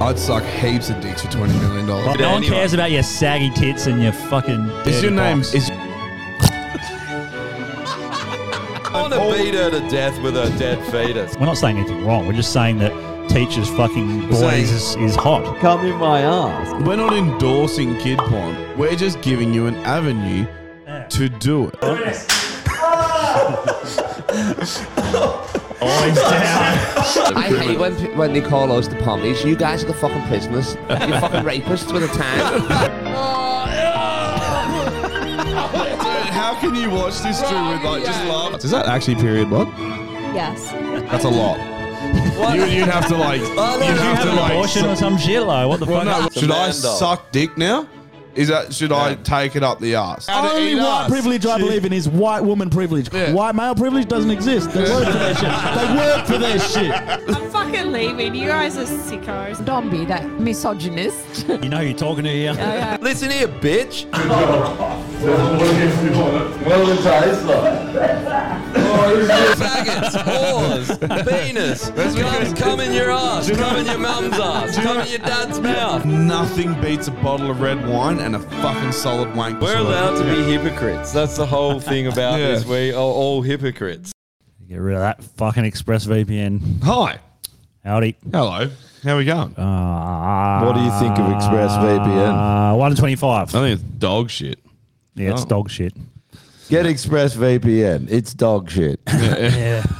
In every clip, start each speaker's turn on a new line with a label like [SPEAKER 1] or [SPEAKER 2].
[SPEAKER 1] I'd suck heaps of dicks for twenty million dollars.
[SPEAKER 2] No one
[SPEAKER 3] Anyway.
[SPEAKER 2] cares about your saggy tits and your fucking.
[SPEAKER 4] Is
[SPEAKER 2] dirty
[SPEAKER 4] your name?
[SPEAKER 2] box.
[SPEAKER 4] Is
[SPEAKER 3] I want to beat her to death with her dead fetus.
[SPEAKER 2] We're not saying anything wrong. We're just saying that teachers fucking boys
[SPEAKER 1] saying-
[SPEAKER 2] is, is hot.
[SPEAKER 5] Come in my ass.
[SPEAKER 4] we're not endorsing kid porn. We're just giving you an avenue to do it.
[SPEAKER 2] Always down.
[SPEAKER 5] I hate when, pe- when they call us the pommies. You guys are the fucking prisoners. You're fucking rapists with a tan.
[SPEAKER 4] How can you watch this through with like just laugh? Is that actually period blood?
[SPEAKER 6] Yes.
[SPEAKER 4] That's a lot. you, you'd have to like.
[SPEAKER 2] You
[SPEAKER 4] you'd have
[SPEAKER 2] have
[SPEAKER 4] to
[SPEAKER 2] an
[SPEAKER 4] like.
[SPEAKER 2] abortion or some shit, like what the fuck?
[SPEAKER 4] Well, no,
[SPEAKER 3] It's a
[SPEAKER 4] should I
[SPEAKER 3] man doll.
[SPEAKER 4] suck dick now? Is that should I take it up the ass?
[SPEAKER 7] Only white privilege I believe in is white woman privilege.
[SPEAKER 4] Yeah.
[SPEAKER 7] White male privilege doesn't exist. They work for their shit. They work for their shit.
[SPEAKER 8] I'm fucking leaving. You guys are sickos.
[SPEAKER 6] Don't be that misogynist.
[SPEAKER 2] You know who you're talking to here.
[SPEAKER 3] Listen here, bitch. Faggots, whores, penis. Come, come in your ass. Come in your mum's ass. Come in your dad's mouth.
[SPEAKER 4] Nothing beats a bottle of red wine and a fucking solid wank.
[SPEAKER 3] We're allowed to be hypocrites. That's the whole thing about
[SPEAKER 4] Yeah.
[SPEAKER 3] this. We are all hypocrites.
[SPEAKER 2] Get rid of that fucking ExpressVPN.
[SPEAKER 4] Hi.
[SPEAKER 2] Howdy.
[SPEAKER 4] Hello. How we going?
[SPEAKER 3] What do you think of ExpressVPN?
[SPEAKER 2] Uh, 125.
[SPEAKER 4] I think it's dog shit.
[SPEAKER 2] Yeah, it's
[SPEAKER 4] oh.
[SPEAKER 2] dog shit.
[SPEAKER 3] Get ExpressVPN. It's dog shit.
[SPEAKER 2] Yeah.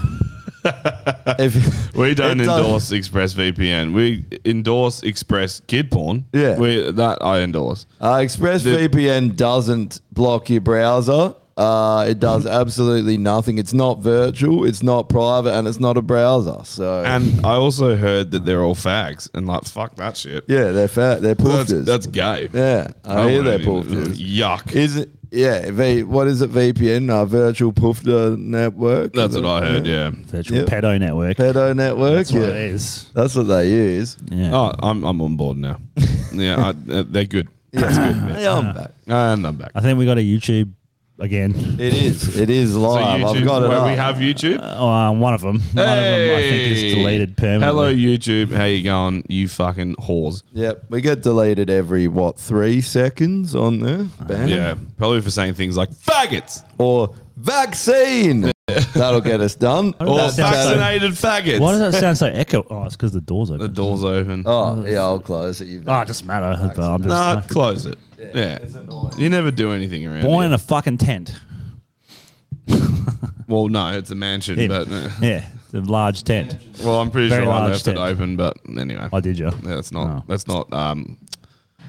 [SPEAKER 3] If
[SPEAKER 4] We don't
[SPEAKER 3] It
[SPEAKER 4] endorse
[SPEAKER 3] does-
[SPEAKER 4] ExpressVPN. We endorse Express Kid Porn.
[SPEAKER 3] Yeah.
[SPEAKER 4] We, that I endorse.
[SPEAKER 3] Uh, ExpressVPN doesn't block your browser. Uh, it does
[SPEAKER 4] Mm-hmm.
[SPEAKER 3] absolutely nothing. It's not virtual, it's not private, and it's not a browser. So
[SPEAKER 4] And I also heard that they're all fags and like fuck that shit.
[SPEAKER 3] yeah, they're fat. They're
[SPEAKER 4] That's,
[SPEAKER 3] poofters.
[SPEAKER 4] that's Oh, gay.
[SPEAKER 3] yeah, I,
[SPEAKER 4] don't
[SPEAKER 3] hear
[SPEAKER 4] want
[SPEAKER 3] they're
[SPEAKER 4] any of that.
[SPEAKER 3] poofters.
[SPEAKER 4] Yuck.
[SPEAKER 3] Is it? Yeah. V, what is it? VPN? Uh, virtual poofter network.
[SPEAKER 4] That's
[SPEAKER 3] Is
[SPEAKER 4] what
[SPEAKER 3] it?
[SPEAKER 4] I heard. Yeah.
[SPEAKER 2] Virtual
[SPEAKER 3] Yep.
[SPEAKER 2] pedo network.
[SPEAKER 3] Pedo network.
[SPEAKER 2] That's what
[SPEAKER 3] yeah.
[SPEAKER 2] it is.
[SPEAKER 3] That's what they use.
[SPEAKER 2] Yeah.
[SPEAKER 4] Oh, I'm I'm on board now. yeah, I, uh, they're good. That's good.
[SPEAKER 3] Hey, I'm back.
[SPEAKER 4] And I'm back.
[SPEAKER 2] I think we got a YouTube again.
[SPEAKER 3] It is. It is
[SPEAKER 4] So
[SPEAKER 3] live. I've
[SPEAKER 4] YouTube-
[SPEAKER 3] got it.
[SPEAKER 4] where
[SPEAKER 3] up. Uh,
[SPEAKER 4] we have YouTube.
[SPEAKER 2] Oh, um, one of them. One of them I think is
[SPEAKER 4] Hey!
[SPEAKER 2] deleted permanently.
[SPEAKER 4] Hello YouTube, how you going? You fucking whores.
[SPEAKER 3] Yep, we get deleted every what three seconds on there. Bam.
[SPEAKER 4] Uh, Yeah, probably for saying things like faggots
[SPEAKER 3] or vaccine. That'll get us done.
[SPEAKER 2] Oh,
[SPEAKER 4] or
[SPEAKER 2] that sounds so-
[SPEAKER 4] vaccinated faggots.
[SPEAKER 2] Why does that sound so echo? Oh, it's because the door's open.
[SPEAKER 4] the door's open?
[SPEAKER 3] Oh, yeah, I'll close it. You
[SPEAKER 2] Oh, it doesn't matter. I'm just uh,
[SPEAKER 4] nah,
[SPEAKER 2] like-
[SPEAKER 4] close it. Yeah, you never do anything around.
[SPEAKER 2] born in
[SPEAKER 4] here.
[SPEAKER 2] a fucking tent.
[SPEAKER 4] well, no, it's a mansion,
[SPEAKER 2] Him.
[SPEAKER 4] but uh,
[SPEAKER 2] Yeah, the large tent.
[SPEAKER 4] well, I'm pretty
[SPEAKER 2] Very
[SPEAKER 4] sure I
[SPEAKER 2] large
[SPEAKER 4] left
[SPEAKER 2] tent.
[SPEAKER 4] it open. But anyway,
[SPEAKER 2] Oh, did you?
[SPEAKER 4] Yeah, that's not
[SPEAKER 2] No.
[SPEAKER 4] that's not um,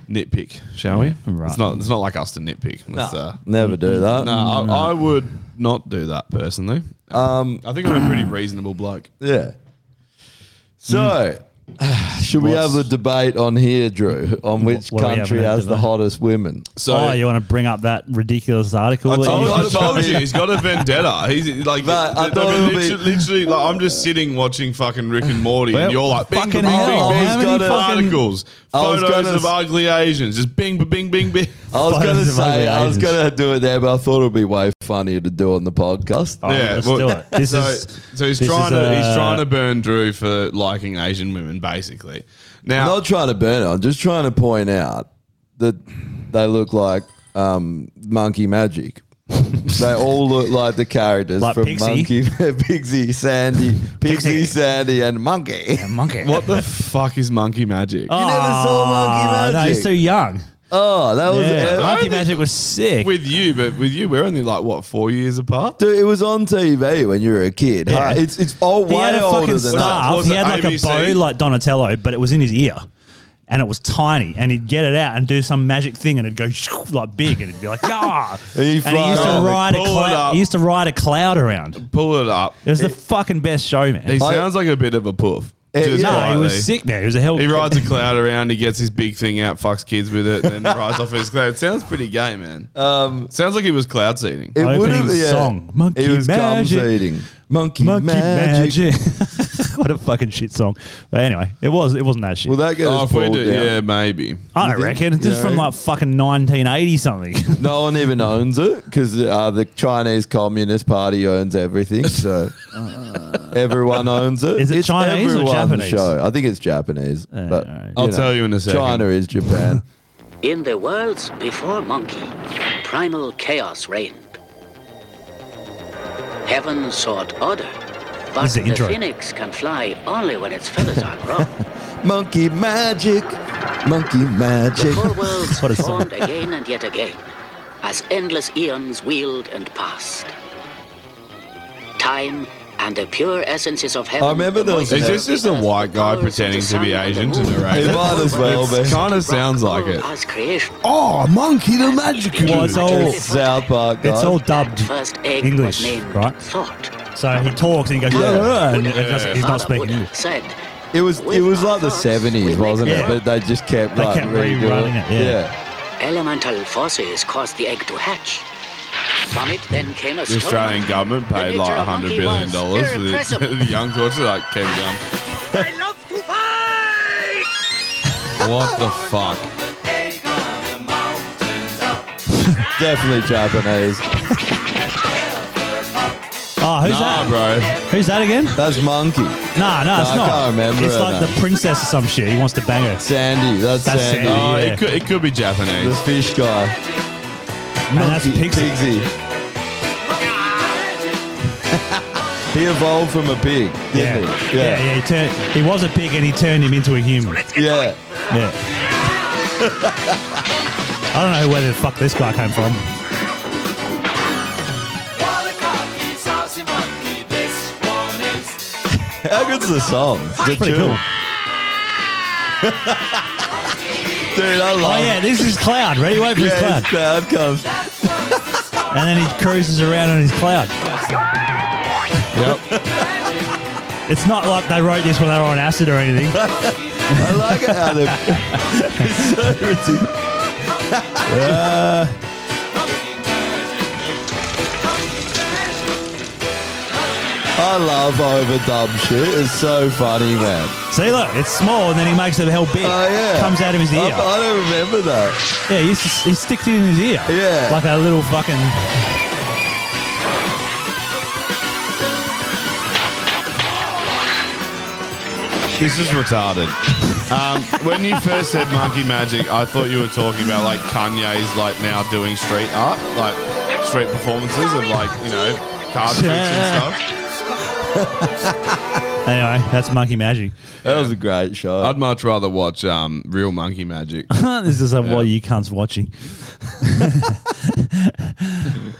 [SPEAKER 4] nitpick, shall we?
[SPEAKER 2] Right.
[SPEAKER 4] It's not it's not like us to nitpick. No, uh,
[SPEAKER 3] never do that.
[SPEAKER 4] no, I, I would not do that personally.
[SPEAKER 3] Um,
[SPEAKER 4] I think I'm a pretty reasonable bloke.
[SPEAKER 3] yeah. So,
[SPEAKER 4] Mm.
[SPEAKER 3] should we have the debate on here, Drew, on which
[SPEAKER 2] what are we
[SPEAKER 3] country
[SPEAKER 2] having a
[SPEAKER 3] has the
[SPEAKER 2] debate?
[SPEAKER 3] hottest women?
[SPEAKER 4] So
[SPEAKER 2] oh, you want to bring up that ridiculous article?
[SPEAKER 4] I
[SPEAKER 2] that
[SPEAKER 4] told,
[SPEAKER 2] you-
[SPEAKER 4] I told you, he's got a vendetta. He's like,
[SPEAKER 3] But I
[SPEAKER 4] th-
[SPEAKER 3] thought
[SPEAKER 4] th-
[SPEAKER 3] it would
[SPEAKER 4] literally,
[SPEAKER 3] be-
[SPEAKER 4] literally, like, I'm just sitting watching fucking Rick and Morty, and you're like, bing,
[SPEAKER 2] fucking
[SPEAKER 4] bing,
[SPEAKER 2] hell,
[SPEAKER 3] I
[SPEAKER 4] bing, bing,
[SPEAKER 3] was
[SPEAKER 4] bing,
[SPEAKER 3] gonna-
[SPEAKER 4] articles,
[SPEAKER 3] I was
[SPEAKER 4] photos
[SPEAKER 3] gonna-
[SPEAKER 4] of ugly Asians, just bing, ba- bing, bing, bing.
[SPEAKER 3] I was
[SPEAKER 2] Photos
[SPEAKER 3] going to
[SPEAKER 2] of ugly
[SPEAKER 3] say, I was
[SPEAKER 2] Asians.
[SPEAKER 3] going to do it there, but I thought it would be way funnier to do on the podcast.
[SPEAKER 2] Oh,
[SPEAKER 4] yeah,
[SPEAKER 2] let's
[SPEAKER 4] well,
[SPEAKER 2] do it. This
[SPEAKER 4] so,
[SPEAKER 2] is
[SPEAKER 4] so he's
[SPEAKER 2] this
[SPEAKER 4] trying
[SPEAKER 2] is,
[SPEAKER 4] to he's
[SPEAKER 2] uh,
[SPEAKER 4] trying to burn Drew for liking Asian women, basically. Now,
[SPEAKER 3] I'm not trying to burn it. I'm just trying to point out that they look like um, Monkey Magic. they all look like the characters
[SPEAKER 2] Like
[SPEAKER 3] from
[SPEAKER 2] Pixie.
[SPEAKER 3] Monkey Pixie, Sandy, Pixie, Sandy, and Monkey. You
[SPEAKER 2] monkey.
[SPEAKER 4] what the fuck is monkey magic?
[SPEAKER 3] never saw
[SPEAKER 2] Ah,
[SPEAKER 3] Monkey
[SPEAKER 2] no,
[SPEAKER 3] Magic.
[SPEAKER 2] he's too young.
[SPEAKER 3] oh, that was
[SPEAKER 2] Yeah, Monkey
[SPEAKER 4] think-
[SPEAKER 2] Magic was sick.
[SPEAKER 4] With you, but with you, we're only like what four years apart.
[SPEAKER 3] Dude, it was on TV when you were a kid.
[SPEAKER 2] Yeah.
[SPEAKER 3] Huh? It's it's all
[SPEAKER 2] he
[SPEAKER 3] way
[SPEAKER 2] had a
[SPEAKER 3] older
[SPEAKER 2] fucking
[SPEAKER 3] than us.
[SPEAKER 2] scarf.
[SPEAKER 4] Was
[SPEAKER 2] He
[SPEAKER 4] it
[SPEAKER 2] had like
[SPEAKER 4] ABC?
[SPEAKER 2] a bow like Donatello, but it was in his ear. And it was tiny, and he'd get it out and do some magic thing, and it'd go like big, and it'd be like, ah.
[SPEAKER 3] And he'd
[SPEAKER 2] and
[SPEAKER 3] fly
[SPEAKER 2] he used to
[SPEAKER 3] around and
[SPEAKER 2] ride a
[SPEAKER 4] pull it up.
[SPEAKER 2] cloud. He used to ride a cloud around.
[SPEAKER 4] Pull it up.
[SPEAKER 2] It was the fucking best show, man.
[SPEAKER 4] He
[SPEAKER 3] I-
[SPEAKER 4] sounds like a bit of a poof.
[SPEAKER 3] Eh,
[SPEAKER 4] Just
[SPEAKER 3] yeah.
[SPEAKER 2] no, he
[SPEAKER 4] quietly.
[SPEAKER 2] was sick, man. He was a hell.
[SPEAKER 4] He rides a cloud around, he gets his big thing out, fucks kids with it, and then rides off his cloud. It sounds pretty gay, man.
[SPEAKER 3] Um,
[SPEAKER 4] sounds like he was cloud seeding.
[SPEAKER 3] it
[SPEAKER 2] Opening
[SPEAKER 3] would have yeah.
[SPEAKER 2] song, Monkey
[SPEAKER 3] It was
[SPEAKER 2] Magic.
[SPEAKER 3] cum eating. Monkey,
[SPEAKER 2] monkey
[SPEAKER 3] magic.
[SPEAKER 2] magic. what a fucking shit song. But anyway, it was it wasn't that shit.
[SPEAKER 3] Will that get
[SPEAKER 4] Oh,
[SPEAKER 3] us
[SPEAKER 4] if we
[SPEAKER 3] pulled
[SPEAKER 4] do,
[SPEAKER 3] down?
[SPEAKER 4] yeah, maybe.
[SPEAKER 2] I don't
[SPEAKER 3] You think-
[SPEAKER 2] reckon. It's just
[SPEAKER 3] Yeah,
[SPEAKER 2] from
[SPEAKER 3] right.
[SPEAKER 2] like fucking 1980 something.
[SPEAKER 3] No one even owns it because uh, the Chinese Communist Party owns everything. So everyone owns it.
[SPEAKER 2] Is it
[SPEAKER 3] It's
[SPEAKER 2] Chinese or
[SPEAKER 3] everyone's
[SPEAKER 2] Japanese?
[SPEAKER 3] Show. I think it's Japanese. but
[SPEAKER 2] alright.
[SPEAKER 3] you
[SPEAKER 4] I'll
[SPEAKER 3] know,
[SPEAKER 4] tell you in a second.
[SPEAKER 3] China is Japan.
[SPEAKER 9] In the worlds before Monkey, primal chaos reigned. Heaven sought order, but
[SPEAKER 2] This is the
[SPEAKER 9] the,
[SPEAKER 2] intro.
[SPEAKER 9] phoenix can fly only when its feathers are grown.
[SPEAKER 3] monkey magic, monkey
[SPEAKER 9] The
[SPEAKER 3] magic.
[SPEAKER 9] four worlds
[SPEAKER 2] What a song.
[SPEAKER 9] formed again and yet again, as endless eons wheeled and passed. Time and the pure essences of heaven.
[SPEAKER 3] I remember there was-
[SPEAKER 9] voices
[SPEAKER 4] Is
[SPEAKER 9] of
[SPEAKER 4] this
[SPEAKER 9] the
[SPEAKER 4] just a
[SPEAKER 9] earth,
[SPEAKER 4] white
[SPEAKER 9] the
[SPEAKER 4] guy
[SPEAKER 9] colors of the
[SPEAKER 4] pretending to
[SPEAKER 9] sun
[SPEAKER 4] be
[SPEAKER 9] and the
[SPEAKER 4] Asian to
[SPEAKER 9] moon,
[SPEAKER 4] narrate?
[SPEAKER 3] It might as well be.
[SPEAKER 4] Kind of sounds like it.
[SPEAKER 9] As creation.
[SPEAKER 3] Oh, monkey the
[SPEAKER 2] Well, it's all-
[SPEAKER 3] South Park. Guys.
[SPEAKER 2] it's all dubbed.
[SPEAKER 9] First egg
[SPEAKER 2] English,
[SPEAKER 9] was named
[SPEAKER 2] right?
[SPEAKER 9] Thought.
[SPEAKER 2] So he talks and he goes, "Ugh," and it doesn't- he's not speaking English.
[SPEAKER 9] Said,
[SPEAKER 3] It was it was like the seventies, wasn't
[SPEAKER 2] Yeah.
[SPEAKER 3] it? But they just kept
[SPEAKER 2] They
[SPEAKER 3] like
[SPEAKER 2] kept rerunning it, yeah.
[SPEAKER 9] Elemental forces caused the egg to hatch. From it then came a
[SPEAKER 4] The Australian government paid like hundred billion dollars for the, the young torture. Like, keep going.
[SPEAKER 9] I love to fight!
[SPEAKER 4] What the fuck?
[SPEAKER 3] yeah. Definitely Japanese.
[SPEAKER 2] Oh, who's
[SPEAKER 4] Nah,
[SPEAKER 2] that?
[SPEAKER 4] Ah, bro.
[SPEAKER 2] Who's that again?
[SPEAKER 3] That's monkey.
[SPEAKER 2] Nah, nah, it's
[SPEAKER 3] I
[SPEAKER 2] not.
[SPEAKER 3] can't remember
[SPEAKER 2] it's
[SPEAKER 3] her
[SPEAKER 2] like the
[SPEAKER 3] name.
[SPEAKER 2] princess or some shit. He wants to bang her.
[SPEAKER 3] Sandy. That's,
[SPEAKER 2] That's
[SPEAKER 3] Sandy.
[SPEAKER 2] Sandy.
[SPEAKER 4] Oh,
[SPEAKER 2] Yeah.
[SPEAKER 4] it could it could be
[SPEAKER 3] The
[SPEAKER 4] Japanese.
[SPEAKER 3] fish guy.
[SPEAKER 2] And that's Pixie.
[SPEAKER 3] Pigsy. he evolved from a pig.
[SPEAKER 2] Yeah.
[SPEAKER 3] Didn't
[SPEAKER 2] yeah,
[SPEAKER 3] He?
[SPEAKER 2] yeah, He turned. He was a pig and he turned him into a human.
[SPEAKER 3] Yeah.
[SPEAKER 2] Yeah. I don't know where the fuck this guy came from.
[SPEAKER 3] How good's the song?
[SPEAKER 2] It's pretty cool.
[SPEAKER 3] Dude, I
[SPEAKER 2] Oh
[SPEAKER 3] love
[SPEAKER 2] yeah, this is Cloud. Ready? Wait for his
[SPEAKER 3] Yeah,
[SPEAKER 2] Cloud.
[SPEAKER 3] his cloud comes.
[SPEAKER 2] And then he cruises around on his Cloud.
[SPEAKER 3] Yep.
[SPEAKER 2] It's not like they wrote this when they were on acid or anything.
[SPEAKER 3] I like it how they It's so Uh, ridiculous. I love overdub shit. It's so funny, man.
[SPEAKER 2] See, look, it's small, and then he makes it hell big.
[SPEAKER 3] Oh yeah,
[SPEAKER 2] Comes out of his
[SPEAKER 3] I,
[SPEAKER 2] ear.
[SPEAKER 3] I don't remember that.
[SPEAKER 2] Yeah, he, used to, he sticks it in his ear.
[SPEAKER 3] Yeah.
[SPEAKER 2] Like a little fucking.
[SPEAKER 4] This is retarded. Um, when you first said monkey magic, I thought you were talking about like Kanye's like now doing street art, like street performances of like you know card tricks and stuff.
[SPEAKER 2] Anyway, that's monkey magic.
[SPEAKER 3] That was a great shot.
[SPEAKER 4] I'd much rather watch um, real monkey magic.
[SPEAKER 2] this is what you cunts watching.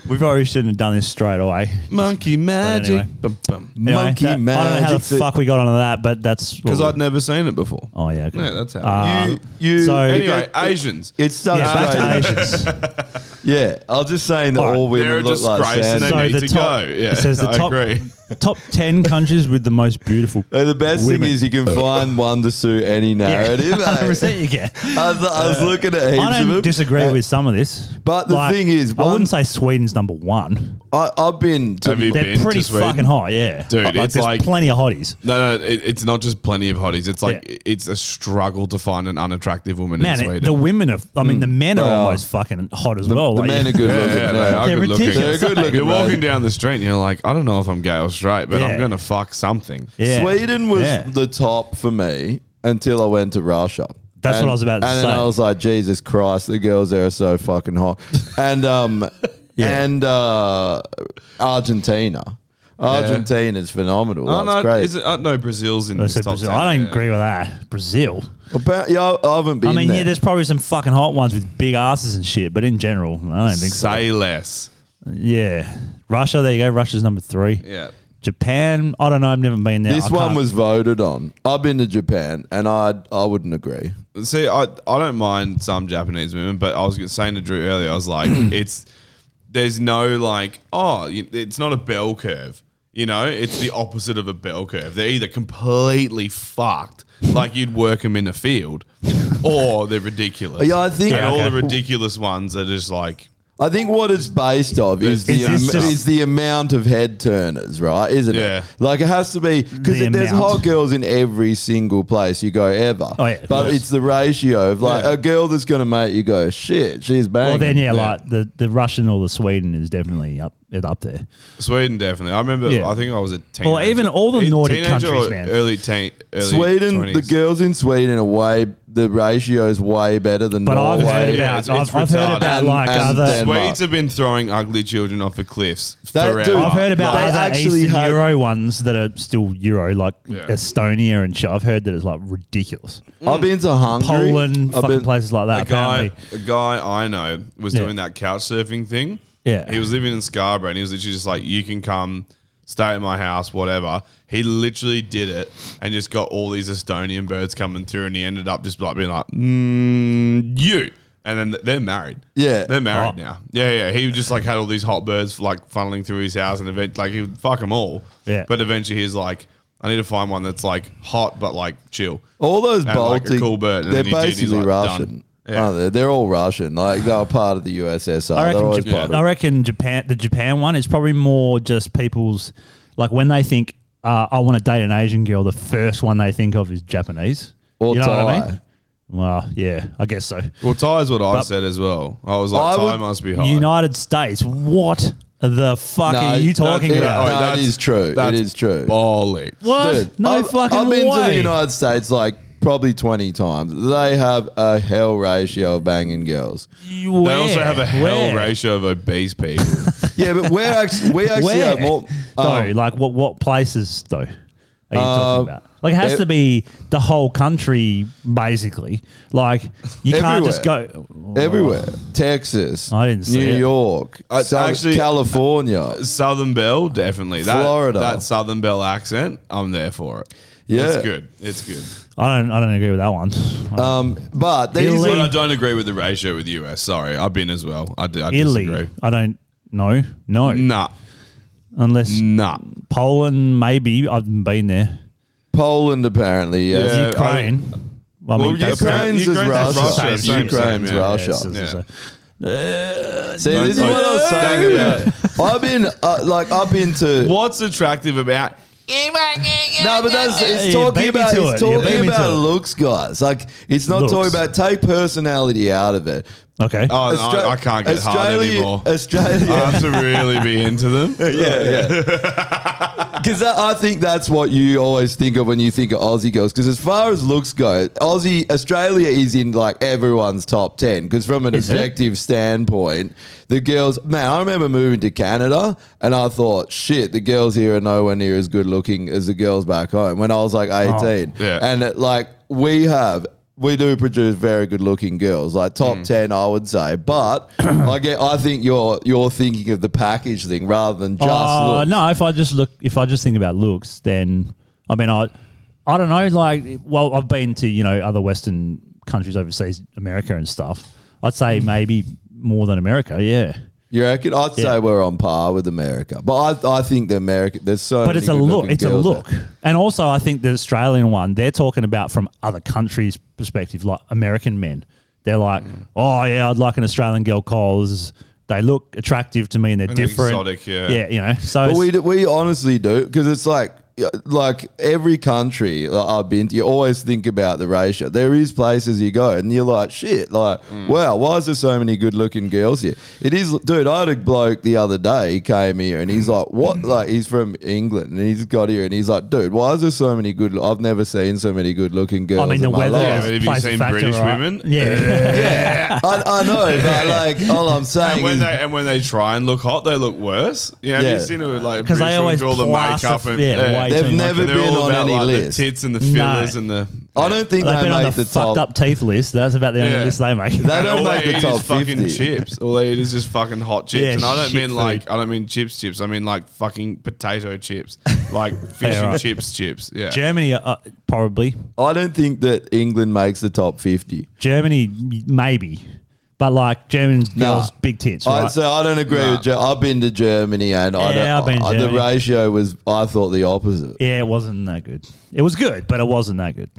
[SPEAKER 2] we probably shouldn't have done this straight away.
[SPEAKER 4] monkey magic.
[SPEAKER 2] anyway. Anyway,
[SPEAKER 3] Monkey
[SPEAKER 2] that- I don't know how
[SPEAKER 3] magic.
[SPEAKER 2] the fuck we got onto that, but that's
[SPEAKER 4] Because I'd never seen it before.
[SPEAKER 2] Oh yeah.
[SPEAKER 4] Yeah, that's how.
[SPEAKER 2] Uh,
[SPEAKER 3] you, you.
[SPEAKER 2] So-
[SPEAKER 4] Um, anyway, Asians.
[SPEAKER 3] it's so
[SPEAKER 2] yeah, back to
[SPEAKER 3] strange.
[SPEAKER 2] Asians.
[SPEAKER 3] Yeah, I was just saying that
[SPEAKER 2] Alright.
[SPEAKER 3] all
[SPEAKER 4] They're a
[SPEAKER 3] women look like
[SPEAKER 4] disgrace
[SPEAKER 3] Sandy.
[SPEAKER 4] and they
[SPEAKER 2] So
[SPEAKER 4] need
[SPEAKER 2] the
[SPEAKER 4] to
[SPEAKER 2] top,
[SPEAKER 4] go. Yeah,
[SPEAKER 2] it says the
[SPEAKER 4] I
[SPEAKER 2] top
[SPEAKER 4] agree.
[SPEAKER 2] top ten countries with the most beautiful.
[SPEAKER 3] Uh, the best
[SPEAKER 2] women.
[SPEAKER 3] thing is you can find one to suit any narrative. eh?
[SPEAKER 2] 100% you get.
[SPEAKER 3] I was, I was looking at heaps
[SPEAKER 2] I
[SPEAKER 3] of
[SPEAKER 2] don't
[SPEAKER 3] them.
[SPEAKER 2] disagree
[SPEAKER 3] Uh,
[SPEAKER 2] with some of this,
[SPEAKER 3] but the thing is,
[SPEAKER 2] I
[SPEAKER 3] one-
[SPEAKER 2] wouldn't say Sweden's number one.
[SPEAKER 3] I, I've been to
[SPEAKER 4] Have you
[SPEAKER 2] They're
[SPEAKER 4] been to
[SPEAKER 2] pretty
[SPEAKER 4] Sweden?
[SPEAKER 2] fucking hot, yeah.
[SPEAKER 4] Dude,
[SPEAKER 2] like,
[SPEAKER 4] it's
[SPEAKER 2] there's
[SPEAKER 4] like-
[SPEAKER 2] plenty of hotties.
[SPEAKER 4] No, no, it, it's not just plenty of hotties. It's like
[SPEAKER 2] Yeah.
[SPEAKER 4] it's a struggle to find an unattractive woman
[SPEAKER 2] Man,
[SPEAKER 4] in
[SPEAKER 2] it-
[SPEAKER 4] Sweden.
[SPEAKER 2] the women are. I mean, the men are
[SPEAKER 3] Wow.
[SPEAKER 2] almost fucking hot as well.
[SPEAKER 3] Mm. the
[SPEAKER 2] like,
[SPEAKER 3] men are good
[SPEAKER 4] yeah,
[SPEAKER 3] looking.
[SPEAKER 4] yeah, they
[SPEAKER 3] now.
[SPEAKER 4] are
[SPEAKER 2] They're
[SPEAKER 4] good looking.
[SPEAKER 2] ridiculous. They're good
[SPEAKER 3] looking,
[SPEAKER 4] You're
[SPEAKER 3] bro.
[SPEAKER 4] walking down the street and you're like, I don't know if I'm gay or straight, but
[SPEAKER 2] Yeah.
[SPEAKER 4] I'm gonna fuck something.
[SPEAKER 2] Yeah.
[SPEAKER 3] Sweden was
[SPEAKER 2] Yeah.
[SPEAKER 3] the top for me until I went to Russia.
[SPEAKER 2] That's what
[SPEAKER 3] And-
[SPEAKER 2] I was about to
[SPEAKER 3] and
[SPEAKER 2] say.
[SPEAKER 3] then I was like, Jesus Christ, the girls there are so fucking hot. And um, and uh, Argentina. Argentina's phenomenal.
[SPEAKER 4] Oh,
[SPEAKER 3] That's
[SPEAKER 4] no,
[SPEAKER 3] great.
[SPEAKER 4] is it, uh, no, Brazil's in
[SPEAKER 2] I
[SPEAKER 4] the
[SPEAKER 2] said
[SPEAKER 4] top
[SPEAKER 2] Brazil.
[SPEAKER 4] 10,
[SPEAKER 2] I don't
[SPEAKER 4] yeah.
[SPEAKER 2] agree with that. Brazil.
[SPEAKER 3] About- yeah, I haven't been
[SPEAKER 2] I mean,
[SPEAKER 3] there.
[SPEAKER 2] yeah, there's probably some fucking hot ones with big asses and shit, but in general, I don't think so.
[SPEAKER 4] Say less.
[SPEAKER 2] Yeah. Russia, there you go. Russia's number three.
[SPEAKER 4] Yeah.
[SPEAKER 2] Japan, I don't know. I've never been there.
[SPEAKER 3] this
[SPEAKER 2] I
[SPEAKER 3] one
[SPEAKER 2] can't-
[SPEAKER 3] was voted on. I've been to Japan, and I I wouldn't agree.
[SPEAKER 4] See, I I don't mind some Japanese women, but I was saying to Drew earlier, I was like, it's there's no like, oh, you- it's not a bell curve. You know, it's the opposite of a bell curve. They're either completely fucked, like you'd work them in a field, or they're ridiculous.
[SPEAKER 3] Yeah, I think-
[SPEAKER 4] and all
[SPEAKER 2] okay.
[SPEAKER 4] the ridiculous ones are just like.
[SPEAKER 3] I think what it's based off is the
[SPEAKER 2] Is this
[SPEAKER 3] am-
[SPEAKER 2] just-
[SPEAKER 3] is the amount of head turners, right? Isn't
[SPEAKER 4] Yeah.
[SPEAKER 3] it? Like it has to be because
[SPEAKER 2] The
[SPEAKER 3] there's
[SPEAKER 2] amount.
[SPEAKER 3] hot girls in every single place you go ever.
[SPEAKER 2] Oh, yeah,
[SPEAKER 3] but
[SPEAKER 2] yes.
[SPEAKER 3] it's the ratio of like
[SPEAKER 4] Yeah.
[SPEAKER 3] a girl that's gonna make you go shit. She's banging.
[SPEAKER 2] Well, then, yeah, like the, the Russian or the Sweden is definitely up it up there.
[SPEAKER 4] Sweden definitely. I remember.
[SPEAKER 2] Yeah.
[SPEAKER 4] I think I was a teenager.
[SPEAKER 2] even all the
[SPEAKER 4] Either
[SPEAKER 2] Nordic
[SPEAKER 4] teenager
[SPEAKER 2] countries,
[SPEAKER 4] or
[SPEAKER 2] man.
[SPEAKER 4] Early teen. Early
[SPEAKER 3] Sweden,
[SPEAKER 4] 20s.
[SPEAKER 3] the girls in Sweden are way the ratio is way better than
[SPEAKER 2] But I've
[SPEAKER 3] Norway.
[SPEAKER 2] heard about,
[SPEAKER 4] Yeah, it's-
[SPEAKER 2] I've,
[SPEAKER 4] it's
[SPEAKER 2] I've heard
[SPEAKER 4] retarded.
[SPEAKER 2] about
[SPEAKER 3] And-
[SPEAKER 2] like
[SPEAKER 3] and
[SPEAKER 2] other.
[SPEAKER 3] then-
[SPEAKER 4] Swedes have been throwing ugly children off the cliffs
[SPEAKER 3] That-
[SPEAKER 4] forever.
[SPEAKER 3] dude,
[SPEAKER 2] I've heard about
[SPEAKER 3] They
[SPEAKER 2] other
[SPEAKER 3] actually
[SPEAKER 2] Eastern
[SPEAKER 3] had-
[SPEAKER 2] Euro ones that are still Euro, like
[SPEAKER 4] Yeah.
[SPEAKER 2] Estonia and shit. I've heard that it's like ridiculous.
[SPEAKER 3] I've been to Hungary,
[SPEAKER 2] Mm. Poland,
[SPEAKER 3] I've
[SPEAKER 2] fucking
[SPEAKER 3] been-
[SPEAKER 2] places like that.
[SPEAKER 4] a guy,
[SPEAKER 2] Apparently,
[SPEAKER 4] a guy I know was
[SPEAKER 2] Yeah.
[SPEAKER 4] doing that couch surfing thing.
[SPEAKER 2] Yeah.
[SPEAKER 4] He was living in Scarborough and he was literally just like, you can come stay at my house, whatever. He literally did it and just got all these Estonian birds coming through and he ended up just like being like, mm, you. And then th- they're married.
[SPEAKER 3] Yeah.
[SPEAKER 4] They're married
[SPEAKER 2] Oh.
[SPEAKER 4] now. Yeah, yeah. He just like had all these hot birds like funneling through his house and event like he would fuck them all.
[SPEAKER 2] Yeah.
[SPEAKER 4] But eventually he's like, I need to find one that's like hot but like chill.
[SPEAKER 3] All those
[SPEAKER 4] And, like, a
[SPEAKER 3] Baltic,
[SPEAKER 4] cool bird, and
[SPEAKER 3] they're
[SPEAKER 4] then you do these,
[SPEAKER 3] basically
[SPEAKER 4] like,
[SPEAKER 3] Russian.
[SPEAKER 4] done. Yeah.
[SPEAKER 3] aren't they? They're all Russian. Like they're part of the
[SPEAKER 2] I
[SPEAKER 3] USSR. Oh, they're
[SPEAKER 2] reckon,
[SPEAKER 3] always
[SPEAKER 2] Japan,
[SPEAKER 3] part
[SPEAKER 2] I
[SPEAKER 3] of.
[SPEAKER 2] reckon Japan, the Japan one is probably more just people's like when they think uh, I want to date an Asian girl, the first one they think of is Japanese.
[SPEAKER 3] Or
[SPEAKER 2] you know what I
[SPEAKER 3] Thai.
[SPEAKER 2] mean? Well, yeah, I guess so.
[SPEAKER 4] Well, Thai is what I
[SPEAKER 2] But-
[SPEAKER 4] said as well. I was like,
[SPEAKER 3] I
[SPEAKER 4] Thai
[SPEAKER 3] would-
[SPEAKER 4] must be hot.
[SPEAKER 2] United States, what the fuck
[SPEAKER 3] No,
[SPEAKER 2] are you talking
[SPEAKER 3] yeah,
[SPEAKER 2] about?
[SPEAKER 3] no, it is true. It is true.
[SPEAKER 4] Bolly.
[SPEAKER 2] What? no
[SPEAKER 3] I've,
[SPEAKER 2] fucking
[SPEAKER 3] I've been to the
[SPEAKER 2] way.
[SPEAKER 3] United States like probably twenty times. They have a hell ratio of banging girls.
[SPEAKER 2] You-
[SPEAKER 4] They
[SPEAKER 2] where?
[SPEAKER 4] also have a hell
[SPEAKER 2] Where?
[SPEAKER 4] ratio of obese people.
[SPEAKER 3] Yeah, but we're actually we actually
[SPEAKER 2] Where?
[SPEAKER 3] have more.
[SPEAKER 2] though,
[SPEAKER 3] um,
[SPEAKER 2] like what what places though are you talking
[SPEAKER 3] Uh,
[SPEAKER 2] about? Like it has
[SPEAKER 3] ev-
[SPEAKER 2] to be the whole country basically. Like you can't just go
[SPEAKER 3] everywhere. Texas,
[SPEAKER 2] I didn't see
[SPEAKER 3] New
[SPEAKER 2] it.
[SPEAKER 3] York,
[SPEAKER 4] I-
[SPEAKER 3] South-
[SPEAKER 4] actually-
[SPEAKER 3] California.
[SPEAKER 4] Southern Belle, definitely. That,
[SPEAKER 3] Florida.
[SPEAKER 4] That Southern Belle accent, I'm there for it.
[SPEAKER 3] Yeah.
[SPEAKER 4] It's good. It's good.
[SPEAKER 2] I don't I don't agree with that one.
[SPEAKER 3] Um, but these
[SPEAKER 2] Italy.
[SPEAKER 4] But I don't agree with the ratio with US. Sorry. I've been as well. I, d- I
[SPEAKER 2] Italy.
[SPEAKER 4] disagree.
[SPEAKER 2] I don't know. No.
[SPEAKER 4] Nah.
[SPEAKER 2] Unless
[SPEAKER 4] Nah.
[SPEAKER 2] Poland maybe I've been there.
[SPEAKER 3] Poland apparently, yes.
[SPEAKER 4] Yeah. Uh,
[SPEAKER 2] Ukraine. I
[SPEAKER 4] Well,
[SPEAKER 2] mean, that's
[SPEAKER 4] Ukraine-
[SPEAKER 2] kind of-
[SPEAKER 3] Ukraine's is
[SPEAKER 4] Ukraine's
[SPEAKER 3] Russia.
[SPEAKER 4] Russia, same,
[SPEAKER 3] Ukraine's
[SPEAKER 4] same, yeah.
[SPEAKER 3] Russia.
[SPEAKER 2] Yeah, it's- it's-
[SPEAKER 4] Yeah.
[SPEAKER 3] See, this is
[SPEAKER 4] Don't-
[SPEAKER 3] what I was saying about. I've been uh, like up into.
[SPEAKER 4] What's attractive about
[SPEAKER 3] No, but that's it's
[SPEAKER 2] Yeah,
[SPEAKER 3] talking
[SPEAKER 2] beat me
[SPEAKER 3] about
[SPEAKER 2] to
[SPEAKER 3] it's
[SPEAKER 2] it. Yeah, beat
[SPEAKER 3] talking
[SPEAKER 2] me to
[SPEAKER 3] about
[SPEAKER 2] it.
[SPEAKER 3] looks, guys. Like it's not
[SPEAKER 2] Looks.
[SPEAKER 3] talking about take personality out of it.
[SPEAKER 2] Okay.
[SPEAKER 4] Oh, no,
[SPEAKER 3] Austra-
[SPEAKER 4] I, I can't get hard
[SPEAKER 3] Australia-
[SPEAKER 4] anymore. Um, I
[SPEAKER 3] Australia,
[SPEAKER 4] have to really be into them.
[SPEAKER 3] yeah, yeah. Because I think that's what you always think of when you think of Aussie girls. Because as far as looks go, Aussie Australia is in like everyone's top ten. Because from an
[SPEAKER 2] Is it?
[SPEAKER 3] objective standpoint, the girls. Man, I remember moving to Canada, and I thought, shit, the girls here are nowhere near as good looking as the girls back home. When I was
[SPEAKER 2] Oh,
[SPEAKER 3] like eighteen,
[SPEAKER 4] Yeah.
[SPEAKER 3] and it, like we have. We do produce very good-looking girls, like top
[SPEAKER 2] Mm.
[SPEAKER 3] ten, I would say. But I get, I think you're you're thinking of the package thing rather than just
[SPEAKER 2] Uh,
[SPEAKER 3] looks.
[SPEAKER 2] No, if I just look, if I just think about looks, then I mean, I, I don't know. Like, well, I've been to you know other Western countries overseas, America and stuff. I'd say
[SPEAKER 3] Hmm.
[SPEAKER 2] maybe more than America. Yeah,
[SPEAKER 3] You reckon? I'd
[SPEAKER 2] Yeah.
[SPEAKER 3] say we're on par with America, but I, I think the America there's so.
[SPEAKER 2] but
[SPEAKER 3] many
[SPEAKER 2] it's a
[SPEAKER 3] good-looking
[SPEAKER 2] look. It's a
[SPEAKER 3] girls eh?
[SPEAKER 2] look.
[SPEAKER 3] there.
[SPEAKER 2] And also, I think the Australian one, they're talking about from other countries' perspective, like American men. They're like,
[SPEAKER 3] Hmm.
[SPEAKER 2] oh yeah, I'd like an Australian girl because they look attractive to me and they're
[SPEAKER 4] And
[SPEAKER 2] different.
[SPEAKER 4] exotic, yeah.
[SPEAKER 2] Yeah, you know. So
[SPEAKER 3] But
[SPEAKER 2] it's-
[SPEAKER 3] we do- we honestly do because it's like yeah, like every country that I've been to, you always think about the ratio. There is places you go and you're like, shit, like
[SPEAKER 2] Mm.
[SPEAKER 3] wow, why is there so many good looking girls here? It is, dude. I had a bloke the other day. He came here and he's like, what? Like he's from England and he's got here and he's like, dude, why is there so many good? I've never seen so many good looking girls.
[SPEAKER 2] I mean, the
[SPEAKER 3] in my
[SPEAKER 2] weather.
[SPEAKER 3] life."
[SPEAKER 4] Yeah, have you
[SPEAKER 2] plays a
[SPEAKER 4] seen
[SPEAKER 2] factor,
[SPEAKER 4] British
[SPEAKER 2] right?
[SPEAKER 4] women?
[SPEAKER 2] Yeah.
[SPEAKER 3] I, I know, but like all I'm saying
[SPEAKER 4] And when
[SPEAKER 3] is,
[SPEAKER 4] they and when they try and look hot, they look worse. Yeah, have
[SPEAKER 3] Yeah.
[SPEAKER 4] you seen it with like
[SPEAKER 2] 'Cause
[SPEAKER 4] because
[SPEAKER 2] they always
[SPEAKER 4] all the
[SPEAKER 2] plaster-
[SPEAKER 4] makeup and
[SPEAKER 2] yeah, way
[SPEAKER 3] They've
[SPEAKER 2] too much.
[SPEAKER 3] never
[SPEAKER 4] They're
[SPEAKER 3] been
[SPEAKER 4] all
[SPEAKER 3] on
[SPEAKER 4] about,
[SPEAKER 3] any
[SPEAKER 4] like,
[SPEAKER 3] list.
[SPEAKER 4] The tits and the
[SPEAKER 2] No.
[SPEAKER 4] fillers and the.
[SPEAKER 3] I don't think
[SPEAKER 2] They've
[SPEAKER 3] they
[SPEAKER 2] been on the,
[SPEAKER 3] make the
[SPEAKER 2] fucked
[SPEAKER 3] top.
[SPEAKER 2] up teeth list. That's about the only
[SPEAKER 4] Yeah.
[SPEAKER 2] list they make.
[SPEAKER 3] They
[SPEAKER 4] And
[SPEAKER 3] don't
[SPEAKER 4] all
[SPEAKER 3] make
[SPEAKER 4] they
[SPEAKER 3] the
[SPEAKER 4] eat
[SPEAKER 3] top
[SPEAKER 4] is fucking
[SPEAKER 3] 50.
[SPEAKER 4] chips. All they eat is just fucking hot chips.
[SPEAKER 2] Yeah,
[SPEAKER 4] and I don't
[SPEAKER 2] shit
[SPEAKER 4] mean
[SPEAKER 2] food.
[SPEAKER 4] like I don't mean chips chips. I mean like fucking potato chips, like fish and
[SPEAKER 2] right.
[SPEAKER 4] chips chips. Yeah.
[SPEAKER 2] Germany, uh, probably.
[SPEAKER 3] I don't think that England makes the top fifty.
[SPEAKER 2] Germany, maybe. But like German
[SPEAKER 3] Nah.
[SPEAKER 2] girls, big tits, right?
[SPEAKER 3] I, so I don't agree with. Ger- I've been to Germany, and I don't,
[SPEAKER 2] Yeah, I've been to
[SPEAKER 3] I- the
[SPEAKER 2] Germany.
[SPEAKER 3] ratio was. I thought the opposite.
[SPEAKER 2] yeah, it wasn't that good. It was good, but it wasn't that good.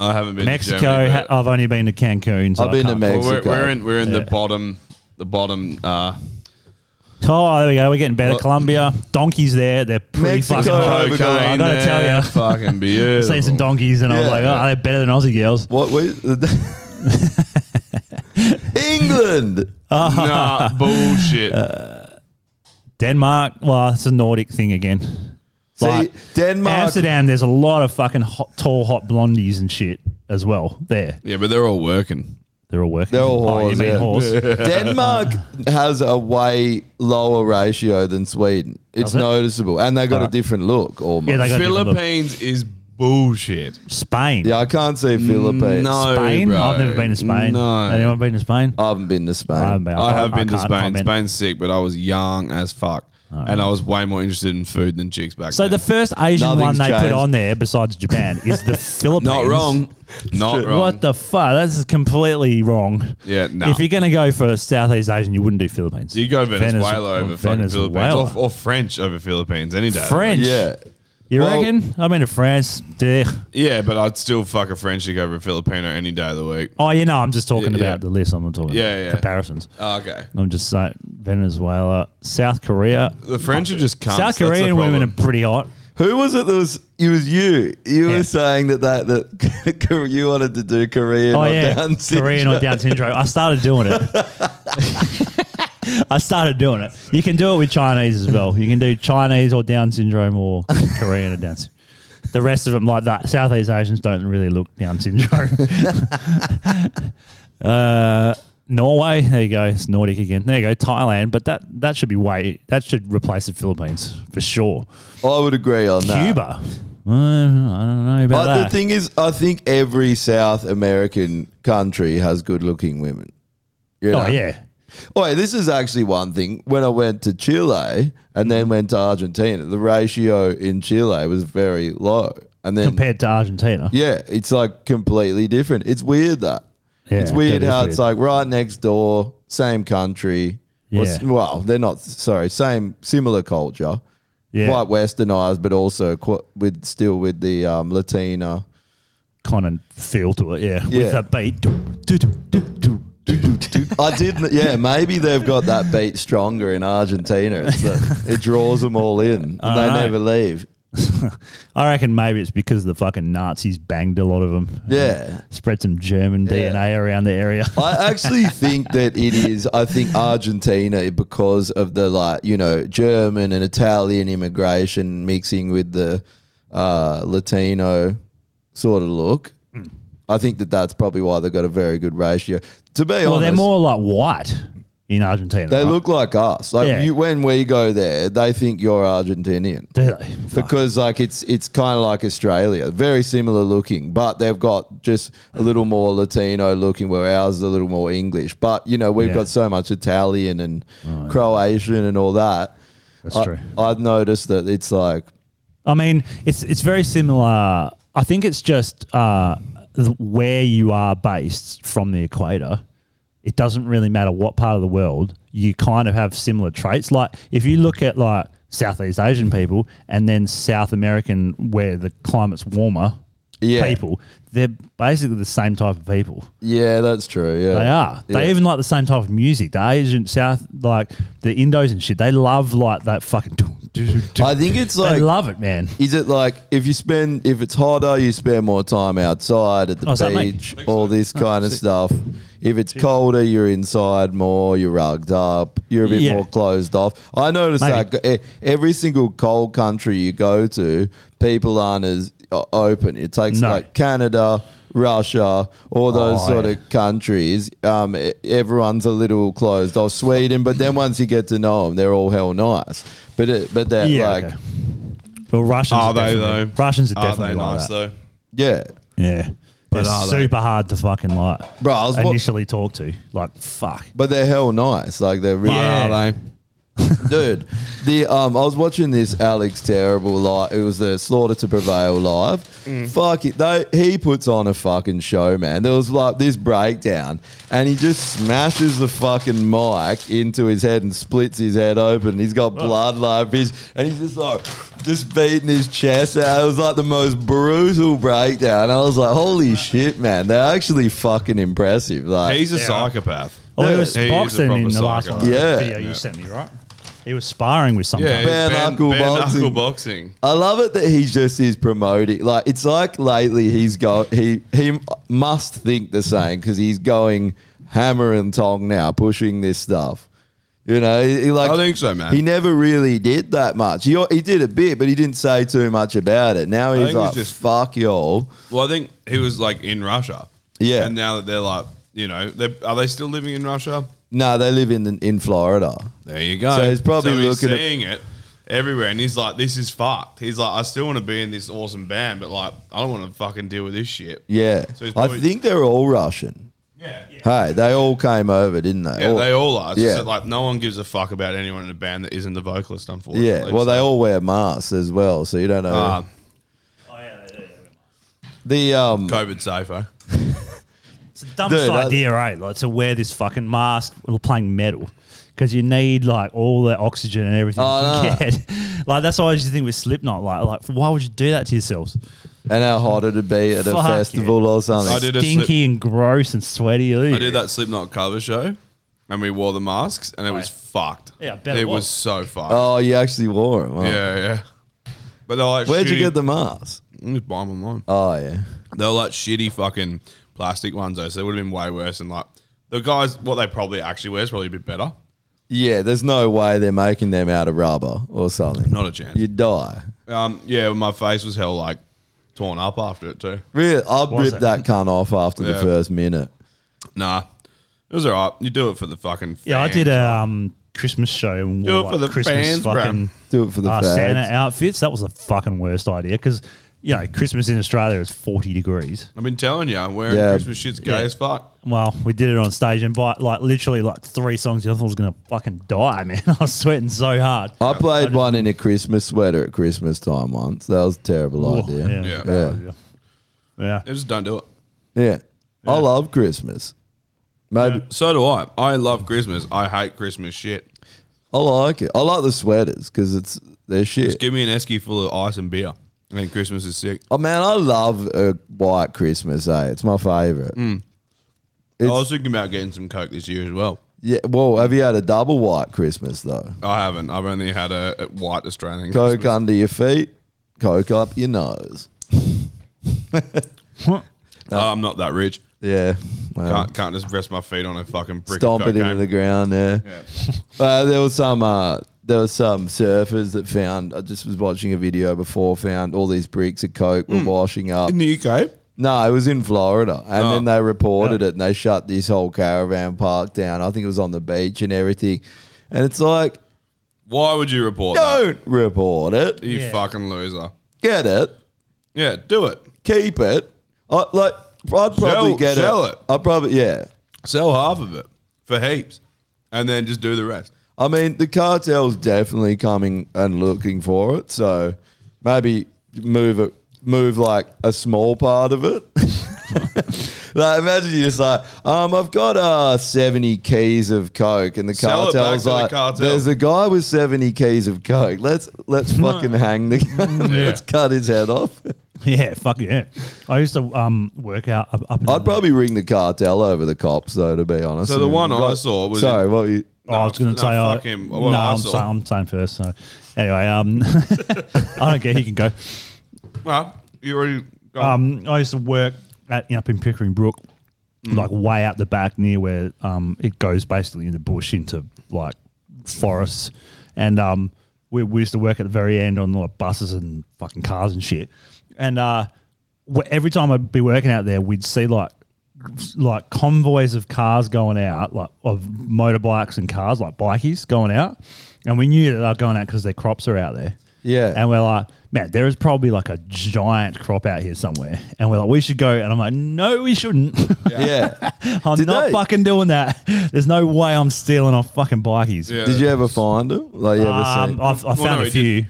[SPEAKER 4] I haven't been
[SPEAKER 2] Mexico,
[SPEAKER 4] To Germany,
[SPEAKER 2] ha- oh.
[SPEAKER 4] but-
[SPEAKER 2] I've only been to Cancun. So
[SPEAKER 3] I've
[SPEAKER 2] I
[SPEAKER 3] been to
[SPEAKER 2] can't-
[SPEAKER 3] Mexico.
[SPEAKER 4] Well, we're, we're in we're in the
[SPEAKER 2] Yeah.
[SPEAKER 4] bottom the bottom uh,
[SPEAKER 2] Oh, there we go. We're getting better. Colombia, donkeys there. They're pretty
[SPEAKER 3] Mexico,
[SPEAKER 2] fucking hot.
[SPEAKER 3] Cocaine
[SPEAKER 2] I gotta
[SPEAKER 4] there,
[SPEAKER 2] tell you,
[SPEAKER 4] fucking beautiful.
[SPEAKER 2] seen some donkeys, and I was
[SPEAKER 3] Yeah.
[SPEAKER 2] like, oh, they're better than Aussie girls.
[SPEAKER 3] What? we England.
[SPEAKER 4] Nah, bullshit.
[SPEAKER 2] Denmark, well, it's a Nordic thing again.
[SPEAKER 3] See,
[SPEAKER 2] Like,
[SPEAKER 3] Denmark.
[SPEAKER 2] Amsterdam, there's a lot of fucking hot, tall, hot blondies and shit as well. There,
[SPEAKER 4] yeah, but they're all working.
[SPEAKER 2] they're all working.
[SPEAKER 3] They're all
[SPEAKER 2] oh, you
[SPEAKER 3] whores,
[SPEAKER 2] mean
[SPEAKER 3] yeah.
[SPEAKER 2] whores?
[SPEAKER 3] Denmark has a way lower ratio than Sweden. It's
[SPEAKER 2] Does it?
[SPEAKER 3] noticeable, and they got a different look almost.
[SPEAKER 2] Yeah,
[SPEAKER 3] Yeah,
[SPEAKER 2] they got a different look.
[SPEAKER 4] Philippines is bullshit.
[SPEAKER 2] Spain.
[SPEAKER 3] I can't see Philippines.
[SPEAKER 4] No,
[SPEAKER 2] Spain.
[SPEAKER 4] bro.
[SPEAKER 2] I've never been to Spain.
[SPEAKER 4] No.
[SPEAKER 2] Anyone been to Spain?
[SPEAKER 3] I haven't been to Spain.
[SPEAKER 2] I haven't been.
[SPEAKER 4] I have
[SPEAKER 2] can't-
[SPEAKER 4] been to
[SPEAKER 2] can't
[SPEAKER 4] Spain.
[SPEAKER 2] comment.
[SPEAKER 4] Spain's sick, but I was young as fuck, and I was way more interested in food than chicks back
[SPEAKER 2] So
[SPEAKER 4] then.
[SPEAKER 2] the first Asian one
[SPEAKER 3] Nothing's
[SPEAKER 2] they put
[SPEAKER 3] changed.
[SPEAKER 2] on there, besides Japan, is the Philippines.
[SPEAKER 4] not wrong, not wrong.
[SPEAKER 2] What the fuck? This is completely wrong.
[SPEAKER 4] Yeah, no.
[SPEAKER 2] If you're gonna go for Southeast Asian, you wouldn't do Philippines.
[SPEAKER 4] you go Venezuela
[SPEAKER 2] Venez-
[SPEAKER 4] over fucking
[SPEAKER 2] Venezuela.
[SPEAKER 4] Philippines, or, or French over Philippines any day.
[SPEAKER 2] French.
[SPEAKER 3] Yeah,
[SPEAKER 2] You
[SPEAKER 3] Well-
[SPEAKER 2] reckon? I've been to France. Duh.
[SPEAKER 4] Yeah, but I'd still fuck a French chick over a Filipino any day of the week.
[SPEAKER 2] Oh, you know, I'm just talking
[SPEAKER 4] Yeah,
[SPEAKER 2] about
[SPEAKER 4] yeah.
[SPEAKER 2] the list. I'm not talking
[SPEAKER 4] Yeah,
[SPEAKER 2] about
[SPEAKER 4] yeah.
[SPEAKER 2] comparisons.
[SPEAKER 3] Oh,
[SPEAKER 4] okay.
[SPEAKER 2] I'm just saying Venezuela, South Korea.
[SPEAKER 4] The French are just cunts.
[SPEAKER 2] South
[SPEAKER 4] That's the
[SPEAKER 2] Korean women
[SPEAKER 4] problem.
[SPEAKER 2] are pretty hot.
[SPEAKER 3] who was it? That was it was you. You
[SPEAKER 2] Yeah.
[SPEAKER 3] were saying that that that you wanted to do Korean
[SPEAKER 2] Oh
[SPEAKER 3] or
[SPEAKER 2] yeah,
[SPEAKER 3] Down syndrome.
[SPEAKER 2] Korean or Down syndrome. I started doing it. I started doing it. You can do it with Chinese as well. You can do Chinese or Down syndrome or Korean or Down syndrome. The rest of them like that. Southeast Asians don't really look Down syndrome. uh, Norway, there you go. It's Nordic again. There you go. Thailand, but that that should be way that should replace the Philippines for sure.
[SPEAKER 3] I would agree on that.
[SPEAKER 2] Cuba, Uh, I don't know about
[SPEAKER 3] But
[SPEAKER 2] that.
[SPEAKER 3] the thing is, I think every South American country has good-looking women. You know?
[SPEAKER 2] oh yeah.
[SPEAKER 3] Oh, yeah, this is actually one thing. When I went to Chile and then went to Argentina, the ratio in Chile was very low. And then,
[SPEAKER 2] Compared to Argentina,
[SPEAKER 3] yeah, it's like completely different. It's weird that.
[SPEAKER 2] Yeah,
[SPEAKER 3] it's
[SPEAKER 2] that
[SPEAKER 3] weird
[SPEAKER 2] is
[SPEAKER 3] how it's
[SPEAKER 2] weird.
[SPEAKER 3] like right next door, same country. Or s-
[SPEAKER 2] Yeah.
[SPEAKER 3] well, they're not, sorry, same, similar culture.
[SPEAKER 2] Yeah.
[SPEAKER 3] Quite westernized, but also qu- with still with the um, Latina.
[SPEAKER 2] kind of feel to it, yeah.
[SPEAKER 3] Yeah.
[SPEAKER 2] With that beat. Do, do, do, do, do, do, do, do.
[SPEAKER 3] I didn't, yeah, maybe they've got that beat stronger in Argentina. It's the, it draws them all in and they
[SPEAKER 2] know.
[SPEAKER 3] never leave.
[SPEAKER 2] I reckon maybe it's because the fucking Nazis banged a lot of them.
[SPEAKER 3] Yeah.
[SPEAKER 2] Spread some German
[SPEAKER 3] Yeah.
[SPEAKER 2] DNA around the area.
[SPEAKER 3] I actually think that it is. I think Argentina because of the like you know German and Italian immigration mixing with the uh, Latino sort of look. I think that that's probably why they've got a very good ratio. To be
[SPEAKER 2] well,
[SPEAKER 3] honest,
[SPEAKER 2] they're more like white in Argentina.
[SPEAKER 3] they
[SPEAKER 2] right?
[SPEAKER 3] look like us. Like
[SPEAKER 2] Yeah.
[SPEAKER 3] you, when we go there, they think you're Argentinian.
[SPEAKER 2] Do they?
[SPEAKER 3] Because like it's it's kind of like Australia, very similar looking, but they've got just a little more Latino looking, where ours is a little more English. But you know we've
[SPEAKER 2] Yeah. Oh,
[SPEAKER 3] got so much Italian and Croatian and all that.
[SPEAKER 2] That's
[SPEAKER 3] I,
[SPEAKER 2] true.
[SPEAKER 3] I've noticed that it's like
[SPEAKER 2] I mean, it's it's very similar. I think it's just uh, th- where you are based from the equator. It doesn't really matter what part of the world you kind of have similar traits. Like if you look at like Southeast Asian people and then South American, where the climate's warmer,
[SPEAKER 3] Yeah.
[SPEAKER 2] people they're basically the same type of people.
[SPEAKER 3] yeah, that's true. Yeah,
[SPEAKER 2] They are. They
[SPEAKER 3] Yeah.
[SPEAKER 2] even like the same type of music. The Asian South, like the Indos and shit, they love like that fucking.
[SPEAKER 3] I think it's
[SPEAKER 2] They
[SPEAKER 3] like
[SPEAKER 2] love it, man.
[SPEAKER 3] Is it like if you spend if it's hotter, you spend more time outside at the
[SPEAKER 2] Oh, is that me?
[SPEAKER 3] beach, all this kind of stuff. If it's colder, you're inside more. You're rugged up. You're a bit
[SPEAKER 2] Yeah.
[SPEAKER 3] more closed off. I notice
[SPEAKER 2] Maybe.
[SPEAKER 3] that e- every single cold country you go to, people aren't as o- open. It takes
[SPEAKER 2] No.
[SPEAKER 3] like Canada. Russia, all those
[SPEAKER 2] Oh,
[SPEAKER 3] sort
[SPEAKER 2] yeah.
[SPEAKER 3] of countries, um, e- everyone's a little closed off. Sweden, but then once you get to know them, they're all hell nice. But it, but they're
[SPEAKER 2] Yeah,
[SPEAKER 3] like,
[SPEAKER 2] okay. Well, Russians
[SPEAKER 4] Are they,
[SPEAKER 2] definitely-
[SPEAKER 4] though?
[SPEAKER 2] Russians are
[SPEAKER 4] Are
[SPEAKER 2] definitely
[SPEAKER 4] they
[SPEAKER 2] like
[SPEAKER 4] nice
[SPEAKER 2] that.
[SPEAKER 4] though?
[SPEAKER 3] yeah,
[SPEAKER 2] Yeah, but
[SPEAKER 4] are
[SPEAKER 2] they're
[SPEAKER 4] they?
[SPEAKER 2] super hard to fucking like.
[SPEAKER 3] Bro, I was wa-
[SPEAKER 2] initially talk to like fuck.
[SPEAKER 3] But they're hell nice. Like they're really
[SPEAKER 2] Yeah.
[SPEAKER 4] Are they?
[SPEAKER 3] dude. The um, I was watching this Alex Terrible live. It was the Slaughter to Prevail live. Fuck it, they, he puts on a fucking show, man. There was like this breakdown, and he just smashes the fucking mic into his head and splits his head open. He's got blood like his, and he's just like. Just beating his chest out. It was like the most brutal breakdown. I was like, holy shit, man. They're actually fucking impressive. Like
[SPEAKER 4] He's a psychopath.
[SPEAKER 2] Oh, he
[SPEAKER 3] Yeah,
[SPEAKER 2] was
[SPEAKER 4] he is a
[SPEAKER 2] boxing
[SPEAKER 4] proper
[SPEAKER 2] in the last
[SPEAKER 4] psycho.
[SPEAKER 2] one.
[SPEAKER 3] Yeah.
[SPEAKER 2] video you sent me, right? He was sparring with Oh, some
[SPEAKER 4] Yeah,
[SPEAKER 2] guy.
[SPEAKER 4] it's
[SPEAKER 3] Bare knuckle
[SPEAKER 4] bare
[SPEAKER 3] boxing.
[SPEAKER 4] knuckle boxing.
[SPEAKER 3] I love it that he just is promoting. Like it's like lately he's go he he must think the same because he's going hammer and tong now, pushing this stuff. You know, he, he like
[SPEAKER 4] I think so, man.
[SPEAKER 3] He never really did that much. He he did a bit, but he didn't say too much about it. Now he's
[SPEAKER 4] think
[SPEAKER 3] like,
[SPEAKER 4] he's just-
[SPEAKER 3] fuck y'all.
[SPEAKER 4] Well, I think he was like in Russia.
[SPEAKER 3] Yeah.
[SPEAKER 4] And now that they're like, you know, they're, are they still living in Russia?
[SPEAKER 3] No, they live in in Florida.
[SPEAKER 4] There you go.
[SPEAKER 3] So he's probably looking at-
[SPEAKER 4] seeing it everywhere, and he's like, "This is fucked." He's like, "I still want to be in this awesome band, but like, I don't want to fucking deal with this shit."
[SPEAKER 3] Yeah,
[SPEAKER 4] So he's
[SPEAKER 3] I
[SPEAKER 4] probably-
[SPEAKER 3] think they're all Russian.
[SPEAKER 4] Yeah, yeah.
[SPEAKER 3] Hey, they all came over, didn't they?
[SPEAKER 4] Yeah, they all are. It's just
[SPEAKER 3] Yeah.
[SPEAKER 4] that, like no one gives a fuck about anyone in a band that isn't the vocalist, unfortunately.
[SPEAKER 3] Yeah, well, they
[SPEAKER 4] So,
[SPEAKER 3] all wear masks as well, so you don't know
[SPEAKER 4] uh,
[SPEAKER 3] the um.
[SPEAKER 4] COVID eh? safer.
[SPEAKER 2] It's the dumbest
[SPEAKER 3] Dude, that-
[SPEAKER 2] idea, right? Like to wear this fucking mask while playing metal. Because you need like all the oxygen and everything
[SPEAKER 3] Oh,
[SPEAKER 2] you can get. like that's why I used to think with Slipknot, like, like why would you do that to yourselves?
[SPEAKER 3] and how hot it'd be at a
[SPEAKER 2] Fuck
[SPEAKER 3] festival or something.
[SPEAKER 4] I did a slip,
[SPEAKER 2] Stinky and gross and sweaty.
[SPEAKER 4] I did that Slipknot cover show, and we wore the masks, and it was fucked.
[SPEAKER 2] Yeah, I bet it
[SPEAKER 4] it was
[SPEAKER 2] was.
[SPEAKER 4] so fucked.
[SPEAKER 3] Oh, you actually wore it. Wow.
[SPEAKER 4] Yeah, yeah. But they're like,
[SPEAKER 3] Where'd you
[SPEAKER 4] shitty-
[SPEAKER 3] get the mask?
[SPEAKER 4] Mm, Just buy them online.
[SPEAKER 3] Oh yeah.
[SPEAKER 4] They were like shitty fucking plastic ones though, so they would have been way worse. And like the guys, what they probably actually wear is probably a bit better.
[SPEAKER 3] Yeah, there's no way they're making them out of rubber or something.
[SPEAKER 4] Not a chance.
[SPEAKER 3] You'd die.
[SPEAKER 4] Um, yeah, my face was hell like torn up after it too.
[SPEAKER 3] Really, I'd
[SPEAKER 2] Was
[SPEAKER 3] rip
[SPEAKER 2] it?
[SPEAKER 3] that cunt off after the
[SPEAKER 4] Yeah.
[SPEAKER 3] first minute.
[SPEAKER 4] Nah, it was alright. You do it for the fucking.
[SPEAKER 2] Yeah, I
[SPEAKER 4] fans.
[SPEAKER 2] did a um, Christmas show and
[SPEAKER 4] Do
[SPEAKER 2] wore
[SPEAKER 4] it for
[SPEAKER 2] like,
[SPEAKER 4] the
[SPEAKER 2] Christmas
[SPEAKER 4] fans, bro.
[SPEAKER 2] fucking
[SPEAKER 3] Do it for the
[SPEAKER 4] Ah,
[SPEAKER 2] uh,
[SPEAKER 3] fags.
[SPEAKER 2] Santa outfits. That was the fucking worst idea because you know Christmas in Australia is forty degrees.
[SPEAKER 4] I've been telling you, wearing
[SPEAKER 3] Yeah.
[SPEAKER 4] Christmas shit's gay
[SPEAKER 2] Yeah.
[SPEAKER 4] as fuck.
[SPEAKER 2] Well, we did it on stage and by like literally like three songs, I thought I was gonna fucking die, man. I was sweating so hard.
[SPEAKER 3] I played one in a Christmas sweater at Christmas time once. That was a terrible
[SPEAKER 2] Oh,
[SPEAKER 3] idea. Yeah.
[SPEAKER 2] yeah.
[SPEAKER 4] Yeah.
[SPEAKER 2] yeah. Yeah.
[SPEAKER 4] They just don't do it.
[SPEAKER 3] I love Christmas. Maybe
[SPEAKER 4] So do I. I love Christmas. I hate Christmas shit.
[SPEAKER 3] I like it. I like the sweaters because it's they're shit.
[SPEAKER 4] Just give me an esky full of ice and beer, and then Christmas is sick.
[SPEAKER 3] Oh man, I love a white Christmas. Eh? It's my favorite.
[SPEAKER 4] Mm. I was thinking about getting some coke this year as well.
[SPEAKER 3] Yeah. Well, have you had a double white Christmas though?
[SPEAKER 4] I haven't. I've only had a, a white Australian.
[SPEAKER 3] Coke
[SPEAKER 4] Christmas.
[SPEAKER 3] under your feet, coke up your nose.
[SPEAKER 4] Oh, I'm not that rich.
[SPEAKER 3] Yeah. Well,
[SPEAKER 4] Can't, can't just rest my feet on a eh? fucking brick.
[SPEAKER 3] stomp
[SPEAKER 4] of
[SPEAKER 3] it
[SPEAKER 4] cocaine.
[SPEAKER 3] into the ground. Yeah. Uh, there was some. Uh, there was some surfers that found. I just was watching a video before. Found all these bricks of coke were washing up.
[SPEAKER 4] Mm. In the UK,
[SPEAKER 3] No, it was in Florida, and
[SPEAKER 4] Oh.
[SPEAKER 3] then they reported it, and they shut this whole caravan park down. I think it was on the beach and everything. And it's like,
[SPEAKER 4] why would you report that?
[SPEAKER 3] don't report it.
[SPEAKER 4] You
[SPEAKER 2] Yeah.
[SPEAKER 4] fucking loser.
[SPEAKER 3] Get it.
[SPEAKER 4] Yeah, do it.
[SPEAKER 3] keep it. I like. I'd probably
[SPEAKER 4] Sell-
[SPEAKER 3] get
[SPEAKER 4] sell
[SPEAKER 3] it.
[SPEAKER 4] it.
[SPEAKER 3] I probably yeah.
[SPEAKER 4] Sell half of it for heaps, and then just do the rest.
[SPEAKER 3] I mean, the cartel's definitely coming and looking for it. So maybe move it, move like a small part of it. like imagine you're just like, um, I've got uh seventy keys of coke, and the
[SPEAKER 4] Sell it back
[SPEAKER 3] cartel's
[SPEAKER 4] to the
[SPEAKER 3] like,
[SPEAKER 4] cartel.
[SPEAKER 3] there's a guy with seventy keys of coke. Let's let's fucking hang the guy. let's cut his head off.
[SPEAKER 2] Yeah, fuck yeah. I used to um work out up, up in
[SPEAKER 3] I'd probably ring the cartel over the cops, though, to be honest.
[SPEAKER 4] So the one
[SPEAKER 3] Got-
[SPEAKER 4] I saw was
[SPEAKER 3] sorry, what you,
[SPEAKER 2] Oh, I was going
[SPEAKER 4] no,
[SPEAKER 2] to say, I,
[SPEAKER 4] fuck him. Well,
[SPEAKER 2] no,
[SPEAKER 4] I
[SPEAKER 2] I'm
[SPEAKER 4] saw.
[SPEAKER 2] saying, I'm saying first. So, anyway, um, I don't care. He can go.
[SPEAKER 4] Well, you already. Got
[SPEAKER 2] Um, I used to work at up in Pickering Brook, like way out the back near where um it goes basically in the bush into like forests, and um we, we used to work at the very end on like buses and fucking cars and shit, and uh wh- every time I'd be working out there, we'd see like like convoys of cars going out, like of motorbikes and cars, like bikies going out, and we knew that they were going out because their crops are out there.
[SPEAKER 3] Yeah.
[SPEAKER 2] and we're like, man, there is probably like a giant crop out here somewhere, and we're like, we should go. And I'm like, no, we shouldn't.
[SPEAKER 3] yeah.
[SPEAKER 2] I'm
[SPEAKER 3] Did
[SPEAKER 2] not
[SPEAKER 3] they-
[SPEAKER 2] fucking doing that. There's no way I'm stealing off fucking bikies.
[SPEAKER 4] Yeah.
[SPEAKER 3] Did you ever find them? Like you ever
[SPEAKER 2] Um,
[SPEAKER 3] seen?
[SPEAKER 2] I've, I found
[SPEAKER 4] Well, no,
[SPEAKER 2] a
[SPEAKER 4] he
[SPEAKER 2] few.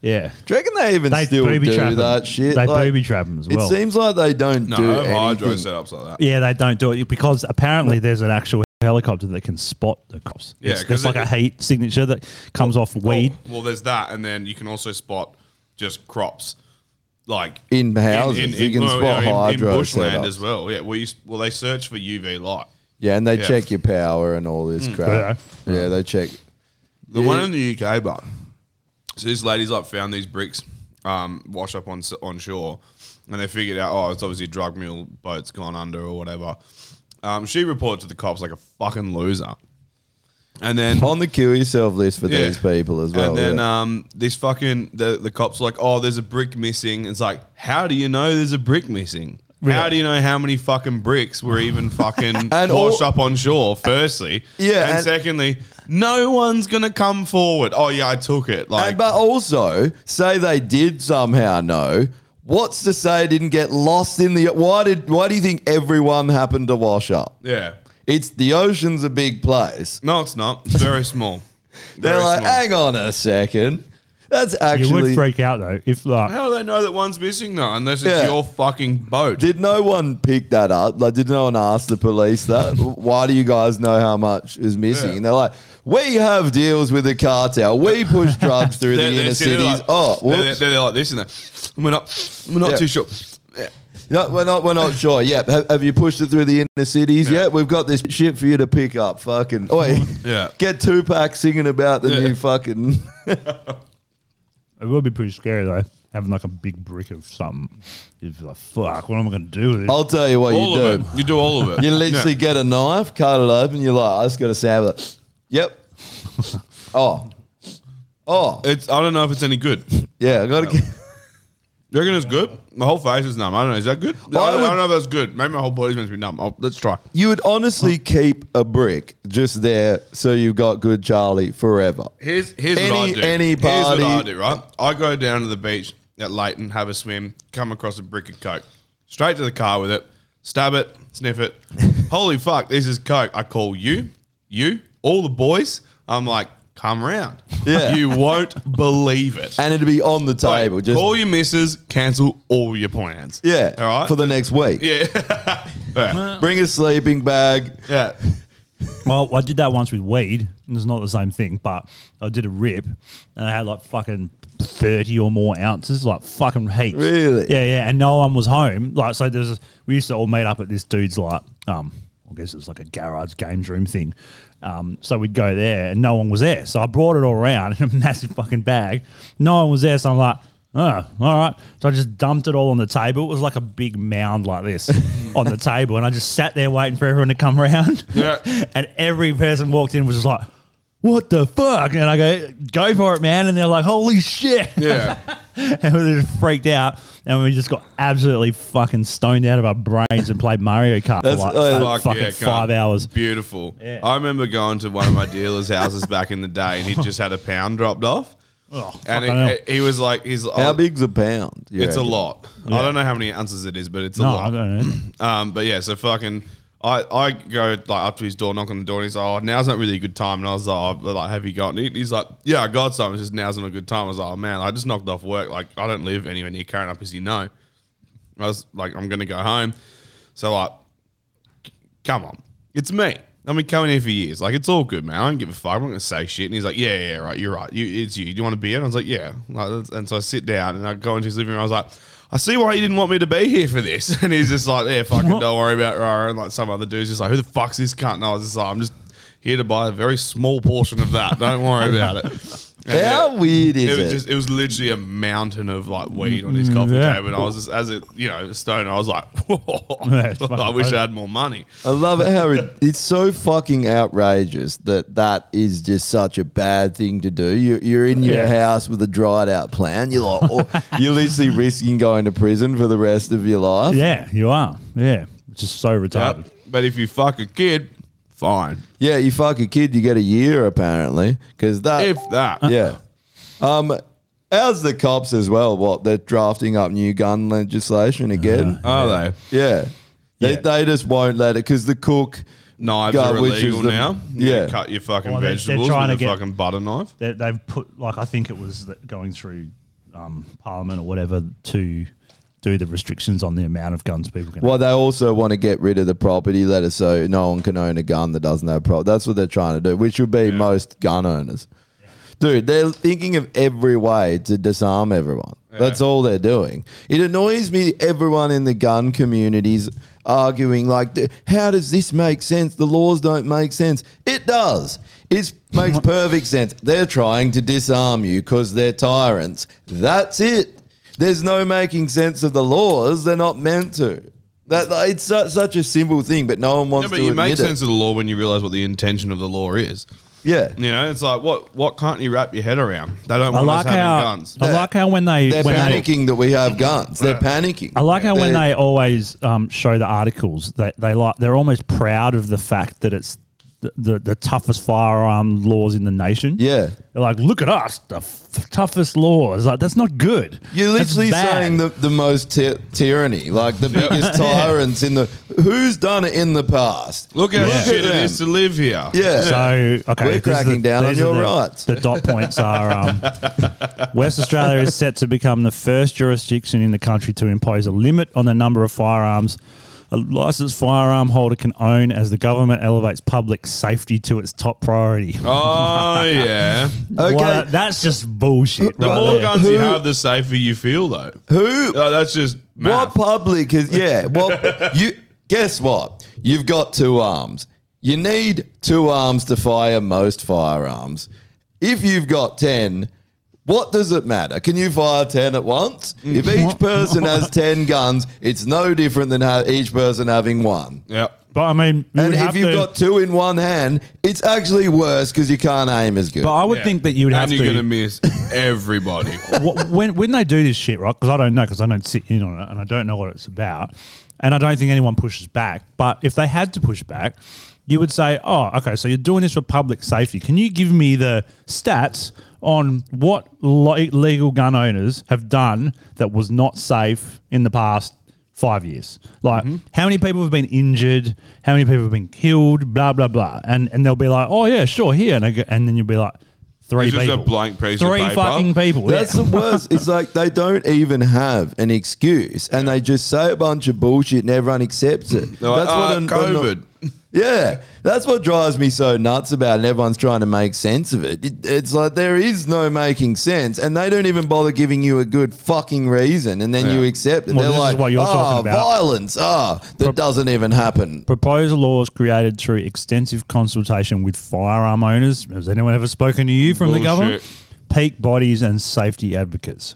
[SPEAKER 2] Yeah,
[SPEAKER 3] do you reckon they even
[SPEAKER 2] they
[SPEAKER 3] still
[SPEAKER 2] booby
[SPEAKER 3] do
[SPEAKER 2] trap 'em.
[SPEAKER 3] that shit?
[SPEAKER 2] They
[SPEAKER 3] Like,
[SPEAKER 2] booby trap them as well.
[SPEAKER 3] It seems like they don't
[SPEAKER 4] no
[SPEAKER 3] do
[SPEAKER 4] I have hydro
[SPEAKER 3] anything.
[SPEAKER 4] setups like that.
[SPEAKER 2] Yeah, they don't do it because apparently there's an actual helicopter that can spot the cops.
[SPEAKER 4] Yeah,
[SPEAKER 2] It's-
[SPEAKER 4] 'cause
[SPEAKER 2] there's like
[SPEAKER 4] it-
[SPEAKER 2] a heat signature that comes off weed.
[SPEAKER 4] Well, well, there's that, and then you can also spot just crops, like
[SPEAKER 3] In houses, you can
[SPEAKER 4] well,
[SPEAKER 3] spot
[SPEAKER 4] in- in
[SPEAKER 3] hydro
[SPEAKER 4] bushland
[SPEAKER 3] setups.
[SPEAKER 4] as well. Yeah, well, you, s- well, they search for UV light.
[SPEAKER 3] Yeah, and they
[SPEAKER 4] Yeah. Mm.
[SPEAKER 3] check your power and all this crap. Yeah, they check.
[SPEAKER 4] The one in the UK, but so this lady's like found these bricks um, washed up on s- on shore, and they figured out oh it's obviously a drug mule boat's gone under or whatever. Um, she reported to the cops like a fucking loser, and then
[SPEAKER 3] On the kill yourself list for
[SPEAKER 4] yeah.
[SPEAKER 3] these people as well.
[SPEAKER 4] And then
[SPEAKER 3] yeah.
[SPEAKER 4] um, this fucking the the cops like, oh, there's a brick missing. It's like, how do you know there's a brick missing? How do you know how many fucking bricks were even fucking
[SPEAKER 3] And
[SPEAKER 4] washed
[SPEAKER 3] all-
[SPEAKER 4] up on shore? Firstly,
[SPEAKER 3] Yeah,
[SPEAKER 4] and,
[SPEAKER 3] and-
[SPEAKER 4] secondly, no one's gonna come forward. Oh yeah, I took it. Like,
[SPEAKER 3] And- but also, say they did somehow know. What's to say it didn't get lost in the? Why did? Why do you think everyone happened to wash up?
[SPEAKER 4] yeah,
[SPEAKER 3] It's the ocean's a big place.
[SPEAKER 4] no, it's not. It's very small.
[SPEAKER 3] They're
[SPEAKER 4] Very
[SPEAKER 3] like,
[SPEAKER 4] small.
[SPEAKER 3] hang on a second. That's
[SPEAKER 2] You would
[SPEAKER 3] actually.
[SPEAKER 2] freak out though if like
[SPEAKER 4] How do they know that one's missing though? Unless it's
[SPEAKER 3] Yeah.
[SPEAKER 4] your fucking boat.
[SPEAKER 3] Did no one pick that up? Like, did no one ask the police that? Why do you guys know how much is missing?
[SPEAKER 4] Yeah.
[SPEAKER 3] And they're like, we have deals with the cartel. We push drugs through the
[SPEAKER 4] They're- they're
[SPEAKER 3] inner
[SPEAKER 4] sitting
[SPEAKER 3] cities.
[SPEAKER 4] like-
[SPEAKER 3] oh,
[SPEAKER 4] they're,
[SPEAKER 3] whoops.
[SPEAKER 4] they're- they're like this and that. We're not, we're not
[SPEAKER 3] Yeah.
[SPEAKER 4] too sure.
[SPEAKER 3] No, we're not. We're not sure. Yeah, have, have you pushed it through the inner cities
[SPEAKER 4] Yeah.
[SPEAKER 3] yet? We've got this shit for you to pick up. Fucking. Oi.
[SPEAKER 4] Yeah.
[SPEAKER 3] Get Tupac singing about the
[SPEAKER 4] Yeah.
[SPEAKER 3] new fucking.
[SPEAKER 2] it would be pretty scary though. Having like a big brick of something. You'd be like, fuck, what am I gonna do with this?
[SPEAKER 3] I'll tell Oh, you what
[SPEAKER 4] all
[SPEAKER 3] you do.
[SPEAKER 4] of it. You do all of it.
[SPEAKER 3] You literally get a knife, cut it open. You're like, I just got a sandwich. Yep. oh. Oh.
[SPEAKER 4] Yeah. It's I don't know if it's any good.
[SPEAKER 3] Yeah. I got to.
[SPEAKER 4] You reckon it's good? My whole face is numb. I don't know. Is that good? I,
[SPEAKER 3] I
[SPEAKER 4] don't- I
[SPEAKER 3] would-
[SPEAKER 4] don't know if that's good. Maybe my whole body's meant to be numb. Oh, let's try.
[SPEAKER 3] You would honestly keep a brick just there, so you've got good Charlie forever.
[SPEAKER 4] Here's here's what I
[SPEAKER 3] Any-
[SPEAKER 4] do.
[SPEAKER 3] any
[SPEAKER 4] Here's
[SPEAKER 3] party-
[SPEAKER 4] what I do. Right, I go down to the beach at Leighton, have a swim, come across a brick of coke, straight to the car with it, stab it, sniff it. Holy fuck, this is coke. I call you, you, all the boys. I'm like, come round.
[SPEAKER 3] Yeah.
[SPEAKER 4] you won't believe it.
[SPEAKER 3] And it'd be on the
[SPEAKER 4] Like,
[SPEAKER 3] table. just
[SPEAKER 4] call your missus, cancel all your plans.
[SPEAKER 3] yeah.
[SPEAKER 4] All right.
[SPEAKER 3] For the next week.
[SPEAKER 4] yeah. yeah.
[SPEAKER 3] Bring a sleeping bag.
[SPEAKER 4] Yeah.
[SPEAKER 2] Well, I did that once with weed, and it's not the same thing, but I did a rip, and I had like fucking thirty or more ounces, like fucking heaps.
[SPEAKER 3] Really?
[SPEAKER 2] Yeah, yeah. And no one was home. Like, so there's we used to all meet up at this dude's like, um, I guess it was like a garage games room thing. Um, so we'd go there, and no one was there. So I brought it all around in a massive fucking bag. No one was there, so I'm like. Oh, all right. So I just dumped it all on the table. It was like a big mound like this on the table. And I just sat there waiting for everyone to come around.
[SPEAKER 4] Yeah.
[SPEAKER 2] And every person walked in was just like, what the fuck? And I go, go for it, man. And they're like, holy shit.
[SPEAKER 4] Yeah.
[SPEAKER 2] and we just freaked out. And we just got absolutely fucking stoned out of our brains and played Mario Kart for
[SPEAKER 3] That's-
[SPEAKER 2] like
[SPEAKER 3] oh,
[SPEAKER 2] fuck- fucking
[SPEAKER 4] yeah,
[SPEAKER 2] five
[SPEAKER 4] cunt.
[SPEAKER 2] hours.
[SPEAKER 4] Beautiful.
[SPEAKER 2] Yeah.
[SPEAKER 4] I remember going to one of my dealer's houses back in the day, and he just had a pound dropped off.
[SPEAKER 2] Oh,
[SPEAKER 4] And
[SPEAKER 2] fucking hell.
[SPEAKER 4] it, he was like, "He's
[SPEAKER 3] How
[SPEAKER 4] oh,
[SPEAKER 3] big's a pound? you
[SPEAKER 4] It's a
[SPEAKER 3] reckon?
[SPEAKER 4] lot. I don't know how many ounces it is, but it's a
[SPEAKER 2] no, I
[SPEAKER 4] lot."
[SPEAKER 2] don't know.
[SPEAKER 4] Um, but yeah, so fucking, I, I go like up to his door, knock on the door, and he's like, "Oh, now's not really a good time." And I was like, oh, "Like, have you gotten it?" He's like, "Yeah, I got some. It's just now's not a good time." I was like, "Oh man, I just knocked off work. Like, I don't live anywhere near Karen up as you know." I was like, "I'm gonna go home." So like, come on, it's me. I've been coming here for years. Like, it's all good, man. I don't give a fuck. I'm not gonna say shit. And he's like, "Yeah, yeah, right. You're right. You, it's you. Do you want to be it?" I was like, "Yeah." Like, that's- and so I sit down and I go into his living room. I was like. I see why you didn't want me to be here for this. And he's just like, yeah, fucking don't worry about it, Rara. And like some other dude's just like, who the fuck's this cunt? And I was just like, I'm just here to buy a very small portion of that. Don't worry about it. And
[SPEAKER 3] How
[SPEAKER 4] yeah,
[SPEAKER 3] weird
[SPEAKER 4] it
[SPEAKER 3] is
[SPEAKER 4] was
[SPEAKER 3] it?
[SPEAKER 4] just it was literally a mountain of like weed on his coffee
[SPEAKER 2] Mm, yeah.
[SPEAKER 4] table. And I was just as it you know, stone, I was like,
[SPEAKER 2] Yeah, it's fucking
[SPEAKER 4] I wish
[SPEAKER 2] crazy.
[SPEAKER 4] I had more money.
[SPEAKER 3] I love it how it, it's so fucking outrageous that that is just such a bad thing to do. You, you're in your
[SPEAKER 2] Yeah.
[SPEAKER 3] house with a dried out plan. You're like, oh, you're literally risking going to prison for the rest of your life.
[SPEAKER 2] Yeah, you are. Yeah. It's just so retarded.
[SPEAKER 4] But if you fuck a kid, fine.
[SPEAKER 3] Yeah, you fuck a kid, you get a year apparently because that.
[SPEAKER 4] If that.
[SPEAKER 3] Uh, yeah. Um, how's the cops as well? What they're drafting up new gun legislation again?
[SPEAKER 4] Are they?
[SPEAKER 3] yeah. They,
[SPEAKER 2] Uh-huh. Yeah.
[SPEAKER 3] they just won't let it because the cook.
[SPEAKER 4] Knives
[SPEAKER 3] God,
[SPEAKER 4] are
[SPEAKER 3] which is
[SPEAKER 4] illegal
[SPEAKER 3] the-
[SPEAKER 4] now.
[SPEAKER 3] yeah.
[SPEAKER 4] You cut your fucking
[SPEAKER 2] Well, they're- they're
[SPEAKER 4] vegetables
[SPEAKER 2] trying to
[SPEAKER 4] with a
[SPEAKER 2] get-
[SPEAKER 4] fucking butter knife.
[SPEAKER 2] they, they've put like I think it was that going through um, Parliament or whatever to do the restrictions on the amount of guns people can.
[SPEAKER 3] Well, they also want to get rid of the property letter so no one can own a gun that doesn't have property. That's what they're trying to do, which would be most gun owners. Dude, they're thinking of every way to disarm everyone. That's all they're doing. It annoys me, everyone in the gun communities arguing, like, "D- how does this make sense? The laws don't make sense. It does. It makes perfect sense. They're trying to disarm you because they're tyrants. That's it. There's no making sense of the laws. They're not meant to. That like, It's su- such a simple thing, but no one
[SPEAKER 4] No,
[SPEAKER 3] wants
[SPEAKER 4] but
[SPEAKER 3] to
[SPEAKER 4] you
[SPEAKER 3] admit
[SPEAKER 4] make
[SPEAKER 3] it.
[SPEAKER 4] sense of the law when you realize what the intention of the law is.
[SPEAKER 3] yeah.
[SPEAKER 4] You know, it's like what what can't you wrap your head around? They don't
[SPEAKER 2] I
[SPEAKER 4] want
[SPEAKER 2] like
[SPEAKER 4] us having
[SPEAKER 2] how
[SPEAKER 4] guns.
[SPEAKER 2] I like how when they
[SPEAKER 3] They're
[SPEAKER 2] when they,
[SPEAKER 3] panicking that we have guns. They're panicking.
[SPEAKER 2] I like how when
[SPEAKER 3] They're-
[SPEAKER 2] they always um, show the articles, they, they like they're almost proud of the fact that it's the, the, the toughest firearm laws in the nation.
[SPEAKER 3] Yeah.
[SPEAKER 2] they're like, look at us, the f- toughest laws. Like that's not good.
[SPEAKER 3] You're
[SPEAKER 2] That's
[SPEAKER 3] literally
[SPEAKER 2] bad.
[SPEAKER 3] saying the, the most ty- tyranny, like the biggest tyrants in the. Who's done it in the past?
[SPEAKER 4] Look how
[SPEAKER 3] Yeah.
[SPEAKER 4] shit it
[SPEAKER 3] Yeah.
[SPEAKER 4] is to live here.
[SPEAKER 3] Yeah.
[SPEAKER 2] So okay,
[SPEAKER 3] We're
[SPEAKER 2] this is the-
[SPEAKER 3] cracking down on
[SPEAKER 2] these are
[SPEAKER 3] your
[SPEAKER 2] the-
[SPEAKER 3] rights.
[SPEAKER 2] The dot points are: um, West Australia is set to become the first jurisdiction in the country to impose a limit on the number of firearms a licensed firearm holder can own, as the government elevates public safety to its top priority.
[SPEAKER 4] Oh yeah.
[SPEAKER 3] Okay.
[SPEAKER 2] Well, that's just bullshit.
[SPEAKER 4] The
[SPEAKER 2] right
[SPEAKER 4] more
[SPEAKER 2] there.
[SPEAKER 4] guns you have, the safer you feel though.
[SPEAKER 3] Who?
[SPEAKER 4] Oh, that's just
[SPEAKER 3] What
[SPEAKER 4] math.
[SPEAKER 3] public is? Yeah. Well, you guess what? You've got two arms. You need two arms to fire most firearms. If you've got ten, what does it matter? Can you fire ten at once?
[SPEAKER 4] Mm.
[SPEAKER 3] If each person has ten guns, it's no different than ha- each person having one.
[SPEAKER 4] Yeah.
[SPEAKER 2] But I mean, you
[SPEAKER 3] And
[SPEAKER 2] would
[SPEAKER 3] if
[SPEAKER 2] have
[SPEAKER 3] you've
[SPEAKER 2] to-
[SPEAKER 3] got two in one hand, it's actually worse because you can't aim as good.
[SPEAKER 2] but I would
[SPEAKER 4] Yeah.
[SPEAKER 2] think that you would have
[SPEAKER 4] and you're
[SPEAKER 2] to.
[SPEAKER 4] gonna miss everybody.
[SPEAKER 2] Wh- when when they do this shit, right? Because I don't know, because I don't sit in on it, and I don't know what it's about, and I don't think anyone pushes back. But if they had to push back, you would say, "Oh, okay, so you're doing this for public safety. Can you give me the stats on what le- legal gun owners have done that was not safe in the past?" Five years, like
[SPEAKER 4] Mm-hmm.
[SPEAKER 2] how many people have been injured, how many people have been killed, blah blah blah, and and they'll be like, oh yeah, sure, here, and I go, and then you'll be like, three
[SPEAKER 4] It's just a
[SPEAKER 2] people,
[SPEAKER 4] blank piece of
[SPEAKER 2] three
[SPEAKER 4] paper.
[SPEAKER 2] fucking people.
[SPEAKER 3] That's
[SPEAKER 2] yeah.
[SPEAKER 3] the worst. It's like they don't even have an excuse, and they just say a bunch of bullshit, and everyone accepts it.
[SPEAKER 4] They're like, "Ah,
[SPEAKER 3] an-
[SPEAKER 4] COVID.
[SPEAKER 3] yeah, that's what drives me so nuts about, it, and everyone's trying to make sense of it. it. It's like there is no making sense, and they don't even bother giving you a good fucking reason, and then you accept it.
[SPEAKER 2] Well,
[SPEAKER 3] They're
[SPEAKER 2] this is
[SPEAKER 3] like,
[SPEAKER 2] what you're
[SPEAKER 3] "Ah,
[SPEAKER 2] talking about."
[SPEAKER 3] violence. Ah, that doesn't even happen."
[SPEAKER 2] Proposed laws created through extensive consultation with firearm owners. Has anyone ever spoken to you from the
[SPEAKER 4] Bullshit.
[SPEAKER 2] government? Peak bodies and safety advocates.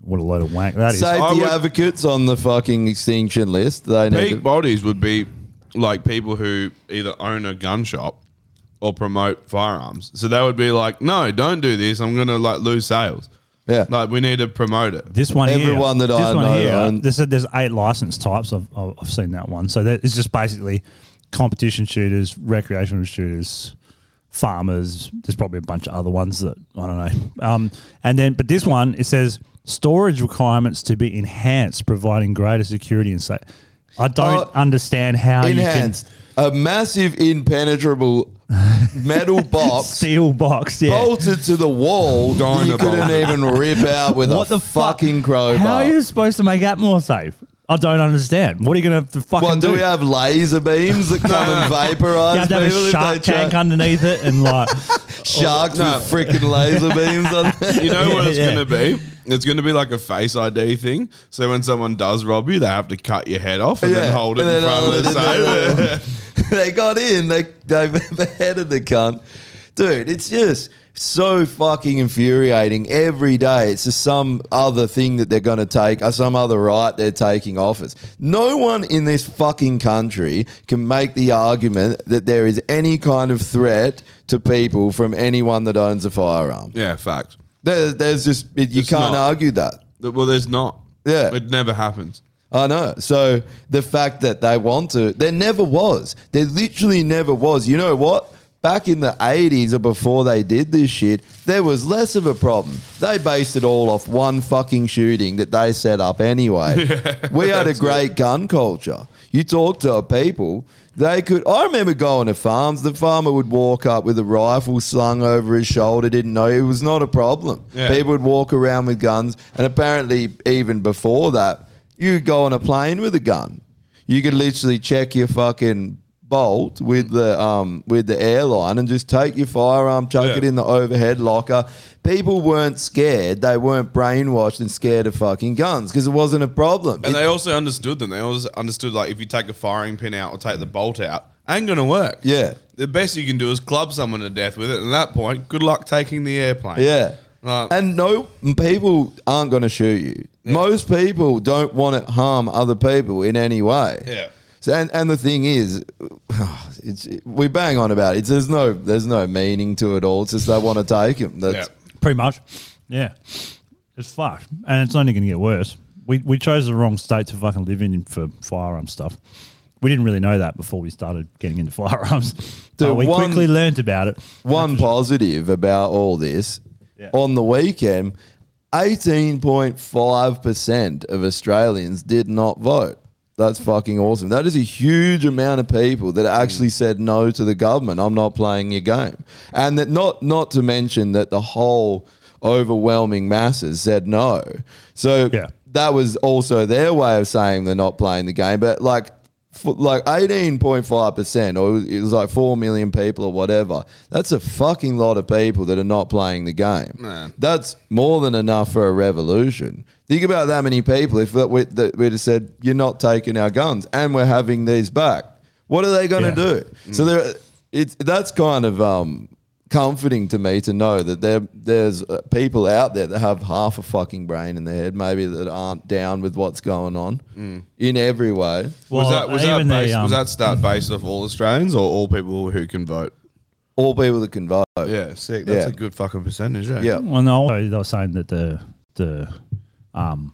[SPEAKER 2] What a load of wank that is.
[SPEAKER 4] I
[SPEAKER 3] Safety
[SPEAKER 4] would-
[SPEAKER 3] advocates on the fucking extinction list. They need to-
[SPEAKER 4] Peak bodies would be like people who either own a gun shop or promote firearms. So they would be like, no, don't do this. I'm gonna like lose sales.
[SPEAKER 3] Yeah.
[SPEAKER 4] Like we need to promote it.
[SPEAKER 2] this one here.
[SPEAKER 3] Everyone that
[SPEAKER 2] this
[SPEAKER 3] I
[SPEAKER 2] one
[SPEAKER 3] know
[SPEAKER 2] here.
[SPEAKER 3] owns-
[SPEAKER 2] They said there's eight license types. I've, I've I've seen that one. So that is just basically competition shooters, recreational shooters, farmers. There's probably a bunch of other ones that I don't know. Um, and then, but this one it says storage requirements to be enhanced, providing greater security and safety. I don't
[SPEAKER 3] Uh,
[SPEAKER 2] understand how
[SPEAKER 3] enhanced.
[SPEAKER 2] you
[SPEAKER 3] A massive impenetrable metal
[SPEAKER 2] can
[SPEAKER 3] box
[SPEAKER 2] steel box. Yeah.
[SPEAKER 3] bolted to the wall that you
[SPEAKER 4] Dynamo.
[SPEAKER 3] couldn't even rip out with
[SPEAKER 2] What
[SPEAKER 3] a
[SPEAKER 2] the fuck?
[SPEAKER 3] fucking crowbar.
[SPEAKER 2] How are you supposed to make that more safe? I don't understand. What are you going to fucking
[SPEAKER 3] what, do we have laser beams that come and vaporize
[SPEAKER 2] You have to have
[SPEAKER 3] people
[SPEAKER 2] a
[SPEAKER 3] if
[SPEAKER 2] shark
[SPEAKER 3] they try-
[SPEAKER 2] tank underneath it and like
[SPEAKER 3] Sharks with freaking laser beams on
[SPEAKER 4] You know what it's
[SPEAKER 2] Yeah.
[SPEAKER 4] going to be? It's going to be like a face ID thing. So when someone does rob you, they have to cut your head off and then hold it
[SPEAKER 3] And
[SPEAKER 4] in
[SPEAKER 3] then
[SPEAKER 4] front of the
[SPEAKER 3] hold
[SPEAKER 4] safe.
[SPEAKER 3] it in there. they got in. They they beheaded the cunt, dude. It's just so fucking infuriating every day. It's just some other thing that they're going to take, or some other right they're taking off us. No one in this fucking country can make the argument that there is any kind of threat to people from anyone that owns a firearm.
[SPEAKER 4] Yeah, fact.
[SPEAKER 3] There, there's just it, you
[SPEAKER 4] It's
[SPEAKER 3] can't
[SPEAKER 4] not.
[SPEAKER 3] argue that.
[SPEAKER 4] Well, there's not.
[SPEAKER 3] Yeah.
[SPEAKER 4] It never happens.
[SPEAKER 3] I know. So the fact that they want to, there never was. There literally never was. You know what? Back in the 80s or before they did this shit, there was less of a problem. They based it all off one fucking shooting that they set up anyway. we had a great gun culture. You talk to people, they could. I remember going to farms. The farmer would walk up with a rifle slung over his shoulder, didn't know it was not a problem.
[SPEAKER 4] Yeah.
[SPEAKER 3] People would walk around with guns, and apparently, even before that, you could go on a plane with a gun. You could literally check your fucking fault with the um with the airline and just take your firearm, chuck
[SPEAKER 4] Yeah.
[SPEAKER 3] it in the overhead locker. People weren't scared. They weren't brainwashed and scared of fucking guns because it wasn't a problem.
[SPEAKER 4] And
[SPEAKER 3] It-
[SPEAKER 4] they also understood them. They also understood like if you take a firing pin out or take the bolt out, ain't gonna work.
[SPEAKER 3] yeah,
[SPEAKER 4] The best you can do is club someone to death with it. And at that point, good luck taking the airplane.
[SPEAKER 3] yeah.
[SPEAKER 4] Right.
[SPEAKER 3] And no, people aren't going to shoot you. Most people don't want to harm other people in any way.
[SPEAKER 4] Yeah.
[SPEAKER 3] So, and, and the thing is, it's we bang on about it. It's, there's no there's no meaning to it all. It's just they want to take them.
[SPEAKER 4] Yeah.
[SPEAKER 3] That's,
[SPEAKER 2] Pretty much. Yeah. It's fucked. And it's only going to get worse. We, we chose the wrong state to fucking live in for firearm stuff. We didn't really know that before we started getting into firearms.
[SPEAKER 3] The
[SPEAKER 2] But we
[SPEAKER 3] one-
[SPEAKER 2] quickly learnt about it.
[SPEAKER 3] One positive about all this
[SPEAKER 2] Yeah.
[SPEAKER 3] on the weekend, 18.5% of Australians did not vote. That's fucking awesome. That is a huge amount of people that actually said no to the government. I'm not playing your game. And that not not to mention that the whole overwhelming masses said no. So
[SPEAKER 2] Yeah.
[SPEAKER 3] that was also their way of saying they're not playing the game. But like, f like eighteen point five percent, or it was, it was like four million people or whatever. That's a fucking lot of people that are not playing the game. That's more than enough for a revolution. Think about that many people. If that we, that we'd have said, "You're not taking our guns, and we're having these back," what are they going to
[SPEAKER 2] Yeah.
[SPEAKER 3] do? So there, it's that's kind of um, comforting to me to know that there there's uh, people out there that have half a fucking brain in their head, maybe that aren't down with what's going on
[SPEAKER 4] Mm.
[SPEAKER 3] in every way.
[SPEAKER 4] was that was that
[SPEAKER 2] even the,
[SPEAKER 4] based,
[SPEAKER 2] um,
[SPEAKER 4] was that start based off all Australians or all people who can vote?
[SPEAKER 3] All people that can vote.
[SPEAKER 4] Yeah, sick. That's
[SPEAKER 3] Yeah.
[SPEAKER 4] a good fucking percentage. Yeah.
[SPEAKER 3] Yeah.
[SPEAKER 2] Well, no, also they were saying that the the um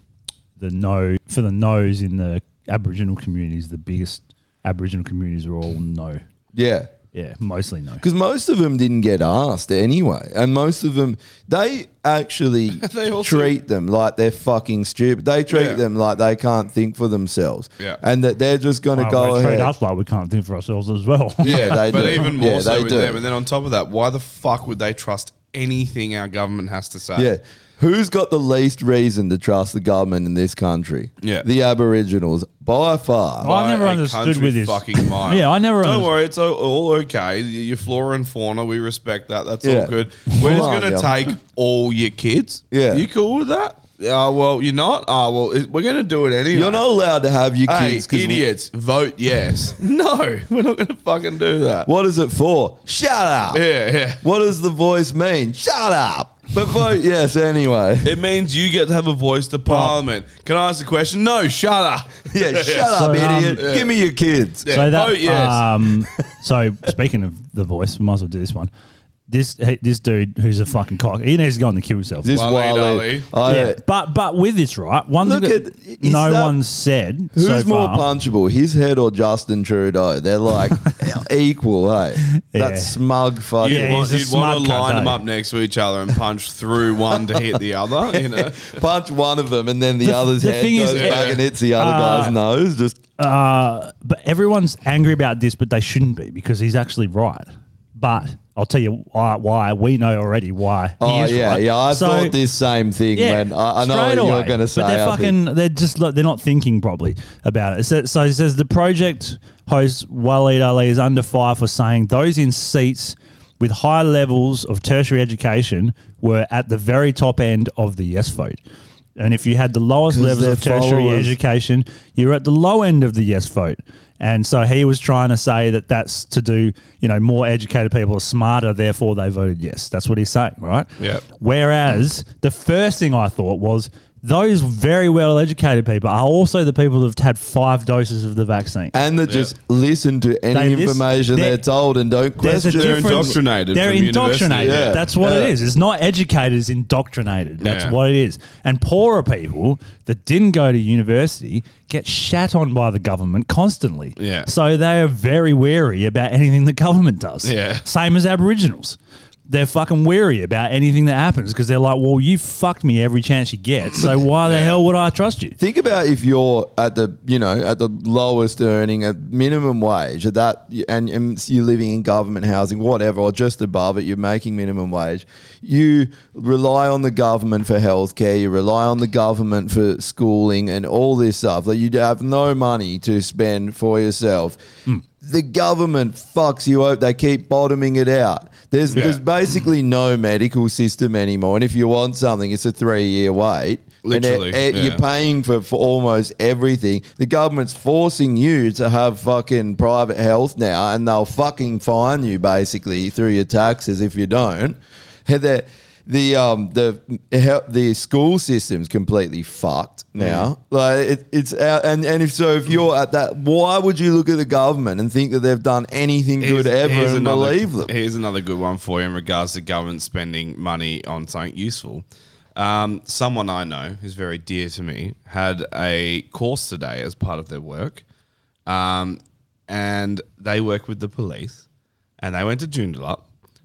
[SPEAKER 2] the no for the no's in the Aboriginal communities, the biggest Aboriginal communities are all no.
[SPEAKER 3] Yeah.
[SPEAKER 2] Yeah, mostly no.
[SPEAKER 3] Because most of them didn't get asked anyway, and most of them they actually
[SPEAKER 4] They also-
[SPEAKER 3] treat them like they're fucking stupid. They treat
[SPEAKER 4] Yeah.
[SPEAKER 3] them like they can't think for themselves,
[SPEAKER 4] Yeah.
[SPEAKER 3] and that they're just going to
[SPEAKER 2] Well,
[SPEAKER 3] go
[SPEAKER 2] they treat
[SPEAKER 3] ahead.
[SPEAKER 2] us like we can't think for ourselves as well.
[SPEAKER 3] Yeah, they
[SPEAKER 4] but
[SPEAKER 3] do.
[SPEAKER 4] even more
[SPEAKER 3] Yeah,
[SPEAKER 4] so
[SPEAKER 3] they
[SPEAKER 4] with
[SPEAKER 3] do.
[SPEAKER 4] them. And then on top of that, why the fuck would they trust anything our government has to say?
[SPEAKER 3] Yeah. Who's got the least reason to trust the government in this country?
[SPEAKER 4] Yeah.
[SPEAKER 3] The Aboriginals, by far.
[SPEAKER 2] Well, I
[SPEAKER 4] by
[SPEAKER 2] never
[SPEAKER 4] a
[SPEAKER 2] understood
[SPEAKER 4] country
[SPEAKER 2] with this.
[SPEAKER 4] Fucking mile.
[SPEAKER 2] Yeah, I never
[SPEAKER 4] Don't
[SPEAKER 2] underst-
[SPEAKER 4] worry, it's all, all okay. Y- Your flora and fauna, we respect that. That's
[SPEAKER 3] Yeah.
[SPEAKER 4] all good. We're just
[SPEAKER 3] on,
[SPEAKER 4] gonna
[SPEAKER 3] yeah.
[SPEAKER 4] take all your kids.
[SPEAKER 3] Yeah.
[SPEAKER 4] you cool with that? Ah, well, you're not. Ah, well, it, we're gonna do it anyway.
[SPEAKER 3] You're not allowed to have your
[SPEAKER 4] Hey,
[SPEAKER 3] kids. 'cause
[SPEAKER 4] idiots, vote yes. no, we're not gonna fucking do that.
[SPEAKER 3] What is it for? Shut up.
[SPEAKER 4] Yeah, yeah.
[SPEAKER 3] What does the voice mean? Shut up. But vote yes anyway.
[SPEAKER 4] It means you get to have a voice to Parliament. Can I ask a question? No, shut up.
[SPEAKER 3] Yeah, shut up,
[SPEAKER 2] So, um,
[SPEAKER 3] idiot. Give me your kids.
[SPEAKER 4] Yeah,
[SPEAKER 2] So that,
[SPEAKER 4] vote yes.
[SPEAKER 2] um, so speaking of the voice, we might as well do this one. This hey, this dude who's a fucking cock, he needs to go and kill himself.
[SPEAKER 3] This
[SPEAKER 4] Wale
[SPEAKER 3] Wiley.
[SPEAKER 4] Dale.
[SPEAKER 3] I- uh,
[SPEAKER 2] yeah, but but with this right, one
[SPEAKER 3] Look
[SPEAKER 2] thing
[SPEAKER 3] at-
[SPEAKER 2] that
[SPEAKER 3] is
[SPEAKER 2] no
[SPEAKER 3] that-
[SPEAKER 2] one said.
[SPEAKER 3] Who's
[SPEAKER 2] so
[SPEAKER 3] more
[SPEAKER 2] far,
[SPEAKER 3] punchable, his head or Justin Trudeau? They're like equal, hey?
[SPEAKER 2] Yeah.
[SPEAKER 3] That smug fucking.
[SPEAKER 2] Yeah,
[SPEAKER 4] You'd want,
[SPEAKER 2] he's a
[SPEAKER 4] you'd want
[SPEAKER 2] smart
[SPEAKER 4] to line
[SPEAKER 2] cunt,
[SPEAKER 4] them
[SPEAKER 2] eh?
[SPEAKER 4] up next to each other and punch through one to hit the other. You know,
[SPEAKER 3] Punch one of them and then the, other's
[SPEAKER 2] the
[SPEAKER 3] head
[SPEAKER 2] thing is-
[SPEAKER 3] goes back
[SPEAKER 4] Yeah.
[SPEAKER 3] and hits the other guy's nose. Just
[SPEAKER 2] Uh, but everyone's angry about this, but they shouldn't be because he's actually right. But I'll tell you why. why we know already why. he
[SPEAKER 3] Oh
[SPEAKER 2] is
[SPEAKER 3] yeah,
[SPEAKER 2] right.
[SPEAKER 3] yeah. I
[SPEAKER 2] So-
[SPEAKER 3] thought this same thing when I, I know what
[SPEAKER 2] straight
[SPEAKER 3] you were
[SPEAKER 2] away.
[SPEAKER 3] going to say.
[SPEAKER 2] But they're
[SPEAKER 3] I think.
[SPEAKER 2] fucking. They're just. like, They're not thinking properly about it. So, so he says the project host Waleed Ali is under fire for saying those in seats with high levels of tertiary education were at the very top end of the yes vote. And if you had the lowest
[SPEAKER 3] 'Cause
[SPEAKER 2] levels
[SPEAKER 3] they're
[SPEAKER 2] of tertiary
[SPEAKER 3] followers.
[SPEAKER 2] education, you're at the low end of the yes vote. And so he was trying to say that that's to do, you know, more educated people are smarter, therefore they voted yes. That's what he's saying, right?
[SPEAKER 4] Yep.
[SPEAKER 2] Whereas the first thing I thought was those very well educated people are also the people who've had five doses of the vaccine.
[SPEAKER 3] and they just listen to any
[SPEAKER 2] They listen-
[SPEAKER 3] information
[SPEAKER 2] there-
[SPEAKER 3] they're told and don't
[SPEAKER 2] There's a
[SPEAKER 3] question.
[SPEAKER 4] They're
[SPEAKER 2] difference.
[SPEAKER 4] indoctrinated
[SPEAKER 2] They're
[SPEAKER 4] from university.
[SPEAKER 2] indoctrinated.
[SPEAKER 3] Yeah.
[SPEAKER 2] That's what
[SPEAKER 3] Yeah.
[SPEAKER 2] it is. It's not educators indoctrinated. That's
[SPEAKER 4] Yeah.
[SPEAKER 2] what it is. And poorer people that didn't go to university get shat on by the government constantly.
[SPEAKER 4] Yeah.
[SPEAKER 2] So they are very wary about anything the government does.
[SPEAKER 4] Yeah.
[SPEAKER 2] Same as Aboriginals. They're fucking wary about anything that happens because they're like, well, you fucked me every chance you get. So why the hell would I trust you?
[SPEAKER 3] Think about if you're at the you know at the lowest earning at minimum wage at that and, and you're living in government housing whatever or just above it you're making minimum wage you rely on the government for healthcare you rely on the government for schooling and all this stuff like you have no money to spend for yourself the government fucks you up. They keep bottoming it out. There's
[SPEAKER 4] Yeah.
[SPEAKER 3] there's basically no medical system anymore. And if you want something, it's a three year wait. And it-
[SPEAKER 4] Literally,
[SPEAKER 3] it-
[SPEAKER 4] yeah.
[SPEAKER 3] You're paying for, for almost everything. The government's forcing you to have fucking private health now, and they'll fucking fine you basically through your taxes if you don't. And The the um the he- the school system's completely fucked
[SPEAKER 4] Mm.
[SPEAKER 3] now. Like it, it's out, and and if so, if you're at that, why would you look at the government and think that they've done anything good ever and
[SPEAKER 4] another,
[SPEAKER 3] believe them?
[SPEAKER 4] Here's another good one for you in regards to government spending money on something useful. Um, someone I know who's very dear to me had a course today as part of their work, um, and they work with the police, and they went to Joondalup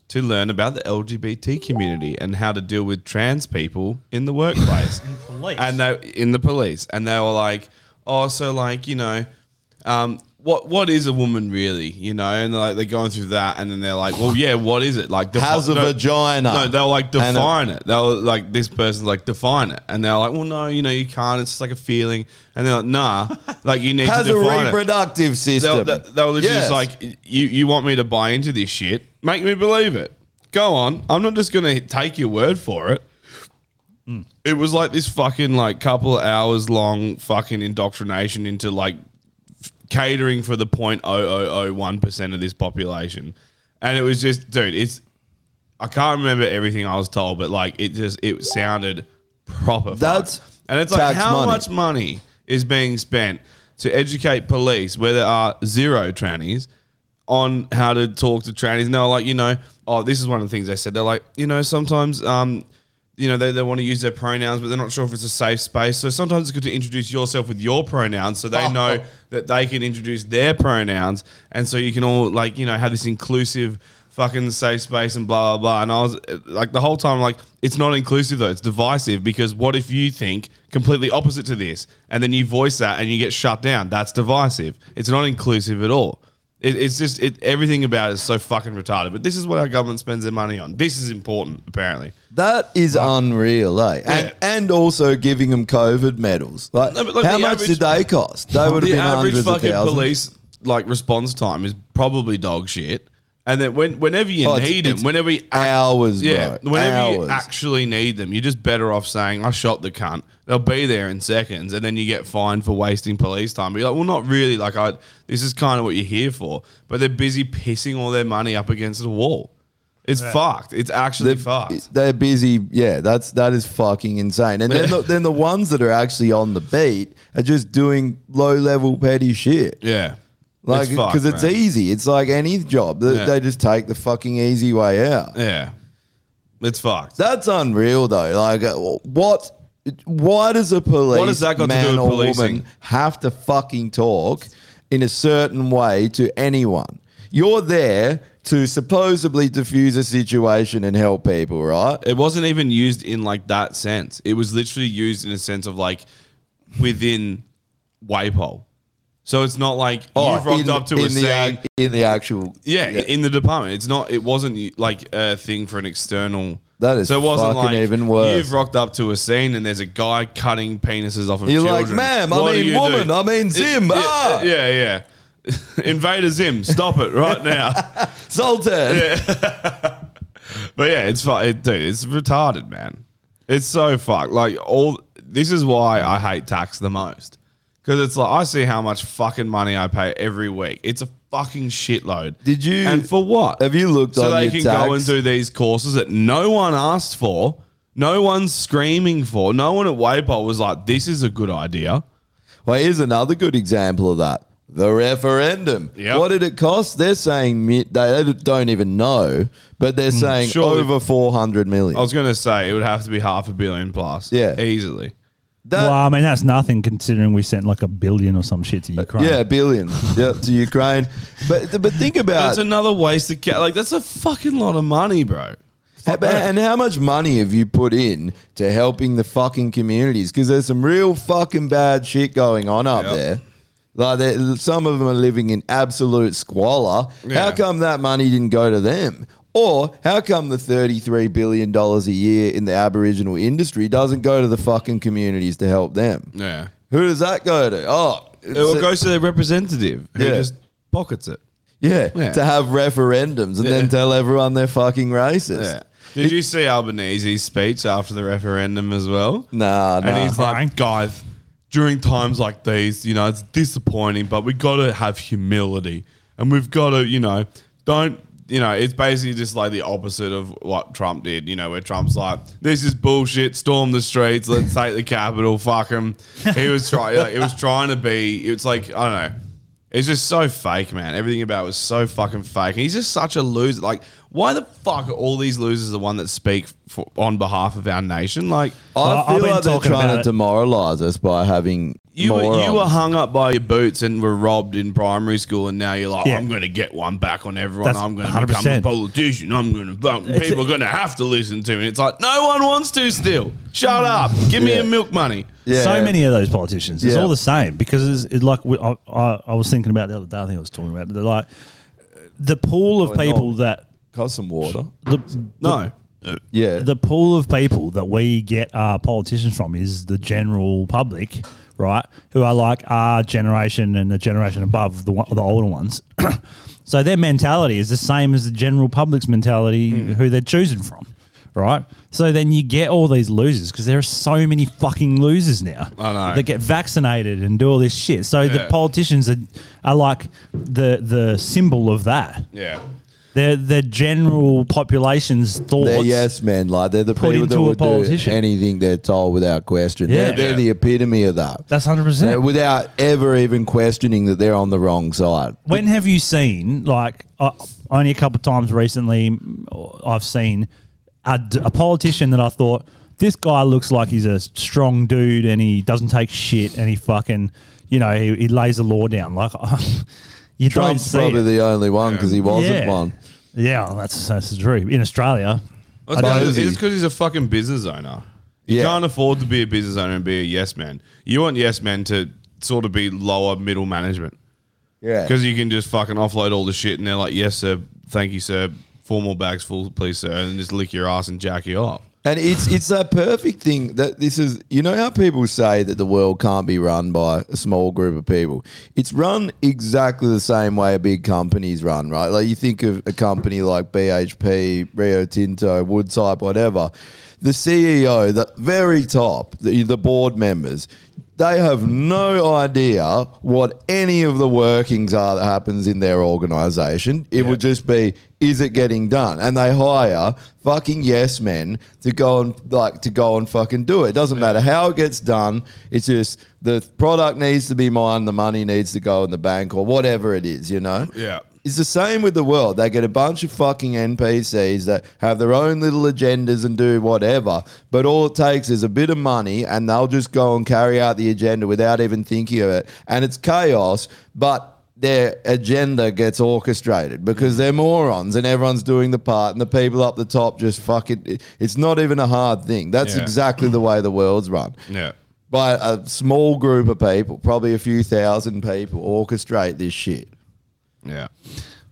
[SPEAKER 4] to learn about the LGBT community and how to deal with trans people in the workplace.
[SPEAKER 2] police.
[SPEAKER 4] And they in the police, and they were like, "Oh, so like you know, um, what what is a woman really? You know?" And they're like they're going through that, and then they're like, "Well, yeah, what is it? Like, defi-
[SPEAKER 3] How's a
[SPEAKER 4] no-
[SPEAKER 3] vagina?
[SPEAKER 4] No, they were like
[SPEAKER 3] And a-
[SPEAKER 4] define it. They were like this person's like define it, and they're like, "Well, no, you know, you can't. It's just like a feeling." And they're like, "Nah, like you need
[SPEAKER 3] How's
[SPEAKER 4] to
[SPEAKER 3] a
[SPEAKER 4] define it."
[SPEAKER 3] reproductive
[SPEAKER 4] They were,
[SPEAKER 3] system?
[SPEAKER 4] they, they were literally
[SPEAKER 3] Yes.
[SPEAKER 4] just like, you, you want me to buy into this shit? Make me believe it. Go on. I'm not just going to take your word for it. It was like this fucking like couple of hours long fucking indoctrination into like f- catering for the 0.0001% of this population. And it was just, dude, it's, I can't remember everything I was told, but like it just, it sounded proper. fucked.
[SPEAKER 3] That's
[SPEAKER 4] and it's like,
[SPEAKER 3] tax
[SPEAKER 4] how
[SPEAKER 3] money.
[SPEAKER 4] much much money is being spent to educate police where there are zero trannies on how to talk to trannies. And they're like, you know, oh, this is one of the things they said. They're like, you know, sometimes, um, you know, they, they want to use their pronouns, but they're not sure if it's a safe space. So sometimes it's good to introduce yourself with your pronouns so they know that they can introduce their pronouns. And so you can all, like, you know, have this inclusive fucking safe space and blah, blah, blah. And I was uh, like, the whole time, like, it's not inclusive though. It's divisive because what if you think completely opposite to this and then you voice that and you get shut down? That's divisive. It's not inclusive at all. It, it's just it, everything about it is so fucking retarded. But this is what our government spends their money on. This is important, apparently.
[SPEAKER 3] That is unreal, eh? And, and also giving them COVID medals. Like,
[SPEAKER 4] No, but look,
[SPEAKER 3] how
[SPEAKER 4] the
[SPEAKER 3] much did
[SPEAKER 4] average-
[SPEAKER 3] they cost? They would have
[SPEAKER 4] the
[SPEAKER 3] been
[SPEAKER 4] average
[SPEAKER 3] hundreds of
[SPEAKER 4] fucking
[SPEAKER 3] thousands.
[SPEAKER 4] police like response time is probably dog shit. And then when whenever you
[SPEAKER 3] Oh, it's-
[SPEAKER 4] need them,
[SPEAKER 3] it's
[SPEAKER 4] whenever you
[SPEAKER 3] hours,
[SPEAKER 4] yeah,
[SPEAKER 3] bro,
[SPEAKER 4] whenever you
[SPEAKER 3] hours.
[SPEAKER 4] actually need them, you're just better off saying I shot the cunt. They'll be there in seconds, and then you get fined for wasting police time. But you're like, well, not really. Like I, this is kind of what you're here for. But they're busy pissing all their money up against the wall. It's fucked. It's actually fucked.
[SPEAKER 3] They're, they're busy. Yeah, that's that is fucking insane. And then the, then the ones that are actually on the beat are just doing low level petty shit.
[SPEAKER 4] yeah,
[SPEAKER 3] Like,
[SPEAKER 4] fucked,
[SPEAKER 3] because it's,
[SPEAKER 4] man.
[SPEAKER 3] easy. It's like any job. They,
[SPEAKER 4] Yeah.
[SPEAKER 3] they just take the fucking easy way out.
[SPEAKER 4] Yeah, it's fucked.
[SPEAKER 3] That's unreal, though. Like, uh, what? Why does a police
[SPEAKER 4] What has that got to
[SPEAKER 3] man
[SPEAKER 4] do with
[SPEAKER 3] or
[SPEAKER 4] policing?
[SPEAKER 3] woman have to fucking talk in a certain way to anyone? You're there to supposedly diffuse a situation and help people, right?
[SPEAKER 4] it wasn't even used in like that sense. It was literally used in a sense of like within Waypole. So it's not like you've Oh, rocked
[SPEAKER 3] Oh, in,
[SPEAKER 4] up to
[SPEAKER 3] in
[SPEAKER 4] a
[SPEAKER 3] the, uh,
[SPEAKER 4] scene.
[SPEAKER 3] ac- in the actual.
[SPEAKER 4] yeah, in the department. It's not. It wasn't like a thing for an external.
[SPEAKER 3] That is
[SPEAKER 4] so. It wasn't
[SPEAKER 3] fucking
[SPEAKER 4] like
[SPEAKER 3] even worse.
[SPEAKER 4] You've rocked up to a scene and there's a guy cutting penises off of
[SPEAKER 3] You're
[SPEAKER 4] children.
[SPEAKER 3] like, ma'am, I
[SPEAKER 4] What do
[SPEAKER 3] mean
[SPEAKER 4] you do?"
[SPEAKER 3] woman, I mean Zim,
[SPEAKER 4] Yeah,
[SPEAKER 3] ah,
[SPEAKER 4] yeah, yeah. Invader Zim, stop it right now.
[SPEAKER 3] Sultan.
[SPEAKER 4] But yeah, it's fu- it, dude, it's retarded, man. It's so fucked. Like all this is why I hate tax the most. Cause it's like I see how much fucking money I pay every week. It's a fucking shitload.
[SPEAKER 3] Did you-
[SPEAKER 4] and for what?
[SPEAKER 3] Have you looked
[SPEAKER 4] so
[SPEAKER 3] on
[SPEAKER 4] they
[SPEAKER 3] your
[SPEAKER 4] can
[SPEAKER 3] tax?
[SPEAKER 4] go and do these courses that no one asked for, no one's screaming for, no one at Waypole was like, "This is a good idea."
[SPEAKER 3] Well, here's another good example of that. The referendum.
[SPEAKER 4] Yep.
[SPEAKER 3] What did it cost? They're saying mi- they they don't even know, but they're saying
[SPEAKER 4] Hmm. surely- Oh,
[SPEAKER 3] over 400 million.
[SPEAKER 4] I was gonna say it would have to be half a billion plus,
[SPEAKER 3] Yeah.
[SPEAKER 4] easily.
[SPEAKER 3] That-
[SPEAKER 2] well, I mean, that's nothing considering we sent like a billion or some shit to Ukraine.
[SPEAKER 3] yeah, billion yeah, to Ukraine. But but think about
[SPEAKER 4] That's another waste of ca- like that's a fucking lot of money, bro.
[SPEAKER 3] and, and how much money have you put in to helping the fucking communities? Because there's some real fucking bad shit going on up
[SPEAKER 4] Yep.
[SPEAKER 3] there. Like they're- some of them are living in absolute squalor.
[SPEAKER 4] Yeah.
[SPEAKER 3] How come that money didn't go to them? Or how come the thirty-three billion dollars a year in the Aboriginal industry doesn't go to the fucking communities to help them?
[SPEAKER 4] Yeah.
[SPEAKER 3] Who does that go to? Oh,
[SPEAKER 4] It will go to their representative who
[SPEAKER 3] Yeah.
[SPEAKER 4] just pockets it.
[SPEAKER 3] Yeah,
[SPEAKER 4] Yeah.
[SPEAKER 3] to have referendums and
[SPEAKER 4] Yeah.
[SPEAKER 3] then tell everyone they're fucking racist.
[SPEAKER 4] Did you see Albanese's speech after the referendum as well?
[SPEAKER 3] Nah, nah.
[SPEAKER 4] And he's
[SPEAKER 2] Crying.
[SPEAKER 4] like, guys, during times like these, you know, it's disappointing, but we got to have humility. And we've got to, you know, don't, you know, it's basically just like the opposite of what Trump did, you know, where Trump's like, this is bullshit, storm the streets, let's take the capital, fuck him. He was trying, like, it was trying to be, it's like, I don't know. It's just so fake, man. Everything about it was so fucking fake. And he's just such a loser. Like, why the fuck are all these losers the one that speak for, on behalf of our nation? Like,
[SPEAKER 2] Well,
[SPEAKER 3] I
[SPEAKER 2] I've
[SPEAKER 3] feel
[SPEAKER 2] been
[SPEAKER 3] like they're
[SPEAKER 2] talking
[SPEAKER 3] trying
[SPEAKER 2] about
[SPEAKER 3] to
[SPEAKER 2] it.
[SPEAKER 3] demoralise us by having
[SPEAKER 4] You were,
[SPEAKER 3] morons.
[SPEAKER 4] you were hung up by your boots and were robbed in primary school, and now you're like,
[SPEAKER 2] Yeah.
[SPEAKER 4] I'm going to get one back on everyone.
[SPEAKER 2] That's
[SPEAKER 4] I'm going to become a
[SPEAKER 2] 100%.
[SPEAKER 4] politician. I'm going to vote. and People are going to have to listen to me. It's like, no one wants to still. Shut up. Give me
[SPEAKER 3] Yeah.
[SPEAKER 4] your milk money.
[SPEAKER 3] Yeah.
[SPEAKER 2] So many of those politicians. It's
[SPEAKER 3] Yeah.
[SPEAKER 2] all the same because it's, it like we- I, I, I was thinking about the other day. I think I was talking about it. They're like the pool of
[SPEAKER 3] Probably
[SPEAKER 2] people that
[SPEAKER 3] Cause some water.
[SPEAKER 2] the,
[SPEAKER 4] No. Uh,
[SPEAKER 3] Yeah.
[SPEAKER 2] the pool of people that we get our politicians from is the general public, right? Who are like our generation and the generation above the one, the older ones. so their mentality is the same as the general public's mentality
[SPEAKER 4] Hmm.
[SPEAKER 2] who they're choosing from, right? So then you get all these losers because there are so many fucking losers now.
[SPEAKER 4] I know.
[SPEAKER 2] That get vaccinated and do all this shit. So the
[SPEAKER 4] Yeah.
[SPEAKER 2] politicians are, are like the the symbol of that.
[SPEAKER 4] Yeah.
[SPEAKER 2] They're the general population's thoughts.
[SPEAKER 3] They're yes men. Like they're the
[SPEAKER 2] Put
[SPEAKER 3] people
[SPEAKER 2] into
[SPEAKER 3] that
[SPEAKER 2] a
[SPEAKER 3] would do
[SPEAKER 2] politician.
[SPEAKER 3] anything they're told without question. They're,
[SPEAKER 2] Yeah.
[SPEAKER 3] they're
[SPEAKER 4] Yeah.
[SPEAKER 3] the epitome of that.
[SPEAKER 2] That's hundred
[SPEAKER 3] They're-
[SPEAKER 2] percent.
[SPEAKER 3] without ever even questioning that they're on the wrong side.
[SPEAKER 2] When have you seen like uh, only a couple of times recently? mm, I've seen a, d- a politician that I thought this guy looks like he's a strong dude and he doesn't take shit and he fucking you know he, he lays the law down. Like you don't
[SPEAKER 3] Trump's
[SPEAKER 2] see
[SPEAKER 3] probably
[SPEAKER 2] it.
[SPEAKER 3] the only one because he wasn't
[SPEAKER 2] yeah.
[SPEAKER 3] one.
[SPEAKER 2] Yeah, that's that's true. In Australia,
[SPEAKER 4] That's
[SPEAKER 3] don't-
[SPEAKER 4] because-
[SPEAKER 3] Is he?
[SPEAKER 4] it's because he's a fucking business owner. You
[SPEAKER 3] Yeah.
[SPEAKER 4] can't afford to be a business owner and be a yes man. You want yes men to sort of be lower middle management.
[SPEAKER 3] Yeah.
[SPEAKER 4] Because you can just fucking offload all the shit and they're like, yes, sir. Thank you, sir. Formal bags full, please, sir. And just lick your ass and jack you up.
[SPEAKER 3] And it's it's that perfect thing that this is you know how people say that the world can't be run by a small group of people. It's run exactly the same way a big company's run, right? Like you think of a company like BHP, Rio Tinto, Woodtype, whatever. The CEO, the very top, the, the board members, they have no idea what any of the workings are that happens in their organization. It would just be, is it getting done? And they hire fucking yes men to go and like to go and fucking do it. It doesn't matter how it gets done. It's just the product needs to be mine, the money needs to go in the bank or whatever it is, you know?
[SPEAKER 4] Yeah.
[SPEAKER 3] It's the same with the world. They get a bunch of fucking NPCs that have their own little agendas and do whatever, but all it takes is a bit of money and they'll just go and carry out the agenda without even thinking of it. And it's chaos, but their agenda gets orchestrated
[SPEAKER 4] Mm.
[SPEAKER 3] because they're morons and everyone's doing the part and the people up the top just fucking it, it's not even a hard thing. That's
[SPEAKER 4] Yeah.
[SPEAKER 3] exactly the way the world's run
[SPEAKER 4] Yeah.
[SPEAKER 3] by a small group of people, probably a few thousand people orchestrate this shit.
[SPEAKER 4] Yeah.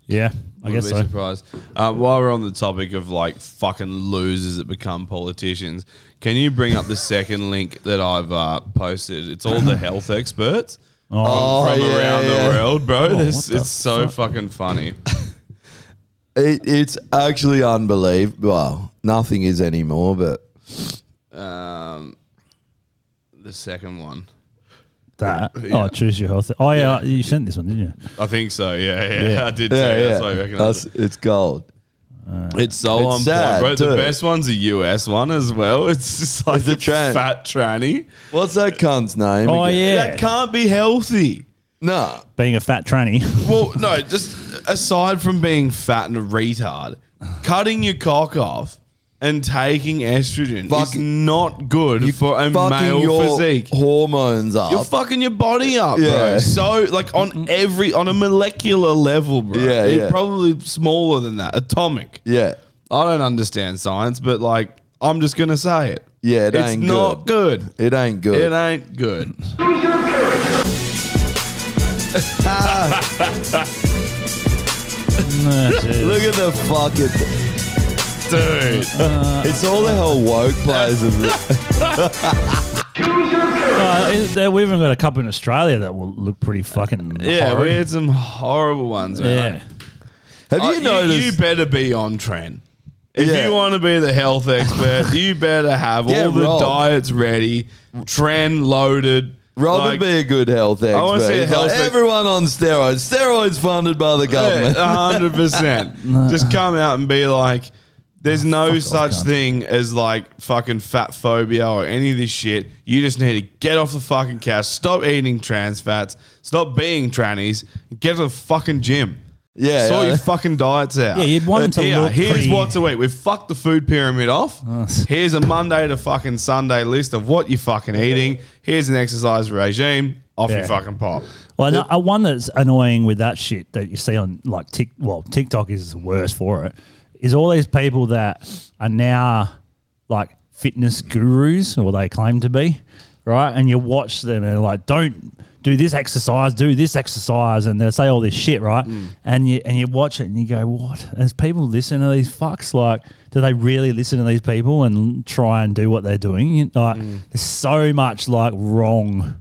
[SPEAKER 2] yeah, I
[SPEAKER 4] Wouldn't
[SPEAKER 2] guess
[SPEAKER 4] be
[SPEAKER 2] so.
[SPEAKER 4] surprised. Uh, while we're on the topic of like fucking losers that become politicians, can you bring up the second link that I've uh, posted? It's all the health experts
[SPEAKER 3] Oh,
[SPEAKER 4] from
[SPEAKER 3] yeah,
[SPEAKER 4] around
[SPEAKER 3] yeah.
[SPEAKER 4] the world, bro. This-
[SPEAKER 2] what the
[SPEAKER 4] it's so fucking funny.
[SPEAKER 3] It, it's actually unbelievable. Well, nothing is anymore, but
[SPEAKER 4] Um, the second one,
[SPEAKER 2] That oh, choose your health. Oh yeah, you sent this one, didn't you?
[SPEAKER 4] I think so. Yeah, yeah, I did. Yeah,
[SPEAKER 3] yeah,
[SPEAKER 4] yeah. That's
[SPEAKER 3] yeah,
[SPEAKER 4] why I recognize
[SPEAKER 3] That's-
[SPEAKER 4] it.
[SPEAKER 3] it's gold.
[SPEAKER 4] It's so
[SPEAKER 3] It's
[SPEAKER 4] on
[SPEAKER 3] sad,
[SPEAKER 4] point, bro. The
[SPEAKER 3] too.
[SPEAKER 4] best one's a US one as well. It's just like
[SPEAKER 3] It's a
[SPEAKER 4] a
[SPEAKER 3] tran-
[SPEAKER 4] fat tranny.
[SPEAKER 3] What's that cunt's name?
[SPEAKER 2] Oh yeah,
[SPEAKER 3] again?
[SPEAKER 4] That can't be healthy.
[SPEAKER 3] Nah.
[SPEAKER 2] being a fat tranny.
[SPEAKER 4] Well, no, just aside from being fat and a retard, cutting your cock off and taking estrogen is
[SPEAKER 3] Fucking-
[SPEAKER 4] not good for a
[SPEAKER 3] Fucking
[SPEAKER 4] male
[SPEAKER 3] your
[SPEAKER 4] physique.
[SPEAKER 3] hormones up.
[SPEAKER 4] You're fucking your body up, bro.
[SPEAKER 3] Yeah.
[SPEAKER 4] So like on every on a molecular level, bro.
[SPEAKER 3] Yeah,
[SPEAKER 4] You're
[SPEAKER 3] yeah.
[SPEAKER 4] Probably smaller than that. Atomic.
[SPEAKER 3] yeah.
[SPEAKER 4] I don't understand science, but like I'm just gonna say it.
[SPEAKER 3] Yeah, it
[SPEAKER 4] it's
[SPEAKER 3] ain't
[SPEAKER 4] not good.
[SPEAKER 3] It ain't good.
[SPEAKER 4] It ain't good.
[SPEAKER 2] Oh,
[SPEAKER 3] Look at the fucking.
[SPEAKER 4] Dude.
[SPEAKER 3] It's all the hell woke players of the.
[SPEAKER 2] Uh, is there- we even got a couple in Australia that will look pretty fucking.
[SPEAKER 4] Yeah,
[SPEAKER 2] horrid.
[SPEAKER 4] we had some horrible ones. Man.
[SPEAKER 2] yeah.
[SPEAKER 3] Have
[SPEAKER 4] Uh,
[SPEAKER 3] you noticed?
[SPEAKER 4] You, better be on trend. If
[SPEAKER 3] Yeah.
[SPEAKER 4] you want to be the health expert, you better have
[SPEAKER 3] Yeah,
[SPEAKER 4] all the
[SPEAKER 3] Rob.
[SPEAKER 4] diets ready, trend loaded.
[SPEAKER 3] Rob
[SPEAKER 4] like-
[SPEAKER 3] would be a good health expert.
[SPEAKER 4] wanna see a
[SPEAKER 3] He's
[SPEAKER 4] health
[SPEAKER 3] like,
[SPEAKER 4] ex-
[SPEAKER 3] everyone on steroids. Steroids funded by the government.
[SPEAKER 4] Yeah, uh, a hundred percent. Just come out and be like, "There's no such thing as like fucking fat phobia or any of this shit. You just need to get off the fucking couch, stop eating trans fats, stop being trannies, and get to the fucking gym."
[SPEAKER 3] Yeah,
[SPEAKER 4] sort
[SPEAKER 3] yeah.
[SPEAKER 4] your fucking diets out.
[SPEAKER 2] Yeah, you'd want 'em to
[SPEAKER 4] Here,
[SPEAKER 2] look
[SPEAKER 4] here's
[SPEAKER 2] pretty-
[SPEAKER 4] what's a week. We've fucked the food pyramid off.
[SPEAKER 2] s-
[SPEAKER 4] Here's a Monday to fucking Sunday list of what you're fucking eating. Here's an exercise regime. Off
[SPEAKER 2] Yeah.
[SPEAKER 4] you fucking pop.
[SPEAKER 2] Well, no, uh, one that's annoying with that shit that you see on like Tik, well, TikTok is worse for it. Is all these people that are now like fitness gurus, or they claim to be, right? And you watch them and they're like, don't do this exercise, do this exercise, and they say all this shit, right?
[SPEAKER 4] Mm.
[SPEAKER 2] And you and you watch it and you go, what? As people listen to these fucks, like, do they really listen to these people and try and do what they're doing? You- Like,
[SPEAKER 4] Mm.
[SPEAKER 2] there's so much like wrong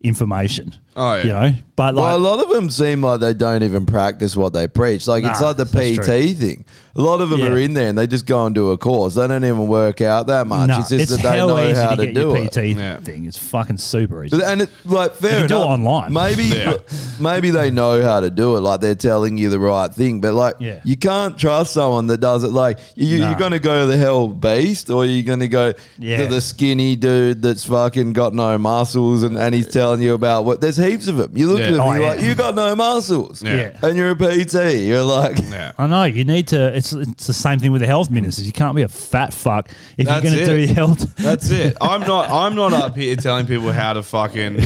[SPEAKER 2] information.
[SPEAKER 4] Oh, yeah.
[SPEAKER 2] You know, but like,
[SPEAKER 3] well, a lot of them seem like they don't even practice what they preach. Like it's
[SPEAKER 2] Nah,
[SPEAKER 3] like the
[SPEAKER 2] that's
[SPEAKER 3] PT thing. A lot of them
[SPEAKER 2] Yeah.
[SPEAKER 3] are in there and they just go and do a course. They don't even work out that much.
[SPEAKER 2] no,
[SPEAKER 3] it's just
[SPEAKER 2] it's
[SPEAKER 3] that they
[SPEAKER 2] hell
[SPEAKER 3] know
[SPEAKER 2] easy
[SPEAKER 3] how
[SPEAKER 2] to,
[SPEAKER 3] to,
[SPEAKER 2] get
[SPEAKER 3] do
[SPEAKER 2] your
[SPEAKER 3] it.
[SPEAKER 2] PT
[SPEAKER 4] Yeah.
[SPEAKER 2] thing. It's fucking super easy.
[SPEAKER 3] But- And it like fair
[SPEAKER 2] You can do it
[SPEAKER 3] enough.
[SPEAKER 2] online.
[SPEAKER 3] Maybe
[SPEAKER 4] Yeah.
[SPEAKER 3] maybe they know how to do it. Like they're telling you the right thing. But like
[SPEAKER 2] Yeah.
[SPEAKER 3] you can't trust someone that does it. Like you,
[SPEAKER 2] Nah.
[SPEAKER 3] you're gonna go to the hell beast, or you're gonna go
[SPEAKER 2] Yeah.
[SPEAKER 3] to the skinny dude that's fucking got no muscles, and, and he's telling you about what. There's heaps of them. You look
[SPEAKER 4] Yeah.
[SPEAKER 3] at them,
[SPEAKER 2] Oh,
[SPEAKER 3] you're
[SPEAKER 2] yeah.
[SPEAKER 3] like, you got no muscles,
[SPEAKER 2] Yeah.
[SPEAKER 3] and you're a PT. You're like,
[SPEAKER 4] Yeah.
[SPEAKER 2] I know you need to. It's it's the same thing with the health ministers. You can't be a fat fuck if
[SPEAKER 4] That's
[SPEAKER 2] you're going to
[SPEAKER 4] it.
[SPEAKER 2] do health.
[SPEAKER 4] That's it. I'm not. I'm not up here telling people how to fucking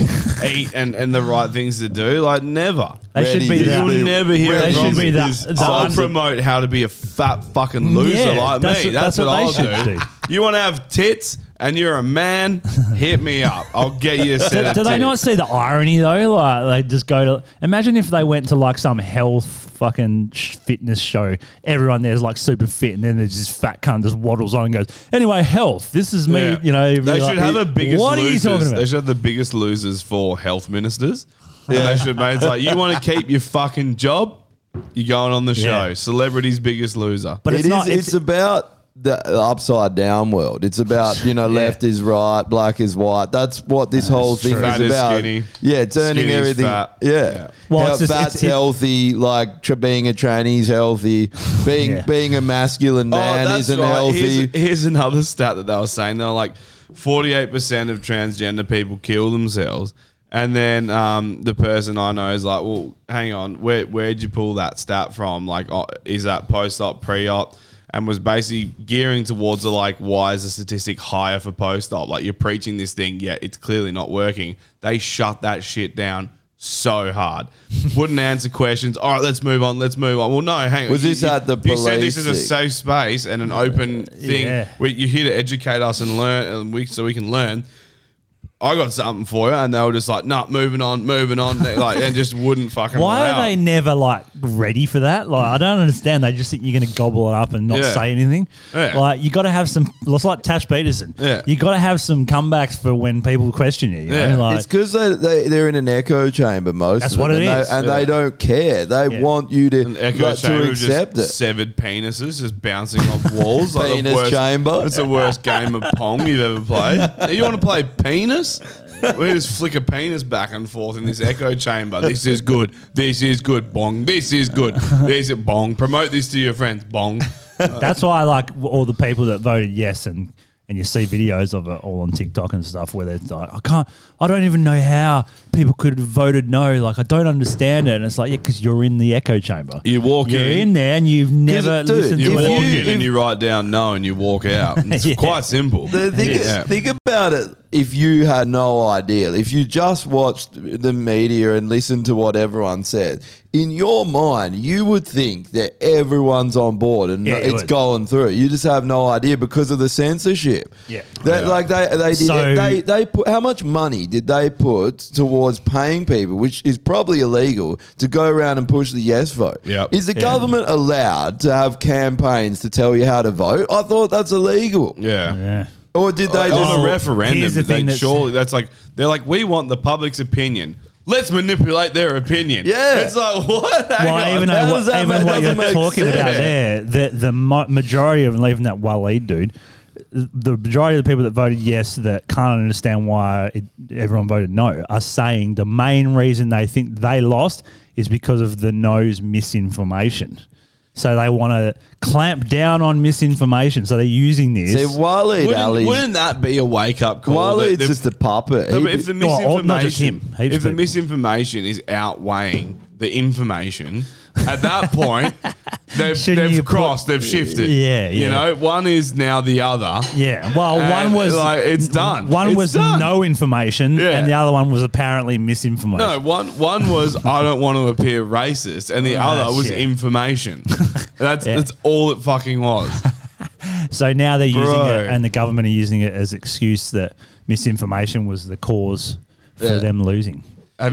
[SPEAKER 4] eat and, and the right things to do. Like never.
[SPEAKER 2] They
[SPEAKER 3] Ready
[SPEAKER 2] should be
[SPEAKER 3] to
[SPEAKER 2] that.
[SPEAKER 4] You'll
[SPEAKER 3] do.
[SPEAKER 4] never hear
[SPEAKER 2] They
[SPEAKER 4] from
[SPEAKER 2] should
[SPEAKER 4] me
[SPEAKER 2] be that-
[SPEAKER 4] is,
[SPEAKER 2] that
[SPEAKER 4] I'll
[SPEAKER 2] under-
[SPEAKER 4] promote how to be a fat fucking loser
[SPEAKER 2] Yeah,
[SPEAKER 4] like
[SPEAKER 2] that's
[SPEAKER 4] me.
[SPEAKER 2] what-
[SPEAKER 4] That's,
[SPEAKER 2] that's what
[SPEAKER 4] what,
[SPEAKER 2] they
[SPEAKER 4] I'll do.
[SPEAKER 2] should
[SPEAKER 4] You want to have tits and you're a man? Hit me up. I'll get you a set
[SPEAKER 2] Do,
[SPEAKER 4] of
[SPEAKER 2] do they
[SPEAKER 4] tits.
[SPEAKER 2] not see the irony though? Like they just go to. Imagine if they went to like some health fucking sh- fitness show. Everyone there's like super fit, and then there's this fat cunt just waddles on and goes. Anyway, health. This is me.
[SPEAKER 4] Yeah.
[SPEAKER 2] You know.
[SPEAKER 4] they
[SPEAKER 2] be
[SPEAKER 4] should
[SPEAKER 2] like,
[SPEAKER 4] have a biggest.
[SPEAKER 2] What
[SPEAKER 4] losers.
[SPEAKER 2] are you talking
[SPEAKER 4] They
[SPEAKER 2] about?
[SPEAKER 4] should have the biggest losers for health ministers. Yeah. They should. Mate, it's like you want to keep your fucking job. You're going on the show.
[SPEAKER 2] Yeah.
[SPEAKER 4] Celebrity's biggest loser.
[SPEAKER 2] But
[SPEAKER 3] It
[SPEAKER 2] it's
[SPEAKER 3] is-
[SPEAKER 2] not.
[SPEAKER 3] It's,
[SPEAKER 2] It's,
[SPEAKER 3] about the upside down world. It's about you know left is right, black is white. That's what this whole thing
[SPEAKER 4] true. Fat
[SPEAKER 3] is
[SPEAKER 4] is
[SPEAKER 3] about.
[SPEAKER 4] skinny.
[SPEAKER 3] Yeah, turning
[SPEAKER 4] Skinny is
[SPEAKER 3] everything.
[SPEAKER 4] fat.
[SPEAKER 3] Yeah,
[SPEAKER 4] Yeah.
[SPEAKER 2] Well,
[SPEAKER 3] How
[SPEAKER 2] it's just-
[SPEAKER 3] fat's
[SPEAKER 2] it's- it-
[SPEAKER 3] healthy. like tra- being a tranny's healthy. Being
[SPEAKER 2] Yeah.
[SPEAKER 3] being a masculine man
[SPEAKER 4] Oh, that's
[SPEAKER 3] isn't
[SPEAKER 4] right.
[SPEAKER 3] healthy.
[SPEAKER 4] Here's, here's another stat that they were saying. They're like, forty-eight percent of transgender people kill themselves. And then um, the person I know is like, well, hang on, where where'd you pull that stat from? Like, uh, is that post-op, pre-op? And was basically gearing towards the like, why is the statistic higher for post-op? Like, you're preaching this thing, yet it's clearly not working. They shut that shit down so hard. Wouldn't answer questions. All right, let's move on. Let's move on. Well, no, hang on.
[SPEAKER 3] Was this at the
[SPEAKER 4] You said this is a
[SPEAKER 3] police thing?
[SPEAKER 4] safe space and an open thing
[SPEAKER 2] Yeah.
[SPEAKER 4] where you're here to educate us and learn, and we so we can learn. I got something for you, and they were just like, "Nah, moving on, moving on," They, like, and just wouldn't fucking.
[SPEAKER 2] why
[SPEAKER 4] allow
[SPEAKER 2] are they
[SPEAKER 4] it.
[SPEAKER 2] never like ready for that? Like I don't understand. They just think you're going to gobble it up and not
[SPEAKER 4] Yeah.
[SPEAKER 2] say anything.
[SPEAKER 4] Yeah.
[SPEAKER 2] Like you got to have some. It's like Tash Peterson.
[SPEAKER 4] Yeah.
[SPEAKER 2] You got to have some comebacks for when people question you. you
[SPEAKER 4] Yeah.
[SPEAKER 2] know? like,
[SPEAKER 3] It's because they, they they're in an echo chamber most.
[SPEAKER 2] That's
[SPEAKER 3] of
[SPEAKER 2] what
[SPEAKER 3] them,
[SPEAKER 2] it
[SPEAKER 3] and
[SPEAKER 2] is.
[SPEAKER 3] They, and
[SPEAKER 4] Yeah.
[SPEAKER 3] they don't care. They
[SPEAKER 2] Yeah.
[SPEAKER 3] want you to
[SPEAKER 4] An echo
[SPEAKER 3] like,
[SPEAKER 4] chamber
[SPEAKER 3] to
[SPEAKER 4] of
[SPEAKER 3] accept
[SPEAKER 4] just
[SPEAKER 3] it.
[SPEAKER 4] severed penises just bouncing off walls. like the
[SPEAKER 3] Penis
[SPEAKER 4] worst-
[SPEAKER 3] chamber.
[SPEAKER 4] It's the worst game of pong you've ever played. You want to play penis? We just flick a penis back and forth in this echo chamber. This is good. This is good. Bong. This is good. This is bong. Promote this to your friends. Bong.
[SPEAKER 2] That's why I like w- all the people that voted yes and and you see videos of it all on TikTok and stuff where they're like, I can't, I don't even know how people could have voted no. Like, I don't understand it. And it's like, yeah, because you're in the echo chamber.
[SPEAKER 4] You walk
[SPEAKER 2] You're
[SPEAKER 4] in.
[SPEAKER 2] in there and you've never
[SPEAKER 3] it- dude,
[SPEAKER 2] listened
[SPEAKER 4] You
[SPEAKER 2] to
[SPEAKER 3] If
[SPEAKER 4] walk
[SPEAKER 2] it.
[SPEAKER 3] you-
[SPEAKER 4] in and you write down no and you walk out. It's
[SPEAKER 2] Yeah.
[SPEAKER 4] quite simple.
[SPEAKER 3] The thing is,
[SPEAKER 4] Yeah.
[SPEAKER 3] think about it. If you had no idea, if you just watched the media and listened to what everyone said, in your mind, you would think that everyone's on board and
[SPEAKER 2] Yeah, you
[SPEAKER 3] it's
[SPEAKER 2] would.
[SPEAKER 3] going through. You just have no idea because of the censorship.
[SPEAKER 2] Yeah.
[SPEAKER 3] That, Like they, they did.
[SPEAKER 2] So-
[SPEAKER 3] they, they put how much money did they put towards paying people, which is probably illegal, to go around and push the yes vote?
[SPEAKER 4] Yep.
[SPEAKER 3] Is the government allowed to have campaigns to tell you how to vote? I thought that's illegal.
[SPEAKER 4] yeah.
[SPEAKER 2] Yeah. Oh,
[SPEAKER 3] Or did they just
[SPEAKER 4] on a referendum.
[SPEAKER 2] here's the
[SPEAKER 4] they
[SPEAKER 2] thing that's-
[SPEAKER 4] surely that's like they're like we want the public's opinion. Let's manipulate their opinion.
[SPEAKER 3] Yeah.
[SPEAKER 4] it's like what? Hang
[SPEAKER 2] Well,
[SPEAKER 4] on.
[SPEAKER 2] even
[SPEAKER 3] how
[SPEAKER 2] though
[SPEAKER 3] does
[SPEAKER 2] what,
[SPEAKER 3] that
[SPEAKER 2] even
[SPEAKER 3] make-
[SPEAKER 2] what
[SPEAKER 3] doesn't
[SPEAKER 2] you're
[SPEAKER 3] make
[SPEAKER 2] talking about
[SPEAKER 3] sense.
[SPEAKER 2] there, the the mo- majority of and even that Waleed dude, the majority of the people that voted yes that can't understand why it, everyone voted no are saying the main reason they think they lost is because of the no's misinformation. So they want to clamp down on misinformation. So they're using this.
[SPEAKER 3] See, Waleed
[SPEAKER 4] wouldn't,
[SPEAKER 3] Ali.
[SPEAKER 4] wouldn't that be a wake up call? that
[SPEAKER 3] Waleed's
[SPEAKER 4] the-
[SPEAKER 3] just a puppet.
[SPEAKER 4] No,
[SPEAKER 3] He-
[SPEAKER 4] but if the
[SPEAKER 2] No, all- not just
[SPEAKER 4] misinformation,
[SPEAKER 2] him. Heaps
[SPEAKER 4] if the
[SPEAKER 2] of people.
[SPEAKER 4] misinformation is outweighing the information, at that point they've,
[SPEAKER 2] Shouldn't you
[SPEAKER 4] they've
[SPEAKER 2] put-
[SPEAKER 4] crossed, they've shifted.
[SPEAKER 2] Yeah,
[SPEAKER 4] you
[SPEAKER 2] yeah.
[SPEAKER 4] know, one is now the other.
[SPEAKER 2] yeah. Well,
[SPEAKER 4] And,
[SPEAKER 2] Oh, one was
[SPEAKER 4] like, it's done.
[SPEAKER 2] One
[SPEAKER 4] It's
[SPEAKER 2] was
[SPEAKER 4] done.
[SPEAKER 2] no information,
[SPEAKER 4] Yeah.
[SPEAKER 2] and the other one was apparently misinformation.
[SPEAKER 4] No, one one was I don't want to appear racist, and the
[SPEAKER 2] Ah,
[SPEAKER 4] other was
[SPEAKER 2] shit.
[SPEAKER 4] information. That's
[SPEAKER 2] Yeah.
[SPEAKER 4] that's all it fucking was.
[SPEAKER 2] So now they're using
[SPEAKER 4] Bro.
[SPEAKER 2] it, and the government are using it as excuse that misinformation was the cause for
[SPEAKER 3] Yeah.
[SPEAKER 2] them losing.
[SPEAKER 4] Have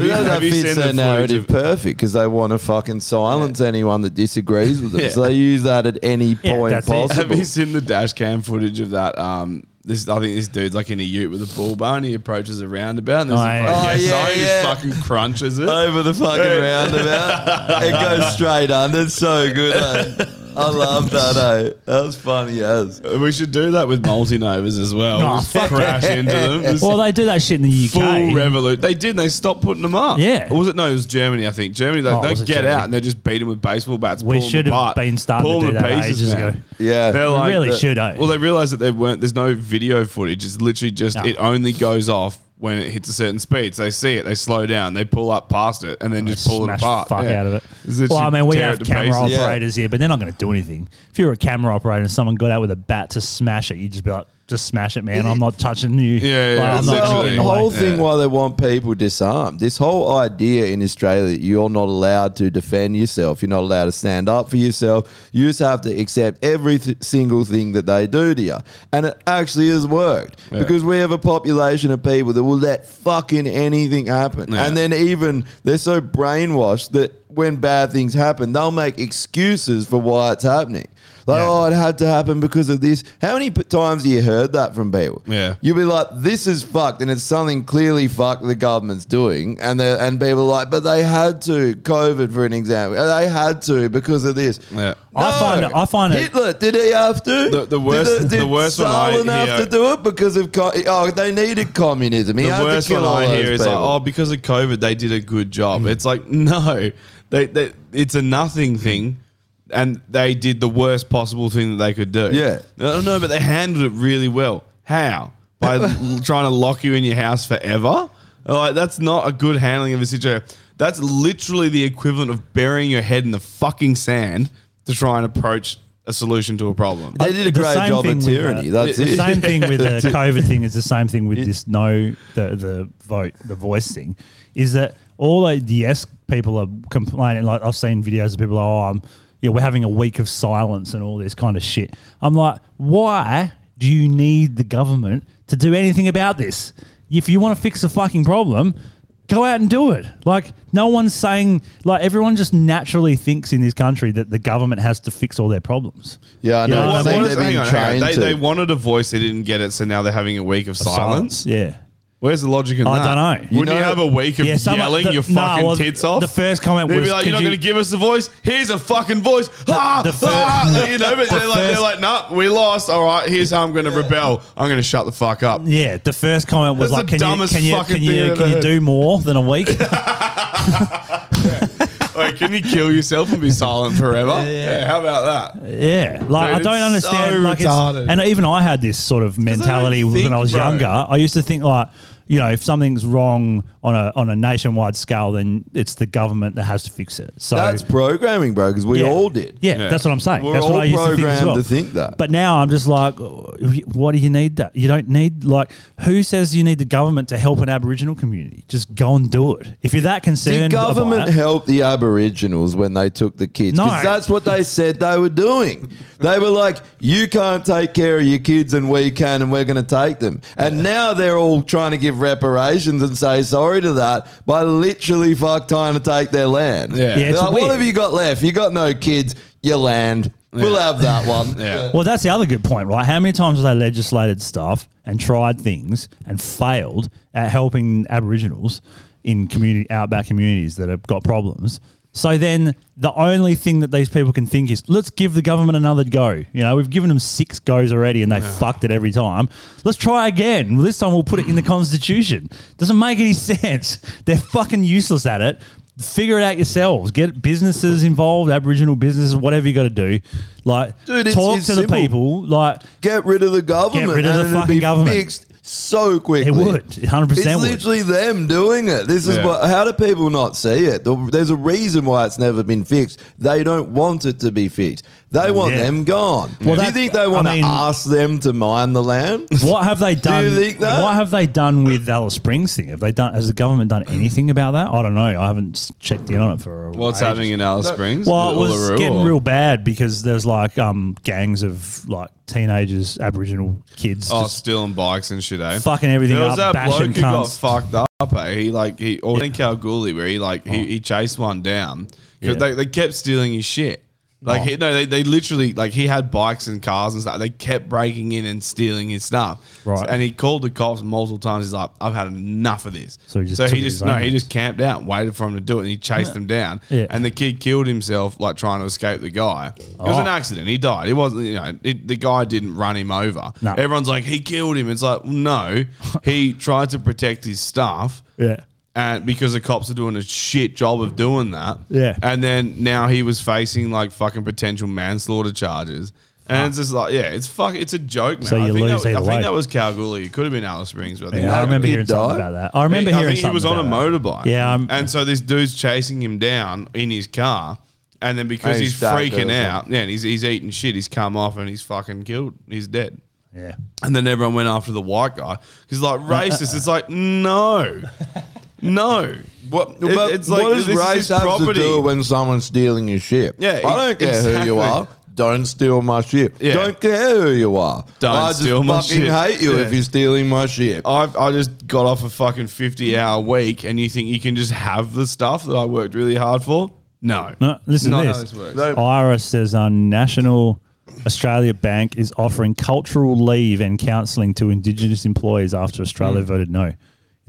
[SPEAKER 3] But
[SPEAKER 4] you,
[SPEAKER 3] that-
[SPEAKER 4] have
[SPEAKER 3] that
[SPEAKER 4] you seen
[SPEAKER 3] fits
[SPEAKER 4] the
[SPEAKER 3] their narrative
[SPEAKER 4] narrative?
[SPEAKER 3] perfect because they want to fucking silence anyone that disagrees with them. So they use that at any
[SPEAKER 2] Yeah,
[SPEAKER 3] point
[SPEAKER 2] that's it.
[SPEAKER 4] Have
[SPEAKER 3] possible.
[SPEAKER 4] you seen the dash cam footage of that? Um, this I think this dude's like in a Ute with a bull bar, and he approaches a roundabout. And there's
[SPEAKER 2] Oh,
[SPEAKER 4] a
[SPEAKER 2] yeah. Oh.
[SPEAKER 4] fucking-
[SPEAKER 3] Oh, yeah,
[SPEAKER 4] sorry, he
[SPEAKER 3] yeah.
[SPEAKER 4] just fucking crunches it.
[SPEAKER 3] Over the fucking roundabout, it goes straight under. It's so good. eh? I love that. Eh? That was funny as.
[SPEAKER 4] we should do that with multinovas as well.
[SPEAKER 2] No,
[SPEAKER 4] Just crash into them. Just
[SPEAKER 2] Oh, Well, they do that shit in the
[SPEAKER 4] full
[SPEAKER 2] UK.
[SPEAKER 4] revolution. They did. They stopped putting them up.
[SPEAKER 2] Yeah.
[SPEAKER 4] Or was it? No, it was Germany. I think Germany. They,
[SPEAKER 2] Oh, it
[SPEAKER 4] they
[SPEAKER 2] was
[SPEAKER 4] get
[SPEAKER 2] it Germany?
[SPEAKER 4] out and they just beat them with baseball bats.
[SPEAKER 2] We
[SPEAKER 4] pull 'em
[SPEAKER 2] should have
[SPEAKER 4] apart,
[SPEAKER 2] been starting to
[SPEAKER 4] pull 'em
[SPEAKER 2] do that ages
[SPEAKER 4] man.
[SPEAKER 2] ago.
[SPEAKER 3] Yeah.
[SPEAKER 4] They're
[SPEAKER 2] We
[SPEAKER 4] like
[SPEAKER 2] really
[SPEAKER 4] the-
[SPEAKER 2] should. eh?
[SPEAKER 4] Well, they realized that they weren't. There's no video footage. It's literally just
[SPEAKER 2] No.
[SPEAKER 4] it only goes off when it hits a certain speed. So they see it, they slow down, they pull up past it, and then just pull it
[SPEAKER 2] Smash
[SPEAKER 4] apart.
[SPEAKER 2] the fuck
[SPEAKER 4] Yeah.
[SPEAKER 2] out of it.
[SPEAKER 4] It's literally
[SPEAKER 2] Well, I mean, we
[SPEAKER 4] tear
[SPEAKER 2] have
[SPEAKER 4] it to
[SPEAKER 2] camera
[SPEAKER 4] pieces.
[SPEAKER 3] Yeah.
[SPEAKER 2] operators here, but they're not going to do anything. If you're a camera operator and someone got out with a bat to smash it, you'd just be like, "Just smash it, man. I'm not touching you.
[SPEAKER 4] Yeah, yeah,
[SPEAKER 2] Like, I'm
[SPEAKER 3] So
[SPEAKER 2] not
[SPEAKER 4] It's
[SPEAKER 2] getting
[SPEAKER 4] literally-
[SPEAKER 2] in
[SPEAKER 3] the
[SPEAKER 2] the way."
[SPEAKER 3] whole thing why they want people disarmed. This whole idea in Australia that you're not allowed to defend yourself, you're not allowed to stand up for yourself. You just have to accept every th- single thing that they do to you, and it actually has worked because we have a population of people that will let fucking anything happen, and then even they're so brainwashed that when bad things happen, they'll make excuses for why it's happening. Like,
[SPEAKER 2] Yeah.
[SPEAKER 3] oh, it had to happen because of this. How many p- times have you heard that from people?
[SPEAKER 4] Yeah.
[SPEAKER 3] You'll be like, this is fucked, and it's something clearly fucked the government's doing. And they and people are like, but they had to COVID for an example. Uh, They had to because of this.
[SPEAKER 4] Yeah.
[SPEAKER 2] I find it- I find it-
[SPEAKER 3] Hitler. Did he have to?
[SPEAKER 4] The- the worst-
[SPEAKER 3] Did,
[SPEAKER 4] the
[SPEAKER 3] did
[SPEAKER 4] worst one I
[SPEAKER 3] Stalin have
[SPEAKER 4] hear-
[SPEAKER 3] to do it because of co- oh they needed communism. He had
[SPEAKER 4] the worst
[SPEAKER 3] to kill
[SPEAKER 4] one
[SPEAKER 3] all
[SPEAKER 4] I hear
[SPEAKER 3] those
[SPEAKER 4] is like,
[SPEAKER 3] people. Hmm.
[SPEAKER 4] oh, because of COVID, they did a good job. It's like, no, they, they it's a nothing thing, and they did the worst possible thing that they could do.
[SPEAKER 3] Yeah.
[SPEAKER 4] no, no, but they handled it really well. How by l- trying to lock you in your house forever? Like that's not a good handling of a situation. That's literally the equivalent of burying your head in the fucking sand to try and approach a solution to a problem.
[SPEAKER 3] they did a
[SPEAKER 2] The
[SPEAKER 3] great
[SPEAKER 2] same
[SPEAKER 3] job
[SPEAKER 2] thing
[SPEAKER 3] of
[SPEAKER 2] with, uh,
[SPEAKER 3] tyranny. That's
[SPEAKER 2] the
[SPEAKER 3] it.
[SPEAKER 2] same thing with the COVID thing is the same thing with this no the the vote the voice thing is that all the yes people are complaining like I've seen videos of people oh I'm yeah we're having a week of silence and all this kind of shit I'm like why do you need the government to do anything about this if you want to fix a fucking problem go out and do it like no one's saying like everyone just naturally thinks in this country that the government has to fix all their problems
[SPEAKER 3] Yeah, I
[SPEAKER 2] You
[SPEAKER 3] know.
[SPEAKER 2] what I
[SPEAKER 3] It's
[SPEAKER 4] What-
[SPEAKER 2] mean?
[SPEAKER 3] like
[SPEAKER 4] what is-
[SPEAKER 3] they've been
[SPEAKER 4] hang on, hang on.
[SPEAKER 3] trained
[SPEAKER 4] They,
[SPEAKER 3] to.
[SPEAKER 4] they wanted a voice, they didn't get it, so now they're having a week of silence.
[SPEAKER 2] Yeah.
[SPEAKER 4] Where's the logic in
[SPEAKER 2] I
[SPEAKER 4] that?
[SPEAKER 2] dunno.
[SPEAKER 4] Wouldn't you,
[SPEAKER 3] You know-
[SPEAKER 4] have a week of
[SPEAKER 2] Yeah, some-
[SPEAKER 4] yelling
[SPEAKER 2] the-
[SPEAKER 4] your
[SPEAKER 2] no,
[SPEAKER 4] fucking
[SPEAKER 2] well,
[SPEAKER 4] tits off?
[SPEAKER 2] the first comment
[SPEAKER 4] They'd be
[SPEAKER 2] was,
[SPEAKER 4] like,
[SPEAKER 2] could
[SPEAKER 4] "You're not
[SPEAKER 2] you-
[SPEAKER 4] going to give us the voice. Here's a fucking voice." Ah,
[SPEAKER 2] the fir-
[SPEAKER 4] ah," you know, but they're like, they're
[SPEAKER 2] first-
[SPEAKER 4] like, "No, we lost. All right, here's how I'm going to rebel. I'm going to shut the fuck up."
[SPEAKER 2] Yeah, the first comment was
[SPEAKER 4] That's
[SPEAKER 2] like,
[SPEAKER 4] the
[SPEAKER 2] "Can you
[SPEAKER 4] dumbest
[SPEAKER 2] can you
[SPEAKER 4] fucking
[SPEAKER 2] can
[SPEAKER 4] thing
[SPEAKER 2] you
[SPEAKER 4] I've
[SPEAKER 2] can
[SPEAKER 4] ever
[SPEAKER 2] you do more than a week?"
[SPEAKER 4] Like, can you kill yourself and be silent forever? Yeah, how about that?
[SPEAKER 2] yeah, like
[SPEAKER 4] Dude,
[SPEAKER 2] I don't
[SPEAKER 4] it's so
[SPEAKER 2] understand. like, it's-
[SPEAKER 4] retarded.
[SPEAKER 2] and even I had this sort of mentality
[SPEAKER 4] don't
[SPEAKER 2] when I
[SPEAKER 4] think,
[SPEAKER 2] was
[SPEAKER 4] bro.
[SPEAKER 2] younger. I used to think like, you know, if something's wrong on a on a nationwide scale, then it's the government that has to fix it. So
[SPEAKER 3] That's programming, bro, because we
[SPEAKER 2] Yeah.
[SPEAKER 3] all did.
[SPEAKER 2] Yeah,
[SPEAKER 4] Yeah.
[SPEAKER 2] that's what I'm saying.
[SPEAKER 3] We're
[SPEAKER 2] that's
[SPEAKER 3] all
[SPEAKER 2] what I used to think, as
[SPEAKER 3] programmed
[SPEAKER 2] well.
[SPEAKER 3] to think that.
[SPEAKER 2] But now I'm just like, what do you need that? You don't need like who says you need the government to help an Aboriginal community? Just go and do it. If you're that
[SPEAKER 3] Did
[SPEAKER 2] concerned, about
[SPEAKER 3] government
[SPEAKER 2] it-
[SPEAKER 3] help the Aboriginals when they took the kids?
[SPEAKER 2] No.
[SPEAKER 3] Because that's what they said they were doing. They were like, you can't take care of your kids and we can and we're going to take them. And now they're all trying to give reparations and say sorry to that by literally fuck trying to take their land.
[SPEAKER 4] Yeah. Yeah,
[SPEAKER 3] They're
[SPEAKER 2] it's
[SPEAKER 3] like, what
[SPEAKER 2] weird.
[SPEAKER 3] have you got left? You got no kids, your land. We'll have that one.
[SPEAKER 4] Yeah.
[SPEAKER 2] Well, that's the other good point, right? How many times have they legislated stuff and tried things and failed at helping Aboriginals in community outback communities that have got problems? So then the only thing that these people can think is, let's give the government another go. You know, we've given them six goes already and they fucked it every time. Let's try again. This time we'll put it in the constitution. Doesn't make any sense. They're fucking useless at it figure it out yourselves. Get businesses involved, Aboriginal businesses, whatever you got to do. Like,
[SPEAKER 3] Dude, it's-
[SPEAKER 2] talk
[SPEAKER 3] it's
[SPEAKER 2] to the
[SPEAKER 3] simple.
[SPEAKER 2] people. Like,
[SPEAKER 3] Get rid of the government.
[SPEAKER 2] rid of the
[SPEAKER 3] and it'd
[SPEAKER 2] fucking
[SPEAKER 3] be
[SPEAKER 2] government.
[SPEAKER 3] Fixed so quickly.
[SPEAKER 2] It would. It 100%
[SPEAKER 3] It's
[SPEAKER 2] would.
[SPEAKER 3] literally them doing it. This is
[SPEAKER 4] Yeah.
[SPEAKER 3] what. How do people not see it? The- There's a reason why it's never been fixed. They don't want it to be fixed. They want
[SPEAKER 2] Mm, Yeah.
[SPEAKER 3] them gone.
[SPEAKER 2] Well,
[SPEAKER 3] do you
[SPEAKER 2] that-
[SPEAKER 3] think they
[SPEAKER 2] I
[SPEAKER 3] want to
[SPEAKER 2] mean-
[SPEAKER 3] ask them to mine the land?
[SPEAKER 2] what have they done?
[SPEAKER 3] think that?
[SPEAKER 2] What have they done with the Alice Springs thing? Have they done? Has the government done anything about that? I don't know. I haven't s- checked in on it for. A
[SPEAKER 4] What's
[SPEAKER 2] ages.
[SPEAKER 4] happening in Alice Springs?
[SPEAKER 2] Well, it
[SPEAKER 4] With
[SPEAKER 2] was
[SPEAKER 4] Uluru
[SPEAKER 2] getting
[SPEAKER 4] or-
[SPEAKER 2] real bad because there's like um, gangs of like teenagers, Aboriginal kids.
[SPEAKER 4] Oh,
[SPEAKER 2] just-
[SPEAKER 4] stealing bikes and shit, eh?
[SPEAKER 2] Fucking everything
[SPEAKER 4] There was
[SPEAKER 2] up,
[SPEAKER 4] that
[SPEAKER 2] bashing
[SPEAKER 4] bloke who got
[SPEAKER 2] cunts.
[SPEAKER 4] fucked up, eh? He like he or in Kalgoorlie where he like he, he chased one down because
[SPEAKER 2] Oh. Yeah. Oh.
[SPEAKER 4] they, they kept stealing his shit. Like he, no, they, they literally like he had bikes and cars and stuff. They kept breaking in and stealing his stuff.
[SPEAKER 2] Right.
[SPEAKER 4] and he called the cops multiple times. He's like, I've had enough of this.
[SPEAKER 2] So he just took his
[SPEAKER 4] no,
[SPEAKER 2] own.
[SPEAKER 4] he just camped out, and waited for him to do it, and he chased them down.
[SPEAKER 2] Yeah.
[SPEAKER 4] And the kid killed himself like trying to escape the guy. It was
[SPEAKER 2] Oh.
[SPEAKER 4] an accident. He died. It wasn't you know it, the guy didn't run him over.
[SPEAKER 2] No.
[SPEAKER 4] Everyone's like, he killed him. It's like, no, he tried to protect his staff.
[SPEAKER 2] Yeah.
[SPEAKER 4] And because the cops are doing a shit job of doing that.
[SPEAKER 2] Yeah.
[SPEAKER 4] And then now he was facing like fucking potential manslaughter charges. And it's just like, yeah, it's fuck, it's a joke now.
[SPEAKER 2] So
[SPEAKER 4] I
[SPEAKER 2] you
[SPEAKER 4] think
[SPEAKER 2] lose
[SPEAKER 4] that,
[SPEAKER 2] either
[SPEAKER 4] I think
[SPEAKER 2] way.
[SPEAKER 4] that was Kalgoorlie. It could have been Alice Springs, but I think
[SPEAKER 2] Yeah, I
[SPEAKER 4] that-
[SPEAKER 2] remember
[SPEAKER 3] kid
[SPEAKER 2] hearing something
[SPEAKER 3] died?
[SPEAKER 2] about that. I remember
[SPEAKER 4] I
[SPEAKER 2] hearing
[SPEAKER 4] think he
[SPEAKER 2] something.
[SPEAKER 4] was on a
[SPEAKER 2] about that.
[SPEAKER 4] motorbike.
[SPEAKER 2] Yeah, I'm-
[SPEAKER 4] and so this dude's chasing him down in his car, and then because
[SPEAKER 3] And
[SPEAKER 4] he's,
[SPEAKER 3] he's stuck,
[SPEAKER 4] freaking
[SPEAKER 3] isn't he?
[SPEAKER 4] out, yeah, and he's he's eating shit. He's come off and he's fucking killed. He's dead.
[SPEAKER 2] Yeah.
[SPEAKER 4] And then everyone went after the white guy. He's like racist. It's like no, no. What?
[SPEAKER 3] But what does
[SPEAKER 4] this is
[SPEAKER 3] race
[SPEAKER 4] his
[SPEAKER 3] have to
[SPEAKER 4] property.
[SPEAKER 3] do when someone's stealing your shit?
[SPEAKER 4] Yeah,
[SPEAKER 3] I don't care who you
[SPEAKER 4] exactly.
[SPEAKER 3] are. Don't steal my shit.
[SPEAKER 4] Yeah.
[SPEAKER 3] Don't care who you are.
[SPEAKER 4] Don't
[SPEAKER 3] I just
[SPEAKER 4] steal my
[SPEAKER 3] fucking
[SPEAKER 4] shit.
[SPEAKER 3] hate you
[SPEAKER 4] Yeah. Oh,
[SPEAKER 3] if you're stealing my shit.
[SPEAKER 4] I've, I just got off a fucking 50 hour week and you think you can just have the stuff that I worked really hard for? No.
[SPEAKER 2] No, listen
[SPEAKER 4] Not
[SPEAKER 2] to
[SPEAKER 4] how
[SPEAKER 2] this.
[SPEAKER 4] this works.
[SPEAKER 2] IRA says our national Australia Bank is offering cultural leave and counselling to Indigenous employees after
[SPEAKER 4] Hmm.
[SPEAKER 2] Australia voted no in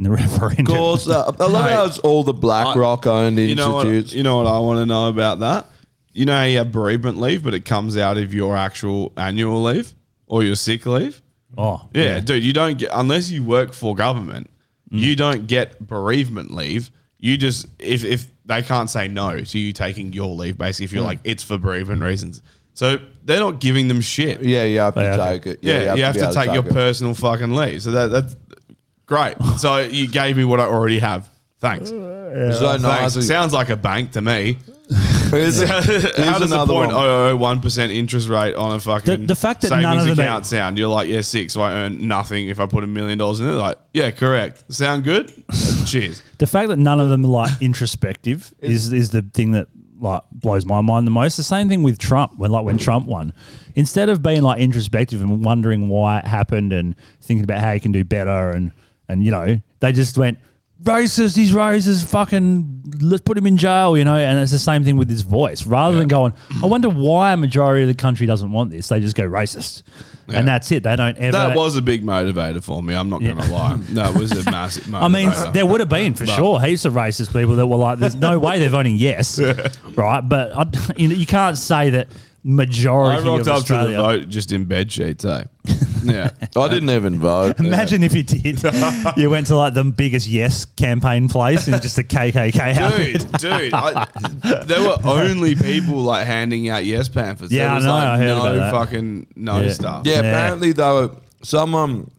[SPEAKER 2] the referendum.
[SPEAKER 3] Of course, uh, I love how it's all the BlackRock owned
[SPEAKER 4] You know, what,
[SPEAKER 3] institutes.
[SPEAKER 4] you know what I want to know about that? You know how you have bereavement leave, but it comes out of your actual annual leave or your sick leave?
[SPEAKER 2] Oh,
[SPEAKER 4] Yeah, Mm. dude, you don't get unless you work for government, you don't get bereavement leave. You just if if they can't say no to you taking your leave, basically, if you're like it's for bereavement reasons, so they're not giving them shit.
[SPEAKER 3] yeah, you have to
[SPEAKER 2] Yeah.
[SPEAKER 3] take it.
[SPEAKER 4] Yeah, you have,
[SPEAKER 3] be
[SPEAKER 4] to,
[SPEAKER 3] able
[SPEAKER 4] take your
[SPEAKER 3] it.
[SPEAKER 4] personal fucking leave. So that that's great. so you gave me what I already have. Thanks.
[SPEAKER 3] It's so nice.
[SPEAKER 4] Thanks. Sounds like a bank to me.
[SPEAKER 3] Here's-
[SPEAKER 4] How
[SPEAKER 3] here's
[SPEAKER 4] does a
[SPEAKER 3] another
[SPEAKER 4] point
[SPEAKER 3] one.
[SPEAKER 4] oh oh one percent interest rate on a fucking
[SPEAKER 2] The- the fact that
[SPEAKER 4] savings
[SPEAKER 2] none of them-
[SPEAKER 4] account sound? You're like, yeah, six. So I earn nothing if I put a million dollars in it. Like, yeah, correct. Sound good? Cheers.
[SPEAKER 2] the fact that none of them are like introspective is is the thing that like blows my mind the most. The same thing with Trump when like when Trump won, instead of being like introspective and wondering why it happened and thinking about how you can do better and and you know they just went racist. He's racist. Fucking let's put him in jail. You know, and it's the same thing with his voice. Rather than going, I wonder why a majority of the country doesn't want this. They just go racist, and that's it. They don't ever.
[SPEAKER 4] That was a big motivator for me. I'm not gonna lie. That was a massive. Motivator.
[SPEAKER 2] I mean, there would have been for sure heaps of racist people that were like, "There's no way they're voting yes," right? But I, you, know, you can't say that
[SPEAKER 4] I
[SPEAKER 2] majority
[SPEAKER 4] rocked
[SPEAKER 2] of
[SPEAKER 4] up to the
[SPEAKER 2] Australia.
[SPEAKER 4] vote just in bed sheets. Eh? Yeah.
[SPEAKER 3] I didn't even vote.
[SPEAKER 2] Imagine if you did. you went to like the biggest yes campaign place and just a KKK outfit.
[SPEAKER 4] dude, dude. I, there were only people like handing out yes pamphlets.
[SPEAKER 2] Yeah,
[SPEAKER 4] there
[SPEAKER 2] I
[SPEAKER 4] was,
[SPEAKER 2] know,
[SPEAKER 4] Like,
[SPEAKER 2] I heard
[SPEAKER 4] no
[SPEAKER 2] about that.
[SPEAKER 4] fucking no
[SPEAKER 2] Yeah.
[SPEAKER 4] stuff.
[SPEAKER 3] Yeah,
[SPEAKER 2] Yeah.
[SPEAKER 3] apparently they were someone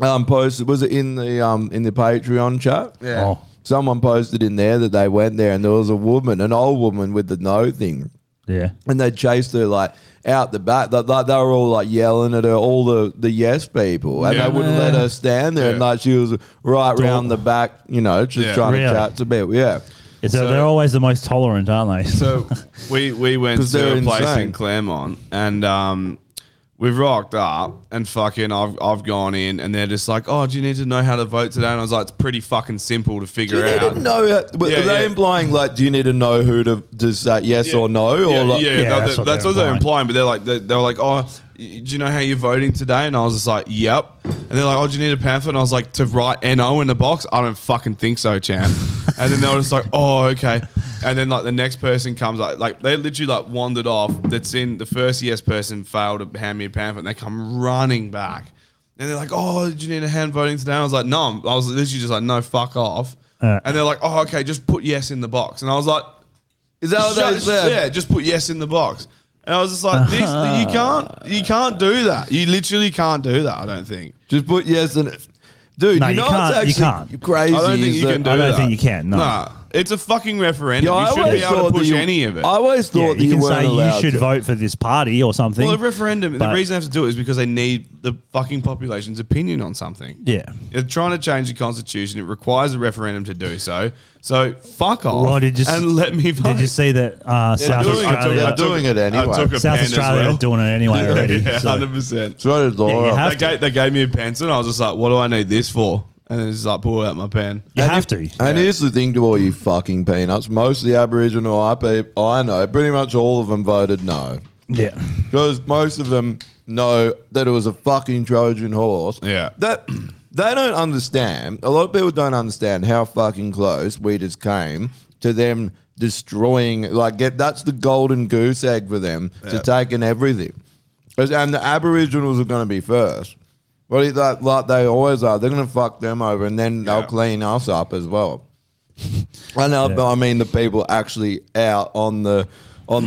[SPEAKER 3] um, posted was it in the um in the Patreon chat?
[SPEAKER 4] Yeah.
[SPEAKER 2] Oh.
[SPEAKER 3] Someone posted in there that they went there and there was a woman, an old woman with the no thing.
[SPEAKER 2] Yeah.
[SPEAKER 3] And they chased her like out the back. Like, like, they were all like yelling at her, all the, the yes people. And
[SPEAKER 4] Yeah.
[SPEAKER 3] they wouldn't let her stand there and
[SPEAKER 4] Yeah.
[SPEAKER 3] like she was right round the back, you know, just
[SPEAKER 4] Yeah.
[SPEAKER 3] trying
[SPEAKER 2] Really?
[SPEAKER 3] to chat to people. Yeah.
[SPEAKER 2] So, they're always the most tolerant, aren't they?
[SPEAKER 4] So we we went
[SPEAKER 3] 'Cause
[SPEAKER 4] to
[SPEAKER 3] they're
[SPEAKER 4] a place
[SPEAKER 3] insane.
[SPEAKER 4] in Claremont, and um, We've rocked up and fucking I've I've gone in and they're just like, oh, do you need to know how to vote today? And I was like, it's pretty fucking simple
[SPEAKER 3] Do
[SPEAKER 4] to figure
[SPEAKER 3] you need
[SPEAKER 4] out.
[SPEAKER 3] to know? how- But
[SPEAKER 4] Yeah,
[SPEAKER 3] are they
[SPEAKER 4] yeah.
[SPEAKER 3] implying like, do you need to know who to just say yes or no, or
[SPEAKER 4] yeah,
[SPEAKER 3] like,
[SPEAKER 4] yeah,
[SPEAKER 2] Yeah,
[SPEAKER 4] no,
[SPEAKER 2] that's
[SPEAKER 4] that-
[SPEAKER 2] what
[SPEAKER 4] that's,
[SPEAKER 2] they're
[SPEAKER 4] what they're
[SPEAKER 2] implying.
[SPEAKER 4] implying. But they're like, they, they were like, oh, y- do you know how you're voting today? And I was just like, yep. And they're like, oh, do you need a pamphlet? And I was like, to write NO in the box? I don't fucking think so, champ. and then they were just like, oh, okay. And then like the next person comes, like, like they literally like wandered off. That's in the first yes person failed to hand me a pamphlet, and they come running back. And they're like, oh, did you need a hand voting today? And I was like, no. I'm- I was literally just like, no, fuck off.
[SPEAKER 2] Uh.
[SPEAKER 4] and they're like, oh, okay, just put yes in the box. And I was like,
[SPEAKER 3] is that what they
[SPEAKER 4] Shut-
[SPEAKER 3] said?
[SPEAKER 4] Yeah, just put yes in the box. And I was just like, this, you can't, you can't do that. You literally can't do that. I don't think.
[SPEAKER 3] Just put yes and dude.
[SPEAKER 2] No,
[SPEAKER 3] you,
[SPEAKER 2] you
[SPEAKER 3] know
[SPEAKER 2] can't- you
[SPEAKER 3] What's actually
[SPEAKER 2] can't.
[SPEAKER 3] Crazy.
[SPEAKER 4] I don't think
[SPEAKER 3] is
[SPEAKER 4] you
[SPEAKER 3] that-
[SPEAKER 4] can do
[SPEAKER 2] I don't
[SPEAKER 4] that.
[SPEAKER 2] think you can, no.
[SPEAKER 4] Nah, it's a fucking referendum.
[SPEAKER 3] Yeah, I
[SPEAKER 4] you shouldn't
[SPEAKER 3] always
[SPEAKER 4] be able
[SPEAKER 3] thought
[SPEAKER 4] to
[SPEAKER 3] that
[SPEAKER 4] push
[SPEAKER 3] you,
[SPEAKER 4] any of it.
[SPEAKER 3] I always thought
[SPEAKER 2] Yeah,
[SPEAKER 3] that
[SPEAKER 2] you can
[SPEAKER 3] weren't
[SPEAKER 2] say you
[SPEAKER 3] allowed
[SPEAKER 2] should
[SPEAKER 3] to.
[SPEAKER 2] vote for this party or something.
[SPEAKER 4] well, a referendum.
[SPEAKER 2] But-
[SPEAKER 4] the reason they have to do it is because they need the fucking population's opinion on something.
[SPEAKER 2] Yeah.
[SPEAKER 4] They're trying to change the constitution. It requires a referendum to do so. So fuck off
[SPEAKER 2] Well, did you s-
[SPEAKER 4] and let me vote.
[SPEAKER 2] Did you see that uh, South
[SPEAKER 4] doing it.
[SPEAKER 2] Australia?
[SPEAKER 4] I
[SPEAKER 3] They're
[SPEAKER 4] took-
[SPEAKER 3] doing it
[SPEAKER 4] I
[SPEAKER 3] anyway.
[SPEAKER 4] took a
[SPEAKER 2] South
[SPEAKER 4] pen as
[SPEAKER 2] Australia
[SPEAKER 4] well.
[SPEAKER 2] are doing it anyway already.
[SPEAKER 4] Yeah,
[SPEAKER 2] so-
[SPEAKER 4] hundred percent.
[SPEAKER 3] So did Laura.
[SPEAKER 2] Yeah, you have
[SPEAKER 4] They gave, they gave me a pencil, and I was just like, "What do I need this for?" And it's like, pull out my pen.
[SPEAKER 2] You have to.
[SPEAKER 3] And here's the thing to all you fucking peanuts. Most of the Aboriginal I, pe- I know, pretty much all of them voted no.
[SPEAKER 2] Yeah.
[SPEAKER 3] Because most of them know that it was a fucking Trojan horse.
[SPEAKER 4] Yeah.
[SPEAKER 3] That they don't understand. A lot of people don't understand how fucking close we just came to them destroying like get that's the golden goose egg for them to take in everything. 'Cause- And the Aboriginals are gonna be first. But it- like, like they always are, they're gonna fuck them over and then
[SPEAKER 4] Yeah.
[SPEAKER 3] they'll clean us up as well. I know,
[SPEAKER 2] Yeah.
[SPEAKER 3] but I mean the people actually out on the on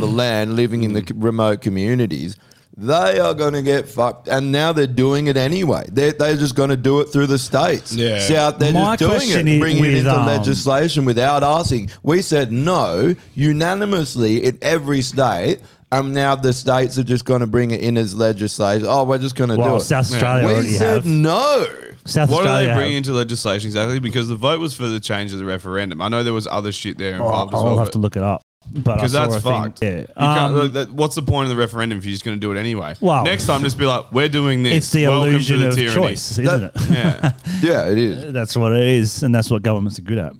[SPEAKER 3] the land, living in the c- remote communities. They are going to get fucked, and now they're doing it anyway. They're, they're just going to do it through the states.
[SPEAKER 4] Yeah.
[SPEAKER 3] South, they're
[SPEAKER 2] My
[SPEAKER 3] just doing
[SPEAKER 2] question
[SPEAKER 3] it,
[SPEAKER 2] is
[SPEAKER 3] bringing it
[SPEAKER 2] with,
[SPEAKER 3] into
[SPEAKER 2] um,
[SPEAKER 3] legislation without asking. We said no unanimously in every state, and now the states are just going to bring it in as legislation. Oh, we're just going to do
[SPEAKER 2] Well,
[SPEAKER 3] it.
[SPEAKER 2] South Australia
[SPEAKER 3] we
[SPEAKER 2] already
[SPEAKER 3] said
[SPEAKER 2] have.
[SPEAKER 3] no.
[SPEAKER 2] South
[SPEAKER 4] What are
[SPEAKER 2] Australia.
[SPEAKER 4] they
[SPEAKER 2] have-
[SPEAKER 4] bringing into legislation exactly? Because the vote was for the change of the referendum. I know there was other shit there
[SPEAKER 2] Oh,
[SPEAKER 4] involved as
[SPEAKER 2] I'll
[SPEAKER 4] well.
[SPEAKER 2] have to look it up. But I
[SPEAKER 4] because
[SPEAKER 2] saw
[SPEAKER 4] that's
[SPEAKER 2] a thing-
[SPEAKER 4] fucked.
[SPEAKER 2] Yeah.
[SPEAKER 4] You can't-
[SPEAKER 2] Um,
[SPEAKER 4] look, that- what's the point of the referendum if you're just going to do it anyway?
[SPEAKER 2] Well-
[SPEAKER 4] Next time, just be like, "We're doing this."
[SPEAKER 2] it's the
[SPEAKER 4] Welcome to
[SPEAKER 2] illusion
[SPEAKER 4] the
[SPEAKER 2] of
[SPEAKER 4] tyranny."
[SPEAKER 2] choice, isn't it?
[SPEAKER 4] Yeah,
[SPEAKER 3] Yeah, it is.
[SPEAKER 2] That's what it is, and that's what governments are good at,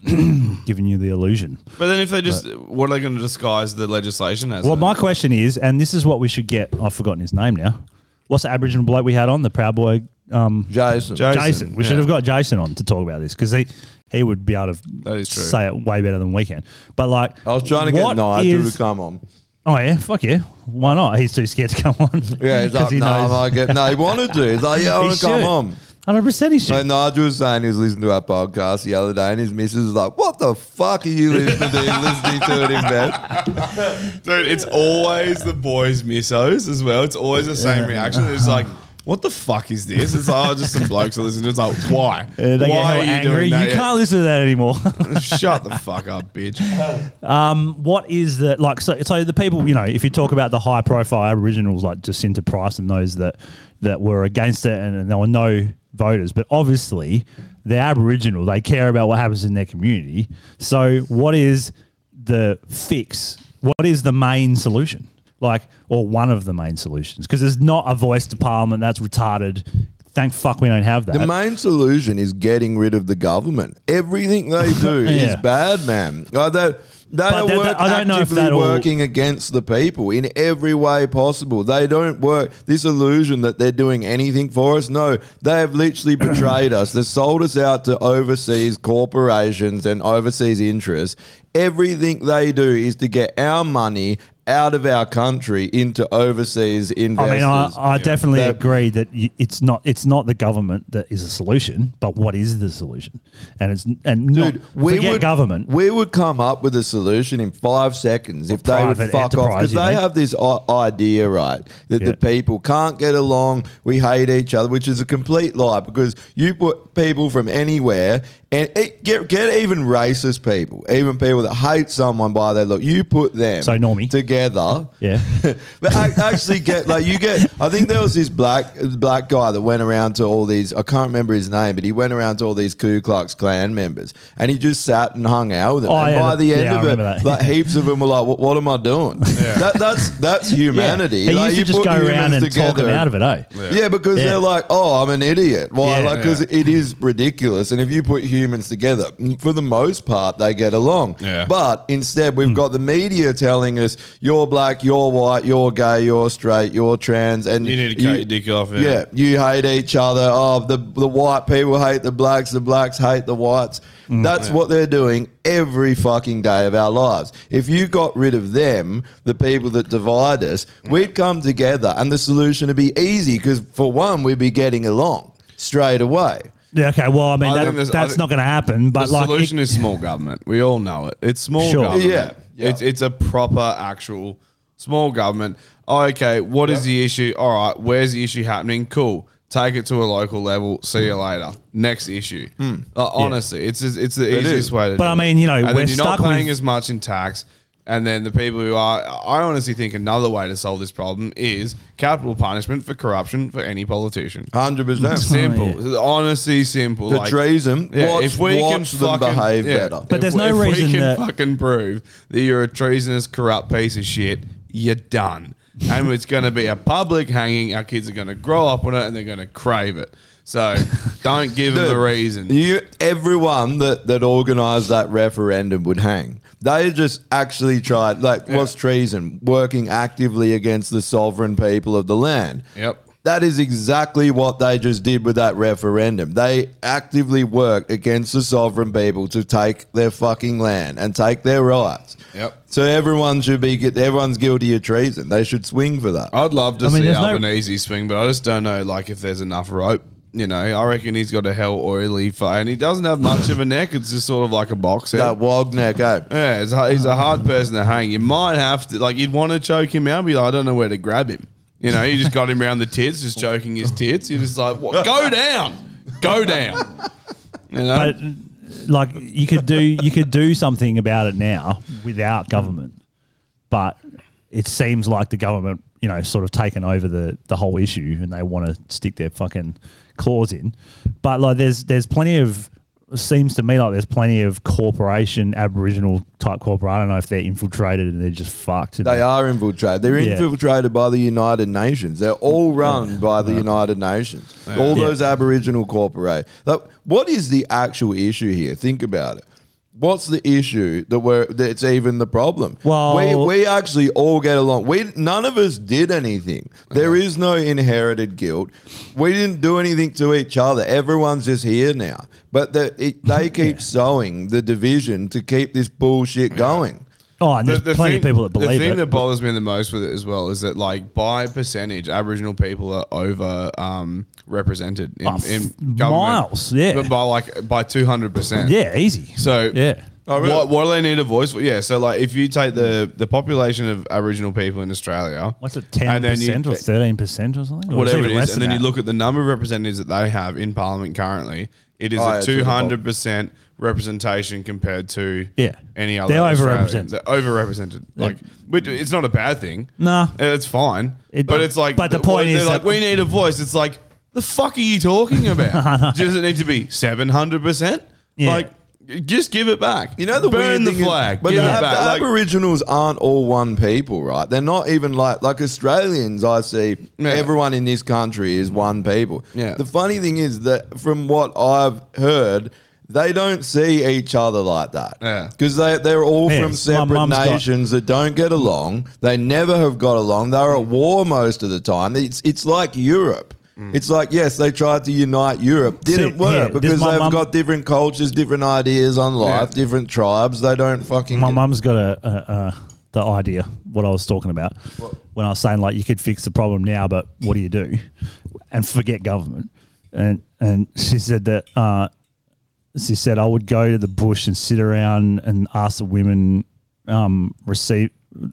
[SPEAKER 2] giving you the illusion.
[SPEAKER 4] but then if they just, what are they going to disguise the legislation as?
[SPEAKER 2] Well,
[SPEAKER 4] then?
[SPEAKER 2] my question is, and this is what we should get. I've forgotten his name now. What's the Aboriginal bloke we had on the Proud Boy? Um,
[SPEAKER 3] Jason.
[SPEAKER 2] Jason. We should
[SPEAKER 4] yeah.
[SPEAKER 2] have got Jason on to talk about this because he he would be able
[SPEAKER 4] That
[SPEAKER 2] to
[SPEAKER 4] is true.
[SPEAKER 2] say it way better than we can. But like,
[SPEAKER 3] I was trying to
[SPEAKER 2] what
[SPEAKER 3] get Nigel
[SPEAKER 2] is-
[SPEAKER 3] to come on.
[SPEAKER 2] Oh yeah, fuck yeah. Why not? He's too scared to come on.
[SPEAKER 3] Yeah, he's
[SPEAKER 2] 'Cause
[SPEAKER 3] like,
[SPEAKER 2] he
[SPEAKER 3] no, I
[SPEAKER 2] knows-
[SPEAKER 3] like it. No, he wanted to. He's like, yeah, I
[SPEAKER 2] He
[SPEAKER 3] want to come
[SPEAKER 2] should.
[SPEAKER 3] on.
[SPEAKER 2] 100% he should.
[SPEAKER 3] Like Nigel was saying he was listening to our podcast the other day, and his missus was like, "What the fuck are you listening to? listening to it in bed?"
[SPEAKER 4] Dude, it's always the boys' missos as well. It's always the same reaction. It's like, what the fuck is this? It's like, oh, just some blokes are listening. It's like, why?
[SPEAKER 2] Uh, they get
[SPEAKER 4] why
[SPEAKER 2] hell angry. You can't listen to that anymore.
[SPEAKER 4] Shut the fuck up, bitch.
[SPEAKER 2] what is the like? So, so the people, you know, if you talk about the high-profile Aboriginals like Jacinta Price and those that that were against it, and, and there were no voters, but obviously they're Aboriginal. They care about what happens in their community. So, what is the fix? What is the main solution? Like, or one of the main solutions? Because there's not a voice to Parliament. That's retarded. Thank fuck we don't have that.
[SPEAKER 3] The main solution is getting rid of the government. Everything they do
[SPEAKER 2] Yeah.
[SPEAKER 3] is bad, man. Like that. They
[SPEAKER 2] But
[SPEAKER 3] are
[SPEAKER 2] that-
[SPEAKER 3] work,
[SPEAKER 2] I don't know if
[SPEAKER 3] actively
[SPEAKER 2] that'll-
[SPEAKER 3] working against the people in every way possible. They don't work. This illusion that they're doing anything for us, no, they have literally betrayed us. They sold us out to overseas corporations and overseas interests. Everything they do is to get our money out of our country into overseas
[SPEAKER 2] I
[SPEAKER 3] investors.
[SPEAKER 2] mean, I, I definitely
[SPEAKER 3] That-
[SPEAKER 2] agree that y- it's not it's not the government that is a solution, but what is the solution? And it's and not,
[SPEAKER 3] Dude, we
[SPEAKER 2] forget
[SPEAKER 3] would
[SPEAKER 2] government.
[SPEAKER 3] We would come up with a solution in five seconds if they would
[SPEAKER 2] Private
[SPEAKER 3] fuck off
[SPEAKER 2] enterprise,
[SPEAKER 3] because
[SPEAKER 2] you
[SPEAKER 3] they
[SPEAKER 2] mean?
[SPEAKER 3] have this i- idea, right, that the
[SPEAKER 2] Yeah.
[SPEAKER 3] people can't get along. We hate each other, which is a complete lie because you put people from anywhere and e, it, get get even racist people, even people that hate someone by their look. You put them
[SPEAKER 2] So normie.
[SPEAKER 3] to together.
[SPEAKER 2] Yeah.
[SPEAKER 3] but I actually get like you get. I think there was this black black guy that went around to all these. I can't remember his name, but he went around to all these Ku Klux Klan members, and he just sat and hung out with them.
[SPEAKER 2] Oh,
[SPEAKER 3] and
[SPEAKER 2] yeah,
[SPEAKER 3] by the
[SPEAKER 2] yeah,
[SPEAKER 3] end
[SPEAKER 2] I
[SPEAKER 3] of it,
[SPEAKER 2] remember that.
[SPEAKER 3] like heaps of them were like, "What, what am I doing?" That, that's that's humanity.
[SPEAKER 2] He
[SPEAKER 3] Like,
[SPEAKER 2] used
[SPEAKER 3] you
[SPEAKER 2] to just
[SPEAKER 3] put
[SPEAKER 2] go around
[SPEAKER 3] humans
[SPEAKER 2] and talk him
[SPEAKER 3] together.
[SPEAKER 2] out of it, eh?
[SPEAKER 3] Yeah, because
[SPEAKER 2] Yeah.
[SPEAKER 3] they're like, oh, I'm an idiot. Why?
[SPEAKER 2] Yeah.
[SPEAKER 3] like, because it is ridiculous. And if you put humans together, m- for the most part, they get along.
[SPEAKER 4] Yeah.
[SPEAKER 3] But instead,
[SPEAKER 2] Hmm.
[SPEAKER 3] we've got the media telling us you're black, you're white, you're gay, you're straight, you're trans, and
[SPEAKER 4] You need to cut your dick off.
[SPEAKER 3] Yeah. you hate each other. Oh, the the white people hate the blacks, the blacks hate the whites.
[SPEAKER 4] Mm,
[SPEAKER 3] That's what they're doing every fucking day of our lives. If you got rid of them, the people that divide us, we'd come together and the solution would be easy because, for one, we'd be getting along straight away.
[SPEAKER 2] Yeah, okay. Well, I mean,
[SPEAKER 4] I
[SPEAKER 2] that,
[SPEAKER 4] think there's- I
[SPEAKER 2] that's
[SPEAKER 4] think-
[SPEAKER 2] not going to happen. But
[SPEAKER 4] the
[SPEAKER 2] like,
[SPEAKER 4] solution
[SPEAKER 2] it-
[SPEAKER 4] is small government. We all know it. It's small
[SPEAKER 2] Sure.
[SPEAKER 4] government.
[SPEAKER 3] Yeah. Yeah.
[SPEAKER 4] It's it's a proper actual small government. Oh, okay, What is the issue? All right, where's the issue happening? Cool. Take it to a local level. See you later. Next issue. Uh, honestly, it's it's it's the easiest way to.
[SPEAKER 2] But
[SPEAKER 4] do
[SPEAKER 2] I
[SPEAKER 4] it.
[SPEAKER 2] mean, you know,
[SPEAKER 4] and
[SPEAKER 2] we're
[SPEAKER 4] then you're not
[SPEAKER 2] stuck
[SPEAKER 4] paying
[SPEAKER 2] with-
[SPEAKER 4] as much in tax. And then the people who are, I honestly think another way to solve this problem is capital punishment for corruption for any politician.
[SPEAKER 2] Oh,
[SPEAKER 3] 100%.
[SPEAKER 4] Simple, honestly, simple.
[SPEAKER 3] To
[SPEAKER 4] like,
[SPEAKER 3] trees them, watch- watch them behave better.
[SPEAKER 2] But there's no
[SPEAKER 4] if
[SPEAKER 2] reason
[SPEAKER 4] we can
[SPEAKER 2] that-
[SPEAKER 4] fucking prove that you're a treasonous, corrupt piece of shit. You're done, and it's going to be a public hanging. Our kids are going to grow up on it, and they're going to crave it. So don't give them the
[SPEAKER 3] Dude,
[SPEAKER 4] reason.
[SPEAKER 3] You, everyone that, that organised that referendum would hang. They just actually tried, like, what's treason? Working actively against the sovereign people of the land.
[SPEAKER 4] Yep.
[SPEAKER 3] That is exactly what they just did with that referendum. They actively worked against the sovereign people to take their fucking land and take their rights.
[SPEAKER 4] Yep.
[SPEAKER 3] So everyone should be, gu- everyone's guilty of treason. They should swing for that.
[SPEAKER 4] I'd love to
[SPEAKER 2] I mean,
[SPEAKER 4] see
[SPEAKER 2] there's no-
[SPEAKER 4] Albanese swing, but I just don't know, like, if there's enough rope. You know, I reckon he's got a hell oily fight, and he doesn't have much of a neck. It's just sort of like a box. head.
[SPEAKER 3] That wog neck, eh?
[SPEAKER 4] Yeah, it's, a- he's a hard person to hang. You might have to, like, you'd want to choke him out, but I don't know where to grab him. You know, you just got him around the tits, just choking his tits. You're just like, what? go down, go down. You know,
[SPEAKER 2] but like, you could do you could do something about it now without government. But it seems like the government, you know, sort of taken over the the whole issue, and they want to stick their fucking claws in. But like, there's there's plenty of seems to me like there's plenty of corporation Aboriginal type corporate. I don't know if they're infiltrated and they're just fucked.
[SPEAKER 3] They are infiltrated. They're
[SPEAKER 2] Yeah.
[SPEAKER 3] infiltrated by the United Nations. They're all run by the United Nations. All
[SPEAKER 2] Yeah.
[SPEAKER 3] those Aboriginal corporate. Like, what is the actual issue here? Think about it. What's the issue that we're that's even the problem?
[SPEAKER 2] Well-
[SPEAKER 3] we, we actually all get along. We none of us did anything. There is no inherited guilt. We didn't do anything to each other. Everyone's just here now. But the, it, they keep sowing the division to keep this bullshit going.
[SPEAKER 2] Oh, and there's plenty of people that
[SPEAKER 4] The
[SPEAKER 2] believe
[SPEAKER 4] thing
[SPEAKER 2] it.
[SPEAKER 4] that bothers me the most with it as well is that, like, by percentage, Aboriginal people are over um, represented in,
[SPEAKER 2] Oh, f-
[SPEAKER 4] in government.
[SPEAKER 2] miles, yeah.
[SPEAKER 4] But by like by two hundred percent.
[SPEAKER 2] yeah, easy.
[SPEAKER 4] So
[SPEAKER 2] yeah.
[SPEAKER 4] what, what do they need a voice for? Yeah, so like if you take the the population of Aboriginal people in Australia,
[SPEAKER 2] What's it,
[SPEAKER 4] and
[SPEAKER 2] ten
[SPEAKER 4] then you-
[SPEAKER 2] percent or thirteen percent or something? Or
[SPEAKER 4] whatever
[SPEAKER 2] even
[SPEAKER 4] it
[SPEAKER 2] less
[SPEAKER 4] is, and
[SPEAKER 2] than
[SPEAKER 4] then you
[SPEAKER 2] that.
[SPEAKER 4] look at the number of representatives that they have in Parliament currently, it is
[SPEAKER 3] Oh, yeah,
[SPEAKER 4] a
[SPEAKER 3] it's a good
[SPEAKER 4] two
[SPEAKER 3] point.
[SPEAKER 4] hundred percent representation compared to
[SPEAKER 2] Yeah.
[SPEAKER 4] any other.
[SPEAKER 2] They're
[SPEAKER 4] Australian.
[SPEAKER 2] overrepresented.
[SPEAKER 4] They're overrepresented. Like, which, it's not a bad thing.
[SPEAKER 2] Nah.
[SPEAKER 4] And it's fine.
[SPEAKER 2] It-
[SPEAKER 4] but it's like,
[SPEAKER 2] but the
[SPEAKER 4] th- well,
[SPEAKER 2] point
[SPEAKER 4] they're
[SPEAKER 2] is
[SPEAKER 4] like
[SPEAKER 2] that-
[SPEAKER 4] we need a voice. It's like the fuck are you talking about? Does it need to be seven hundred percent?
[SPEAKER 2] Yeah.
[SPEAKER 4] Like. Just give it back.
[SPEAKER 3] You know the
[SPEAKER 4] burn
[SPEAKER 3] weird
[SPEAKER 4] the
[SPEAKER 3] thing is-
[SPEAKER 4] flag,
[SPEAKER 3] but
[SPEAKER 4] give
[SPEAKER 3] the,
[SPEAKER 4] it
[SPEAKER 3] Ab-
[SPEAKER 4] back.
[SPEAKER 3] the
[SPEAKER 4] Like-
[SPEAKER 3] Aboriginals aren't all one people, right? They're not even like like Australians. I see
[SPEAKER 4] Yeah.
[SPEAKER 3] everyone in this country is one people.
[SPEAKER 4] Yeah.
[SPEAKER 3] The funny thing is that from what I've heard. They don't see each other like that
[SPEAKER 4] Yeah.
[SPEAKER 3] because they they're all
[SPEAKER 2] Yeah,
[SPEAKER 3] from
[SPEAKER 2] my
[SPEAKER 3] separate
[SPEAKER 2] mum's got-
[SPEAKER 3] nations that don't get along. They never have got along. They're at war most of the time. It's it's like Europe.
[SPEAKER 4] Mm.
[SPEAKER 3] It's like yes, they tried to unite Europe, didn't
[SPEAKER 2] See, yeah,
[SPEAKER 3] work
[SPEAKER 2] this
[SPEAKER 3] because
[SPEAKER 2] my
[SPEAKER 3] they've
[SPEAKER 2] mum-
[SPEAKER 3] got different cultures, different ideas on life,
[SPEAKER 4] Yeah.
[SPEAKER 3] different tribes. They don't fucking.
[SPEAKER 2] My
[SPEAKER 3] get-
[SPEAKER 2] mum's got a, a, a the idea what I was talking about when I was saying like you could fix the problem now, but what do you do? And forget government. And and she said that uh, she said I would go to the bush and sit around and ask the women um, receive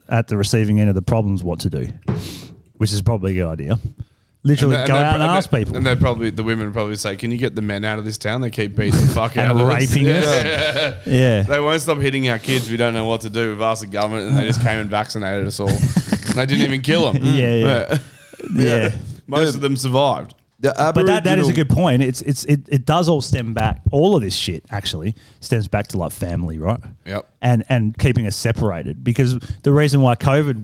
[SPEAKER 2] at the receiving end of the problems what to do, which is probably a good idea. literally
[SPEAKER 4] And
[SPEAKER 2] go
[SPEAKER 4] they'd
[SPEAKER 2] out and
[SPEAKER 4] pro-
[SPEAKER 2] ask
[SPEAKER 4] they-
[SPEAKER 2] people
[SPEAKER 4] And they probably the women would probably say, "Can you get the men out of this town? They keep beating the fuck out
[SPEAKER 2] and
[SPEAKER 4] of
[SPEAKER 2] raping
[SPEAKER 4] us.
[SPEAKER 2] us. Yeah.
[SPEAKER 4] They won't stop hitting our kids. We don't know what to do. We've asked the government, and they just came and vaccinated us all. they didn't even kill them.
[SPEAKER 2] Yeah, yeah. yeah.
[SPEAKER 4] Most of them survived.
[SPEAKER 3] The
[SPEAKER 2] But that, that is a
[SPEAKER 3] Aboriginal-
[SPEAKER 2] good point. It's it's it, it does all stem back. All of this shit actually stems back to like family, right?
[SPEAKER 4] Yep.
[SPEAKER 2] And and keeping us separated because the reason why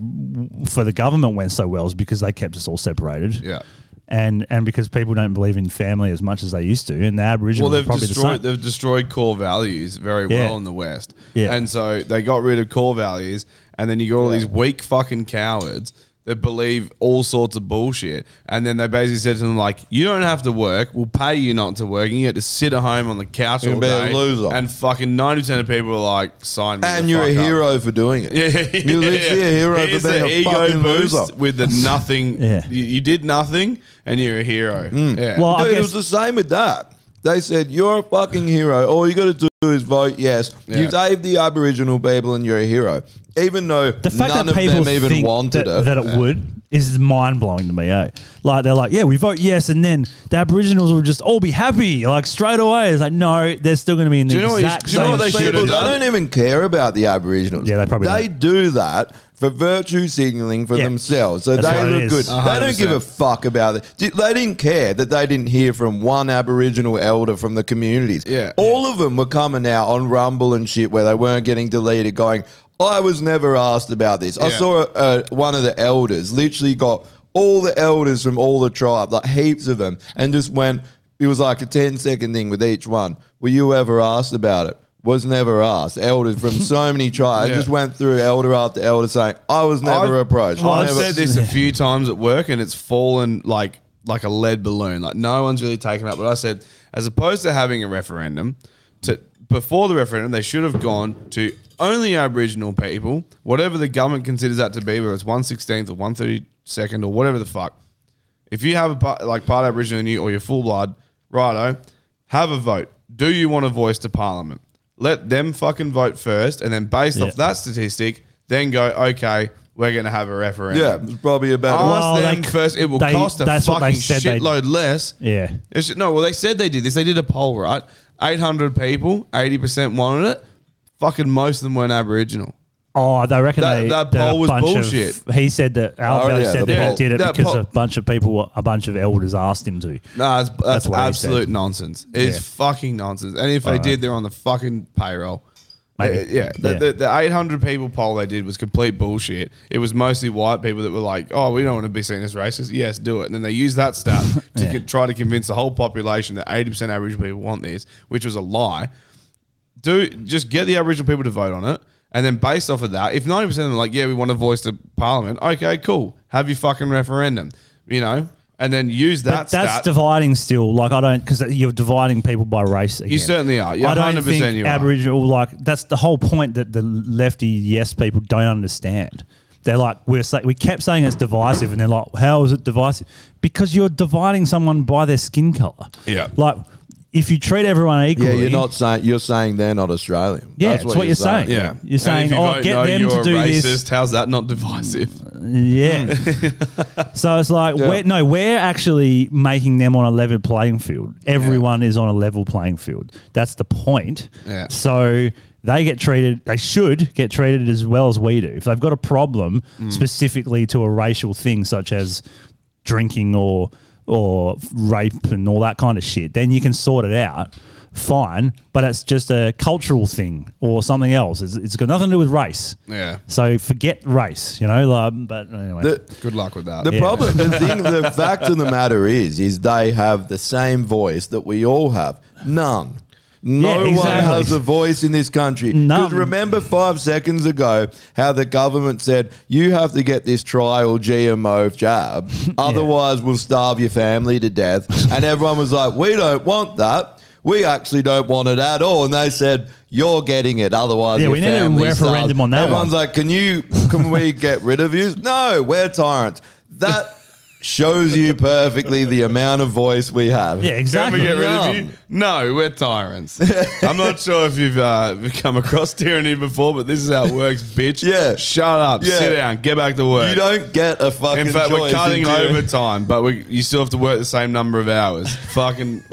[SPEAKER 2] COVID for the government went so well is because they kept us all separated.
[SPEAKER 4] Yeah.
[SPEAKER 2] And and because people don't believe in family as much as they used to, and the Aboriginal
[SPEAKER 4] Well, they've
[SPEAKER 2] probably
[SPEAKER 4] destroyed
[SPEAKER 2] the same.
[SPEAKER 4] they've destroyed core values very
[SPEAKER 2] Yeah.
[SPEAKER 4] well in the West.
[SPEAKER 2] Yeah.
[SPEAKER 4] And so they got rid of core values, and then you got all these weak fucking cowards that believe all sorts of bullshit. And then they basically said to them like, "You don't have to work. We'll pay you not to work, and you get to sit at home on the couch
[SPEAKER 3] You're
[SPEAKER 4] all
[SPEAKER 3] a bit of a
[SPEAKER 4] day."
[SPEAKER 3] loser.
[SPEAKER 4] And fucking ninety percent of people are like, "Sign me."
[SPEAKER 3] And
[SPEAKER 4] the
[SPEAKER 3] you're a
[SPEAKER 4] fuck up."
[SPEAKER 3] hero for doing it.
[SPEAKER 4] Yeah,
[SPEAKER 3] You're literally a hero
[SPEAKER 4] Here's
[SPEAKER 3] for being
[SPEAKER 4] the
[SPEAKER 3] a fucking loser.
[SPEAKER 4] with the nothing.
[SPEAKER 2] Yeah. Mm.
[SPEAKER 4] you, you did nothing, and you're a hero. Yeah.
[SPEAKER 2] Well, I
[SPEAKER 3] Dude, it
[SPEAKER 2] guess-
[SPEAKER 3] was the same with that. They said, You're a fucking hero. All you got to do is vote yes. You
[SPEAKER 4] Yeah.
[SPEAKER 3] save the Aboriginal people and you're a hero. Even though
[SPEAKER 2] The fact
[SPEAKER 3] none
[SPEAKER 2] that
[SPEAKER 3] of
[SPEAKER 2] people
[SPEAKER 3] them even
[SPEAKER 2] think
[SPEAKER 3] wanted
[SPEAKER 2] that,
[SPEAKER 3] it.
[SPEAKER 2] that it would is mind blowing to me. Eh? Like they're like, yeah, we vote yes, and then the Aboriginals will just all be happy, like straight away. It's like, no, they're still going to be in the
[SPEAKER 4] Do you know what-
[SPEAKER 2] exact
[SPEAKER 4] do you know
[SPEAKER 2] same
[SPEAKER 4] what they
[SPEAKER 2] shit.
[SPEAKER 4] should
[SPEAKER 3] People,
[SPEAKER 4] have
[SPEAKER 3] they
[SPEAKER 4] done it.
[SPEAKER 3] don't even care about the Aboriginals.
[SPEAKER 2] Yeah, they probably
[SPEAKER 3] They
[SPEAKER 2] don't.
[SPEAKER 3] do that for virtue signaling for
[SPEAKER 2] Yeah.
[SPEAKER 3] themselves. So
[SPEAKER 2] That's
[SPEAKER 3] they
[SPEAKER 2] what it
[SPEAKER 3] look
[SPEAKER 2] is.
[SPEAKER 3] good. They don't
[SPEAKER 4] 100%.
[SPEAKER 3] give a fuck about it. Di- They didn't care that they didn't hear from one Aboriginal elder from the communities.
[SPEAKER 4] Yeah.
[SPEAKER 3] All of them were coming out on Rumble and shit where they weren't getting deleted going, I was never asked about this. I
[SPEAKER 4] Yeah.
[SPEAKER 3] saw uh, one of the elders literally got all the elders from all the tribe, like heaps of them, and just went, it was like a 10 second thing with each one. Were you ever asked about it? Was never asked. Elders from so many tribes
[SPEAKER 4] Yeah.
[SPEAKER 3] just went through elder after elder saying, I was never
[SPEAKER 4] I've-
[SPEAKER 3] approached. I
[SPEAKER 4] I've
[SPEAKER 3] never-
[SPEAKER 4] said this a few times at work, and it's fallen like like a lead balloon. Like no one's really taken up. But I said, as opposed to having a referendum, to before the referendum, they should have gone to only Aboriginal people, whatever the government considers that to be, whether it's one sixteenth or one thirty second or whatever the fuck. If you have a part, like part Aboriginal in you or you're full blood, righto, have a vote. Do you want a voice to Parliament? Let them fucking vote first, and then based
[SPEAKER 2] Yeah.
[SPEAKER 4] off that statistic, then go okay. We're going to have a referendum.
[SPEAKER 3] Yeah, it's probably about.
[SPEAKER 4] Ask
[SPEAKER 2] Well,
[SPEAKER 4] them
[SPEAKER 2] Oh, they-
[SPEAKER 4] Uh, first. It will
[SPEAKER 2] they-
[SPEAKER 4] cost a
[SPEAKER 2] that's what they
[SPEAKER 4] fucking
[SPEAKER 2] said they-
[SPEAKER 4] shitload less.
[SPEAKER 2] Yeah.
[SPEAKER 4] It's- no, well, they said they did this. They did a poll, right? 800 people, 80% wanted it. Fucking most of them weren't Aboriginal.
[SPEAKER 2] Oh, they reckon
[SPEAKER 4] That-
[SPEAKER 2] they,
[SPEAKER 4] that
[SPEAKER 2] that
[SPEAKER 4] poll
[SPEAKER 2] a
[SPEAKER 4] was
[SPEAKER 2] bunch
[SPEAKER 4] bullshit.
[SPEAKER 2] Of, he said that Al
[SPEAKER 3] Oh,
[SPEAKER 2] Valley
[SPEAKER 3] yeah,
[SPEAKER 2] said
[SPEAKER 3] the
[SPEAKER 2] that
[SPEAKER 4] poll.
[SPEAKER 2] he did it
[SPEAKER 4] That
[SPEAKER 2] because
[SPEAKER 4] poll-
[SPEAKER 2] a bunch of people, were- a bunch of elders asked him to.
[SPEAKER 4] No, it's, that's,
[SPEAKER 2] what he said.
[SPEAKER 4] absolute nonsense. It's
[SPEAKER 2] Yeah.
[SPEAKER 4] fucking nonsense. And if they did, they're on the fucking payroll.
[SPEAKER 2] Maybe.
[SPEAKER 4] Uh, yeah, the,
[SPEAKER 2] Yeah.
[SPEAKER 4] The, the 800 people poll they did was complete bullshit. It was mostly white people that were like, "Oh, we don't want to be seen as racist." Yes, do it. And then they used that stat to
[SPEAKER 2] Yeah.
[SPEAKER 4] co- try to convince the whole population that 80% Aboriginal people want this, which was a lie. Do just get the Aboriginal people to vote on it, and then based off of that, if 90% of them are like, "Yeah, we want a voice to Parliament," okay, cool, have your fucking referendum, you know, and then use that.
[SPEAKER 2] But that's
[SPEAKER 4] stat.
[SPEAKER 2] dividing still. Like I don't because you're dividing people by race. Again.
[SPEAKER 4] certainly are. Yeah,
[SPEAKER 2] I don't
[SPEAKER 4] 100%
[SPEAKER 2] think
[SPEAKER 4] you are.
[SPEAKER 2] Aboriginal like that's the whole point that the lefty yes people don't understand. They're like we're say, we kept saying it's divisive, and they're like, how is it divisive? Because you're dividing someone by their skin color.
[SPEAKER 4] Yeah.
[SPEAKER 2] Like if you treat everyone
[SPEAKER 3] Yeah,
[SPEAKER 2] equally,
[SPEAKER 3] you're not saying you're saying they're not Australian.
[SPEAKER 2] Yeah, that's what, you're saying.
[SPEAKER 4] Yeah.
[SPEAKER 2] You're saying,
[SPEAKER 4] And if you
[SPEAKER 2] oh,
[SPEAKER 4] vote
[SPEAKER 2] get
[SPEAKER 4] no,
[SPEAKER 2] them
[SPEAKER 4] you're
[SPEAKER 2] to
[SPEAKER 4] a
[SPEAKER 2] do
[SPEAKER 4] racist,
[SPEAKER 2] this.
[SPEAKER 4] How's that not divisive?
[SPEAKER 2] Yeah.
[SPEAKER 4] Hmm.
[SPEAKER 2] so it's like we're no, we're actually making them on a level playing field. Everyone is on a level playing field. That's the point.
[SPEAKER 4] Yeah.
[SPEAKER 2] So they get treated they should get treated as well as we do. If they've got a problem
[SPEAKER 4] Hmm.
[SPEAKER 2] specifically to a racial thing such as drinking or or rape and all that kind of shit, then you can sort it out. Fine, but it's just a cultural thing or something else. It's, it's got nothing to do with race.
[SPEAKER 4] Yeah.
[SPEAKER 2] So forget race, you know. Like, but anyway,
[SPEAKER 4] Good luck with that.
[SPEAKER 3] The problem, the thing, the fact of the matter is, is they have the same voice that we all have. None. No
[SPEAKER 2] Yeah,
[SPEAKER 3] one
[SPEAKER 2] exactly.
[SPEAKER 3] has a voice in this country. 'Cause
[SPEAKER 2] None.
[SPEAKER 3] Remember five seconds ago how the government said you have to get this trial GMO jab, otherwise we'll starve your family to death. And everyone was like, "We don't want that. We actually don't want it at all." And they said, "You're getting it, otherwise."
[SPEAKER 2] Yeah,
[SPEAKER 3] your
[SPEAKER 2] we need a
[SPEAKER 3] family
[SPEAKER 2] referendum
[SPEAKER 3] starves."
[SPEAKER 2] on that
[SPEAKER 3] Everyone's
[SPEAKER 2] one.
[SPEAKER 3] like, can you, can we get rid of you? No, we're tyrants. That shows you perfectly the amount of voice we have.
[SPEAKER 2] Yeah,
[SPEAKER 4] Can we
[SPEAKER 2] exactly.
[SPEAKER 4] get rid of you? No, we're tyrants. I'm not sure if you've uh, come across tyranny before, but this is how it works, bitch.
[SPEAKER 3] Yeah.
[SPEAKER 4] Shut up.
[SPEAKER 3] Yeah.
[SPEAKER 4] Sit down. Get back to work.
[SPEAKER 3] You don't get a fucking
[SPEAKER 4] In fact, we're
[SPEAKER 3] choice
[SPEAKER 4] cutting
[SPEAKER 3] in doing-
[SPEAKER 4] overtime, but we, you still have to work the same number of hours. Fucking.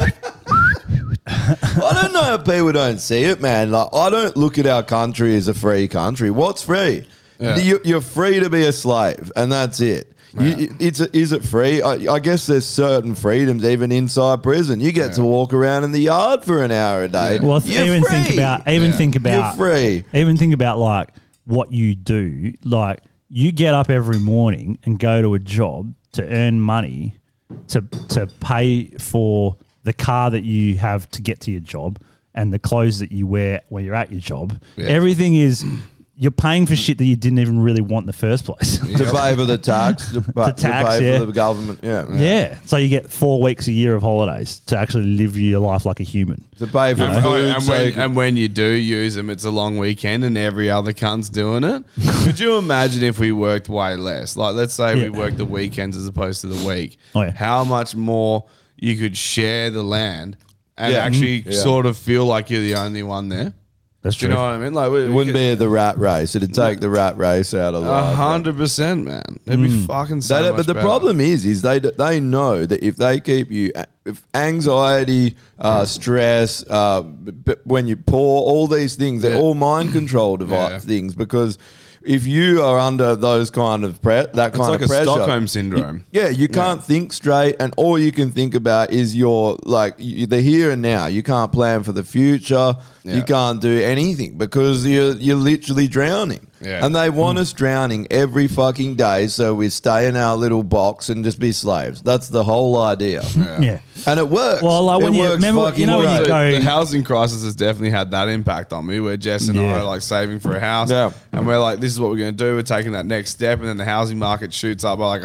[SPEAKER 3] I don't know if people don't see it, man. Like, I don't look at our country as a free country. What's free?
[SPEAKER 4] Yeah.
[SPEAKER 3] You, you're free to be a slave, and that's it. You, it's a, is it free? I, I guess there's certain freedoms even inside prison. You get to walk around in the yard for an hour a day.
[SPEAKER 2] Well, th-
[SPEAKER 3] You're
[SPEAKER 2] even think
[SPEAKER 3] free.
[SPEAKER 2] about even think about
[SPEAKER 3] You're free.
[SPEAKER 2] even think about like what you do. Like you get up every morning and go to a job to earn money to to pay for the car that you have to get to your job and the clothes that you wear when you're at your job. Everything is you're paying for shit that you didn't even really want in the first place.
[SPEAKER 3] to pay for the tax, to, pa-
[SPEAKER 2] The tax,
[SPEAKER 3] to pay
[SPEAKER 2] yeah.
[SPEAKER 3] for the government, yeah,
[SPEAKER 2] yeah. So you get four weeks a year of holidays to actually live your life like a human.
[SPEAKER 3] to pay for
[SPEAKER 4] And,
[SPEAKER 3] food.
[SPEAKER 4] and
[SPEAKER 3] so you
[SPEAKER 4] when,
[SPEAKER 3] can-
[SPEAKER 4] and when you do use them, it's a long weekend, and every other cunt's doing it. Could you imagine if we worked way less? Like, let's say
[SPEAKER 2] Yeah.
[SPEAKER 4] we worked the weekends as opposed to the week.
[SPEAKER 2] Oh, yeah.
[SPEAKER 4] How much more you could share the land and
[SPEAKER 3] Yeah. Mm-hmm.
[SPEAKER 4] actually
[SPEAKER 3] Yeah.
[SPEAKER 4] sort of feel like you're the only one there?
[SPEAKER 2] That's
[SPEAKER 4] Do
[SPEAKER 2] true.
[SPEAKER 4] you know what I mean? Like, we,
[SPEAKER 3] it wouldn't be the rat race. It'd take the rat race out of
[SPEAKER 4] a
[SPEAKER 3] life.
[SPEAKER 4] hundred percent, man. It'd be fucking. So
[SPEAKER 3] They don't- Mm.
[SPEAKER 4] much
[SPEAKER 3] but the
[SPEAKER 4] better.
[SPEAKER 3] problem is, is they they know that if they keep you, uh, if anxiety, uh, stress, uh, b- b- when you're poor, all these things, they're all mind control device
[SPEAKER 4] Yeah.
[SPEAKER 3] things because. If you are under those kind of pre- that kind
[SPEAKER 4] it's like
[SPEAKER 3] of
[SPEAKER 4] a
[SPEAKER 3] pressure,
[SPEAKER 4] Stockholm syndrome.
[SPEAKER 3] yeah, you can't think straight, and all you can think about is your like you, the here and now. You can't plan for the future.
[SPEAKER 4] Yeah.
[SPEAKER 3] You can't do anything because you're you're literally drowning.
[SPEAKER 4] Yeah.
[SPEAKER 3] And they want us drowning every fucking day, so we stay in our little box and just be slaves. That's the whole idea.
[SPEAKER 2] Yeah.
[SPEAKER 3] And it works.
[SPEAKER 2] Well, like,
[SPEAKER 3] it
[SPEAKER 2] when you- remember- you know when you
[SPEAKER 3] great.
[SPEAKER 2] go-
[SPEAKER 4] The, the housing crisis has definitely had that impact on me. Where Jess and I
[SPEAKER 2] Yeah.
[SPEAKER 4] are like saving for a house,
[SPEAKER 3] Yeah.
[SPEAKER 4] and we're like, "This is what we're going to do." We're taking that next step, and then the housing market shoots up by like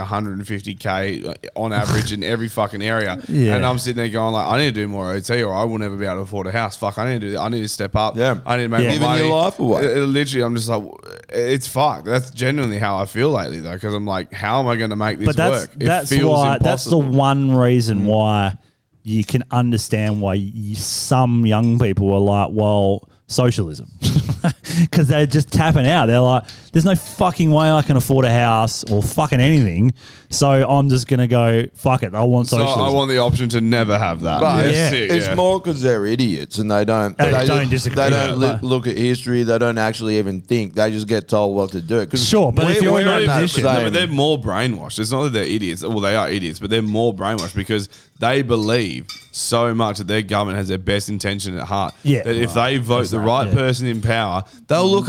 [SPEAKER 4] 150k uh, on average in every fucking area.
[SPEAKER 2] Yeah.
[SPEAKER 4] And I'm sitting there going, "Like, I need to do more OT, or I will never be able to afford a house. Fuck, I need to do. I need to step up.
[SPEAKER 3] Yeah.
[SPEAKER 4] I need to make
[SPEAKER 2] Yeah.
[SPEAKER 4] more
[SPEAKER 3] Giving
[SPEAKER 4] money.
[SPEAKER 3] your life away.
[SPEAKER 4] It- it literally, I'm just like, it's fucked. That's genuinely how I feel lately, though, because I'm like, how am I going to make this
[SPEAKER 2] but that's
[SPEAKER 4] work? It
[SPEAKER 2] that's
[SPEAKER 4] feels
[SPEAKER 2] why that's the
[SPEAKER 4] impossible. Mm.
[SPEAKER 2] one reason why you can understand why you, some young people are like, well, socialism, because they're just tapping out. They're like, there's no fucking way I can afford a house or fucking anything, so I'm just gonna go fuck it. I want
[SPEAKER 4] So
[SPEAKER 2] socialism.
[SPEAKER 4] I want the option to never have that.
[SPEAKER 3] But
[SPEAKER 4] That's
[SPEAKER 2] Yeah.
[SPEAKER 4] sick,
[SPEAKER 3] It's
[SPEAKER 4] yeah.
[SPEAKER 3] more because they're idiots and they don't.
[SPEAKER 2] They
[SPEAKER 3] just-
[SPEAKER 2] don't disagree.
[SPEAKER 3] They don't
[SPEAKER 2] Yeah.
[SPEAKER 3] li- look at history. They don't actually even think. They just get told what to do. 'Cause
[SPEAKER 2] Sure, but
[SPEAKER 3] we-
[SPEAKER 2] if you're
[SPEAKER 3] we're
[SPEAKER 2] in that
[SPEAKER 3] in that
[SPEAKER 2] position-
[SPEAKER 3] same-
[SPEAKER 4] No, but they're more brainwashed. It's not that they're idiots. Well, they are idiots, but they're more brainwashed because they believe so much that their government has their best intention at heart.
[SPEAKER 2] Yeah.
[SPEAKER 4] That if they vote the right
[SPEAKER 2] yeah.
[SPEAKER 4] person in power, they'll look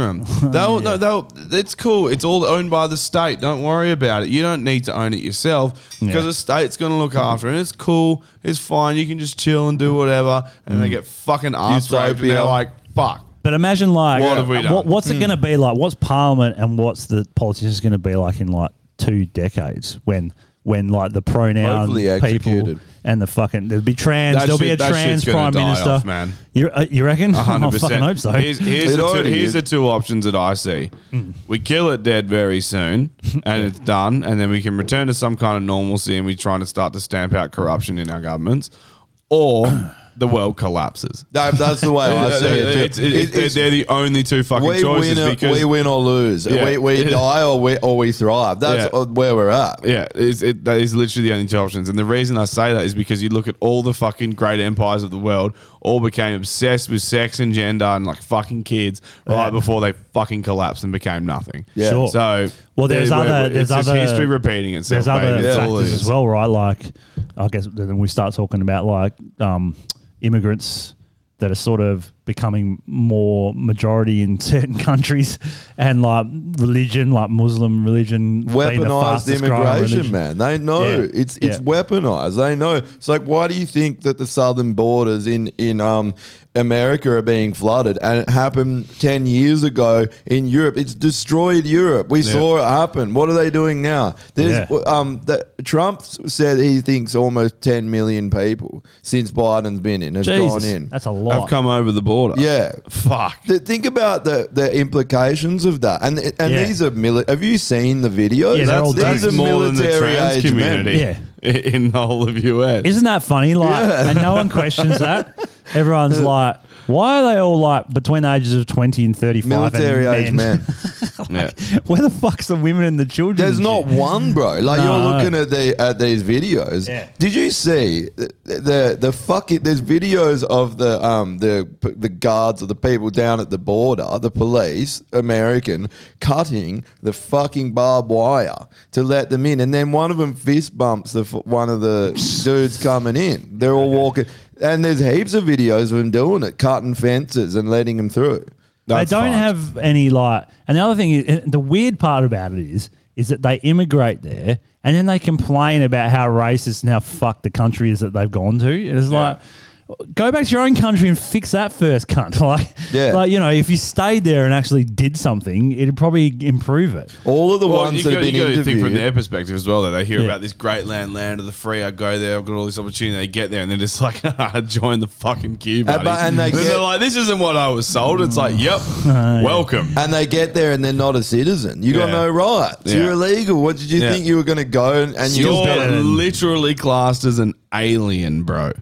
[SPEAKER 4] them. They'll, no, they'll, it's cool. It's all owned by the state. Don't worry about it. You don't need to own it yourself because
[SPEAKER 2] Yeah.
[SPEAKER 4] the state's going to look after it. And it's cool. It's fine. You can just chill and do whatever. And
[SPEAKER 2] Mm.
[SPEAKER 4] they get fucking ass raped and
[SPEAKER 3] Utopia.
[SPEAKER 4] they're like, fuck.
[SPEAKER 2] but imagine like,
[SPEAKER 4] What have we done? Hmm.
[SPEAKER 2] what- what's it gonna be like? What's Parliament and what's the politicians gonna be like in like two decades when? When like the pronoun
[SPEAKER 3] Hopefully
[SPEAKER 2] people
[SPEAKER 3] executed.
[SPEAKER 2] and the fucking there'll be trans,
[SPEAKER 4] That
[SPEAKER 2] there'll be
[SPEAKER 4] shit-
[SPEAKER 2] a
[SPEAKER 4] that
[SPEAKER 2] trans
[SPEAKER 4] shit's gonna
[SPEAKER 2] prime
[SPEAKER 4] die
[SPEAKER 2] minister,
[SPEAKER 4] off, man.
[SPEAKER 2] You, uh, you reckon?
[SPEAKER 4] hundred
[SPEAKER 2] I fucking
[SPEAKER 4] percent.
[SPEAKER 2] hope so.
[SPEAKER 4] Here's, here's
[SPEAKER 3] It
[SPEAKER 4] the two,
[SPEAKER 3] already
[SPEAKER 4] here's
[SPEAKER 3] is.
[SPEAKER 4] the two options that I see. We kill it dead very soon, and it's done, and then we can return to some kind of normalcy, and we're trying to start to stamp out corruption in our governments, or the world collapses.
[SPEAKER 3] No, that's the way I see it.
[SPEAKER 4] It's-
[SPEAKER 3] too.
[SPEAKER 4] it's-
[SPEAKER 3] It- it's-
[SPEAKER 4] they're the only two fucking
[SPEAKER 3] we
[SPEAKER 4] choices
[SPEAKER 3] win, or,
[SPEAKER 4] because
[SPEAKER 3] we win or lose.
[SPEAKER 4] Yeah.
[SPEAKER 3] We, we die or we or we thrive. That's
[SPEAKER 4] Yeah.
[SPEAKER 3] uh, where we're at.
[SPEAKER 4] Yeah, it's, it, that is literally the only two options. And the reason I say that is because you look at all the fucking great empires of the world, all became obsessed with sex and gender and like fucking kids right
[SPEAKER 2] Yeah.
[SPEAKER 4] before they fucking collapsed and became nothing.
[SPEAKER 3] Yeah.
[SPEAKER 2] Sure.
[SPEAKER 4] So
[SPEAKER 2] Well, there's
[SPEAKER 4] there-
[SPEAKER 2] other-
[SPEAKER 4] we're-
[SPEAKER 2] there's
[SPEAKER 4] it's just
[SPEAKER 2] other-
[SPEAKER 4] history repeating itself.
[SPEAKER 2] There's other
[SPEAKER 4] baby. It's all it
[SPEAKER 2] factors
[SPEAKER 4] is.
[SPEAKER 2] as well, right? Like, I guess then we start talking about like um, immigrants that are sort of becoming more majority in certain countries, and like religion, like Muslim religion, being the
[SPEAKER 3] Weaponized
[SPEAKER 2] fastest growing
[SPEAKER 3] immigration,
[SPEAKER 2] religion.
[SPEAKER 3] man. They know
[SPEAKER 2] Yeah.
[SPEAKER 3] it's it's
[SPEAKER 2] Yeah.
[SPEAKER 3] weaponized. They know. It's like why do you think that the southern borders in in um America are being flooded? And it happened ten years ago in Europe. It's destroyed Europe. We saw it happen. What are they doing now? There's
[SPEAKER 2] Yeah.
[SPEAKER 3] um the, Trump said he thinks almost ten million people since Biden's been in has
[SPEAKER 2] Jesus,
[SPEAKER 3] gone in.
[SPEAKER 2] that's a
[SPEAKER 4] I've
[SPEAKER 2] lot.
[SPEAKER 4] come over the order.
[SPEAKER 3] Yeah.
[SPEAKER 4] Fuck.
[SPEAKER 3] Th- Think about the, the implications of that, and and
[SPEAKER 2] Yeah.
[SPEAKER 3] these are mili- Have you seen the video?
[SPEAKER 2] Yeah, they're all
[SPEAKER 3] these
[SPEAKER 2] dudes.
[SPEAKER 3] are
[SPEAKER 4] more than the
[SPEAKER 3] military
[SPEAKER 4] trans
[SPEAKER 3] age men.
[SPEAKER 4] community
[SPEAKER 2] Yeah.
[SPEAKER 4] in the whole of US.
[SPEAKER 2] Isn't that funny? Like, and no one questions that. Everyone's like, why are they all like between the ages of twenty and thirty-five?
[SPEAKER 3] Military
[SPEAKER 2] and
[SPEAKER 3] age men.
[SPEAKER 4] yeah.
[SPEAKER 2] Where the fuck's the women and the children?
[SPEAKER 3] There's
[SPEAKER 2] and
[SPEAKER 3] not
[SPEAKER 2] shit?
[SPEAKER 3] one, bro. Like
[SPEAKER 2] No.
[SPEAKER 3] you're looking at the at these videos.
[SPEAKER 2] Yeah.
[SPEAKER 3] Did you see the the, the fucking? There's videos of the um the the guards or the people down at the border, the police, American, cutting the fucking barbed wire to let them in, and then one of them fist bumps the f- one of the dudes coming in. They're all walking, and there's heaps of videos of them doing it, cutting fences and letting them through.
[SPEAKER 2] they don't have any like. And the other thing is, and the weird part about it is, is that they immigrate there and then they complain about how racist and how fucked the country is that they've gone to. And It's like, go back to your own country and fix that first, cunt. Like,
[SPEAKER 3] Yeah.
[SPEAKER 2] like you know, if you stayed there and actually did something, it'd probably improve it.
[SPEAKER 3] All of the
[SPEAKER 4] Well,
[SPEAKER 3] ones
[SPEAKER 4] you
[SPEAKER 3] that
[SPEAKER 4] got,
[SPEAKER 3] have been
[SPEAKER 4] you got to think
[SPEAKER 3] interviewed.
[SPEAKER 4] from their perspective as well. That they hear
[SPEAKER 2] Yeah.
[SPEAKER 4] about this great land, land of the free. I go there, I've got all this opportunity. They get there and they're just like, "Ah, join the fucking queue,
[SPEAKER 3] Uh,
[SPEAKER 4] buddy.
[SPEAKER 3] but- and they
[SPEAKER 4] are
[SPEAKER 3] get- Oh,
[SPEAKER 4] like, this isn't what I was sold. It's like, yep, welcome.
[SPEAKER 3] and they get there and they're not a citizen. You got
[SPEAKER 4] Yeah.
[SPEAKER 3] no rights.
[SPEAKER 4] Yeah.
[SPEAKER 3] You're illegal. What did you
[SPEAKER 4] Yeah.
[SPEAKER 3] think you were going to go and, and
[SPEAKER 4] You're
[SPEAKER 3] you're
[SPEAKER 2] better than-
[SPEAKER 4] literally classed as an alien, bro.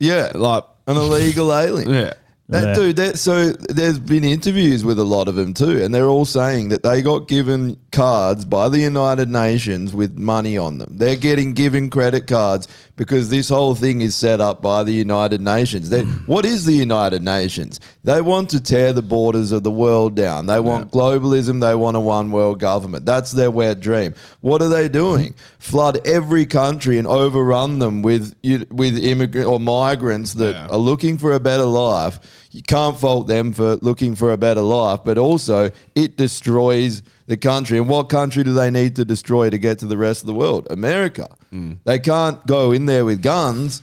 [SPEAKER 3] yeah like an illegal alien?
[SPEAKER 4] Yeah.
[SPEAKER 3] That
[SPEAKER 2] Yeah.
[SPEAKER 3] dude. That so there's been interviews with a lot of them too, and they're all saying that they got given cards by the United Nations with money on them. They're getting given credit cards because this whole thing is set up by the United Nations. They, what is the United Nations? They want to tear the borders of the world down. They want globalism. They want a one world government. That's their wet dream. What are they doing? Flood every country and overrun them with you- with immigrant or migrants that
[SPEAKER 4] Yeah.
[SPEAKER 3] are looking for a better life. You can't fault them for looking for a better life, but also it destroys the country. And what country do they need to destroy to get to the rest of the world? America.
[SPEAKER 4] Mm.
[SPEAKER 3] They can't go in there with guns.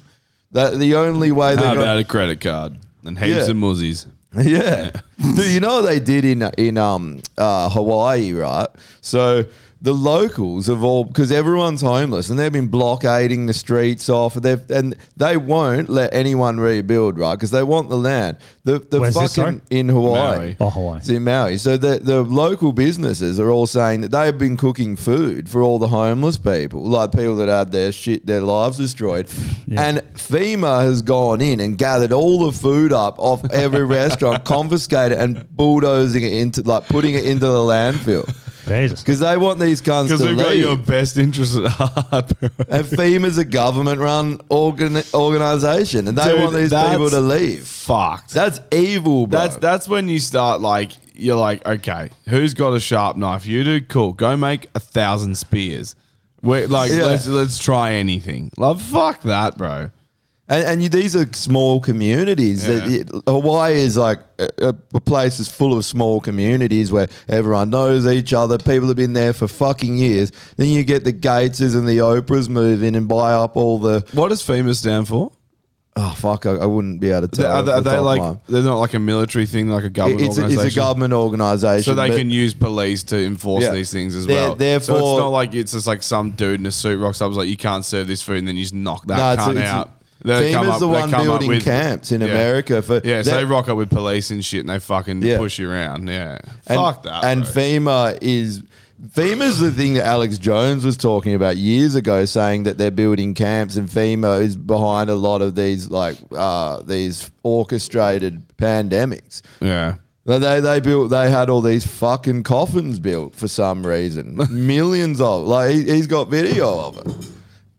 [SPEAKER 3] That the only way they
[SPEAKER 4] How
[SPEAKER 3] got
[SPEAKER 4] about a credit card and heaps
[SPEAKER 3] Yeah.
[SPEAKER 4] of muzzies?
[SPEAKER 3] yeah. Do you know what they did in in um uh, Hawaii, right? So the locals have all because everyone's homeless and they've been blockading the streets off and they've and they won't let anyone rebuild, right? Because they want the land. The the
[SPEAKER 2] Where's
[SPEAKER 3] fucking
[SPEAKER 2] this, sorry?
[SPEAKER 3] in Hawaii.
[SPEAKER 4] Maui.
[SPEAKER 2] Oh, Hawaii.
[SPEAKER 3] It's in Maui. So the, the local businesses are all saying that they've been cooking food for all the homeless people, like people that had their shit, their lives destroyed. And FEMA has gone in and gathered all the food up off every restaurant, confiscated it and bulldozing it into, like putting it into the landfill.
[SPEAKER 2] Jesus.
[SPEAKER 3] Because they want these guns to
[SPEAKER 4] Because we've
[SPEAKER 3] leave.
[SPEAKER 4] got your best interest at heart, bro.
[SPEAKER 3] and FEMA's a government-run organ- organization, and they
[SPEAKER 4] Dude,
[SPEAKER 3] want these
[SPEAKER 4] that's
[SPEAKER 3] people to leave.
[SPEAKER 4] Fucked.
[SPEAKER 3] That's evil, bro.
[SPEAKER 4] That's that's when you start like you're like, okay, who's got a sharp knife? You do, cool. Go make a thousand spears. We're like,
[SPEAKER 3] Yeah.
[SPEAKER 4] let's let's try anything. Like, fuck that, bro.
[SPEAKER 3] And, and you, these are small communities. That
[SPEAKER 4] Yeah.
[SPEAKER 3] you- Hawaii is like a, a place is full of small communities where everyone knows each other. People have been there for fucking years. Then you get the Gateses and the Oprahs move in and buy up all the.
[SPEAKER 4] What does FEMA stand for?
[SPEAKER 3] Oh fuck! I, I wouldn't be able to tell.
[SPEAKER 4] Are they,
[SPEAKER 3] off
[SPEAKER 4] are
[SPEAKER 3] the
[SPEAKER 4] they
[SPEAKER 3] top
[SPEAKER 4] like
[SPEAKER 3] line.
[SPEAKER 4] they're not like a military thing, like a government
[SPEAKER 3] it's, a,
[SPEAKER 4] organization?
[SPEAKER 3] it's a government organization.
[SPEAKER 4] So they
[SPEAKER 3] but-
[SPEAKER 4] can use police to enforce
[SPEAKER 3] Yeah.
[SPEAKER 4] these things as
[SPEAKER 3] They're-
[SPEAKER 4] well. so
[SPEAKER 3] therefore-
[SPEAKER 4] it's not like it's just like some dude in a suit rocks up, and is like you can't serve this food, and then you just knock that
[SPEAKER 3] No, it's-
[SPEAKER 4] cunt
[SPEAKER 3] it's-
[SPEAKER 4] out. They come
[SPEAKER 3] FEMA's
[SPEAKER 4] up-
[SPEAKER 3] the
[SPEAKER 4] they
[SPEAKER 3] one
[SPEAKER 4] come up
[SPEAKER 3] building
[SPEAKER 4] with-
[SPEAKER 3] camps in
[SPEAKER 4] Yeah.
[SPEAKER 3] America for
[SPEAKER 4] Yeah, so
[SPEAKER 3] that-
[SPEAKER 4] they rock up with police and shit, and they fucking
[SPEAKER 3] Yeah.
[SPEAKER 4] push you around. Yeah,
[SPEAKER 3] And-
[SPEAKER 4] fuck that.
[SPEAKER 3] And
[SPEAKER 4] bro.
[SPEAKER 3] FEMA is FEMA's the thing that Alex Jones was talking about years ago, saying that they're building camps, and FEMA is behind a lot of these like uh, these orchestrated pandemics.
[SPEAKER 4] yeah,
[SPEAKER 3] Like, They they built they had all these fucking coffins built for some reason, millions of like he, he's got video of it.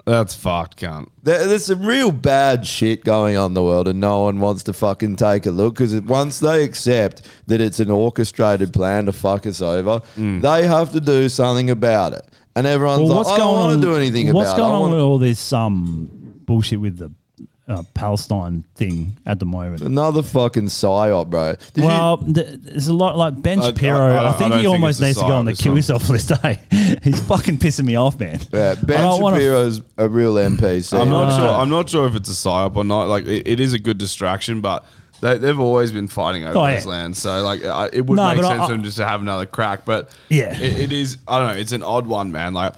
[SPEAKER 4] that's fucked, cunt.
[SPEAKER 3] There, there's some real bad shit going on in the world, and no one wants to fucking take a look because once they accept that it's an orchestrated plan to fuck us over,
[SPEAKER 4] Mm.
[SPEAKER 3] they have to do something about it. And everyone's
[SPEAKER 2] Well,
[SPEAKER 3] like, I don't want to do anything
[SPEAKER 2] What's
[SPEAKER 3] about
[SPEAKER 2] going
[SPEAKER 3] it. I
[SPEAKER 2] on
[SPEAKER 3] wanna-"
[SPEAKER 2] with all this um, bullshit with the uh, Palestine thing at the moment?
[SPEAKER 3] Another fucking psyop, bro. Did you-
[SPEAKER 2] well, th- there's a lot like Ben
[SPEAKER 4] I- I-
[SPEAKER 2] Shapiro.
[SPEAKER 4] I
[SPEAKER 2] I,
[SPEAKER 4] don't- I
[SPEAKER 2] think
[SPEAKER 4] don't
[SPEAKER 2] he
[SPEAKER 4] think
[SPEAKER 2] almost
[SPEAKER 4] it's a
[SPEAKER 2] needs to
[SPEAKER 4] side
[SPEAKER 2] go on the
[SPEAKER 4] this
[SPEAKER 2] kill
[SPEAKER 4] one.
[SPEAKER 2] yourself list. Hey, he's fucking pissing me off, man.
[SPEAKER 3] Yeah,
[SPEAKER 2] I
[SPEAKER 3] ben
[SPEAKER 2] don't wanna-
[SPEAKER 3] Shapiro's a real MP. So
[SPEAKER 4] I'm not sure. I'm not sure if it's a psyop or not. Like, it, it is a good distraction, but they, they've always been fighting over
[SPEAKER 2] Oh, yeah.
[SPEAKER 4] this land. So, like, I, it would
[SPEAKER 2] No,
[SPEAKER 4] make
[SPEAKER 2] but I-
[SPEAKER 4] sense for them just to have another crack. But
[SPEAKER 2] Yeah.
[SPEAKER 4] it, it is. I don't know. It's an odd one, man. Like,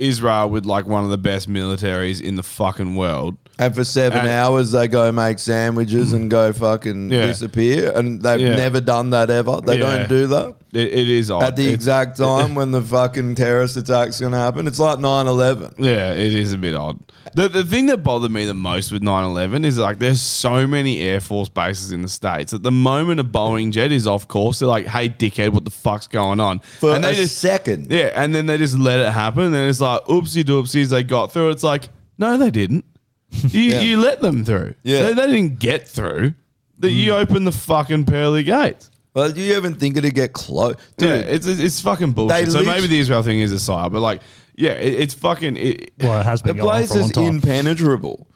[SPEAKER 4] Israel with like one of the best militaries in the fucking world.
[SPEAKER 3] And for seven
[SPEAKER 4] And- Mm.
[SPEAKER 3] hours, they go make sandwiches and go fucking
[SPEAKER 4] Yeah.
[SPEAKER 3] disappear. And they've
[SPEAKER 4] Yeah.
[SPEAKER 3] never done that ever. They
[SPEAKER 4] Yeah.
[SPEAKER 3] don't do that.
[SPEAKER 4] It, it is odd.
[SPEAKER 3] At the
[SPEAKER 4] It's-
[SPEAKER 3] exact time when the fucking terrorist attack's going to happen. It's like 9 11.
[SPEAKER 4] Yeah, it is a bit odd. The, the thing that bothered me the most with 9 11 is like there's so many Air Force bases in the States. At the moment a Boeing jet is off course, they're like, hey, dickhead, what the fuck's going on?
[SPEAKER 3] For
[SPEAKER 4] and
[SPEAKER 3] a
[SPEAKER 4] they just,
[SPEAKER 3] second.
[SPEAKER 4] yeah, and then they just let it happen. And it's like, oopsie doopsies, they got through. It's like, no, they didn't. You, you let them through.
[SPEAKER 3] Yeah. Mm.
[SPEAKER 4] They, they didn't get through. That You open the fucking pearly gates.
[SPEAKER 3] Well, do you even think it'd get close? Dude,
[SPEAKER 4] Yeah, it's, it's, it's fucking bullshit.
[SPEAKER 3] They
[SPEAKER 4] so
[SPEAKER 3] lit-
[SPEAKER 4] maybe the Israel thing is a side, but like, yeah, it, it's fucking. It,
[SPEAKER 2] Well, it has
[SPEAKER 3] the
[SPEAKER 2] been going on
[SPEAKER 3] place
[SPEAKER 2] for a long
[SPEAKER 3] is
[SPEAKER 2] time.
[SPEAKER 3] impenetrable.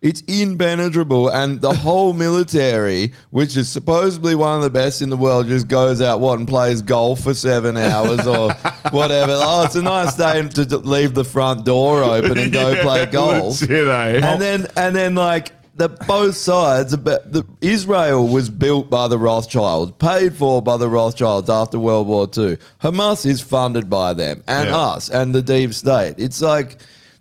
[SPEAKER 3] It's impenetrable, and the whole military, which is supposedly one of the best in the world, just goes out what and plays golf for seven hours or whatever. Oh, it's a nice day to d- leave the front door open and go
[SPEAKER 4] Yeah,
[SPEAKER 3] play golf.
[SPEAKER 4] legit, eh?
[SPEAKER 3] And then, and then, like the both sides. About the, Israel was built by the Rothschilds, paid for by the Rothschilds after World War II. Hamas is funded by them and
[SPEAKER 4] Yeah.
[SPEAKER 3] us and the deep state. It's like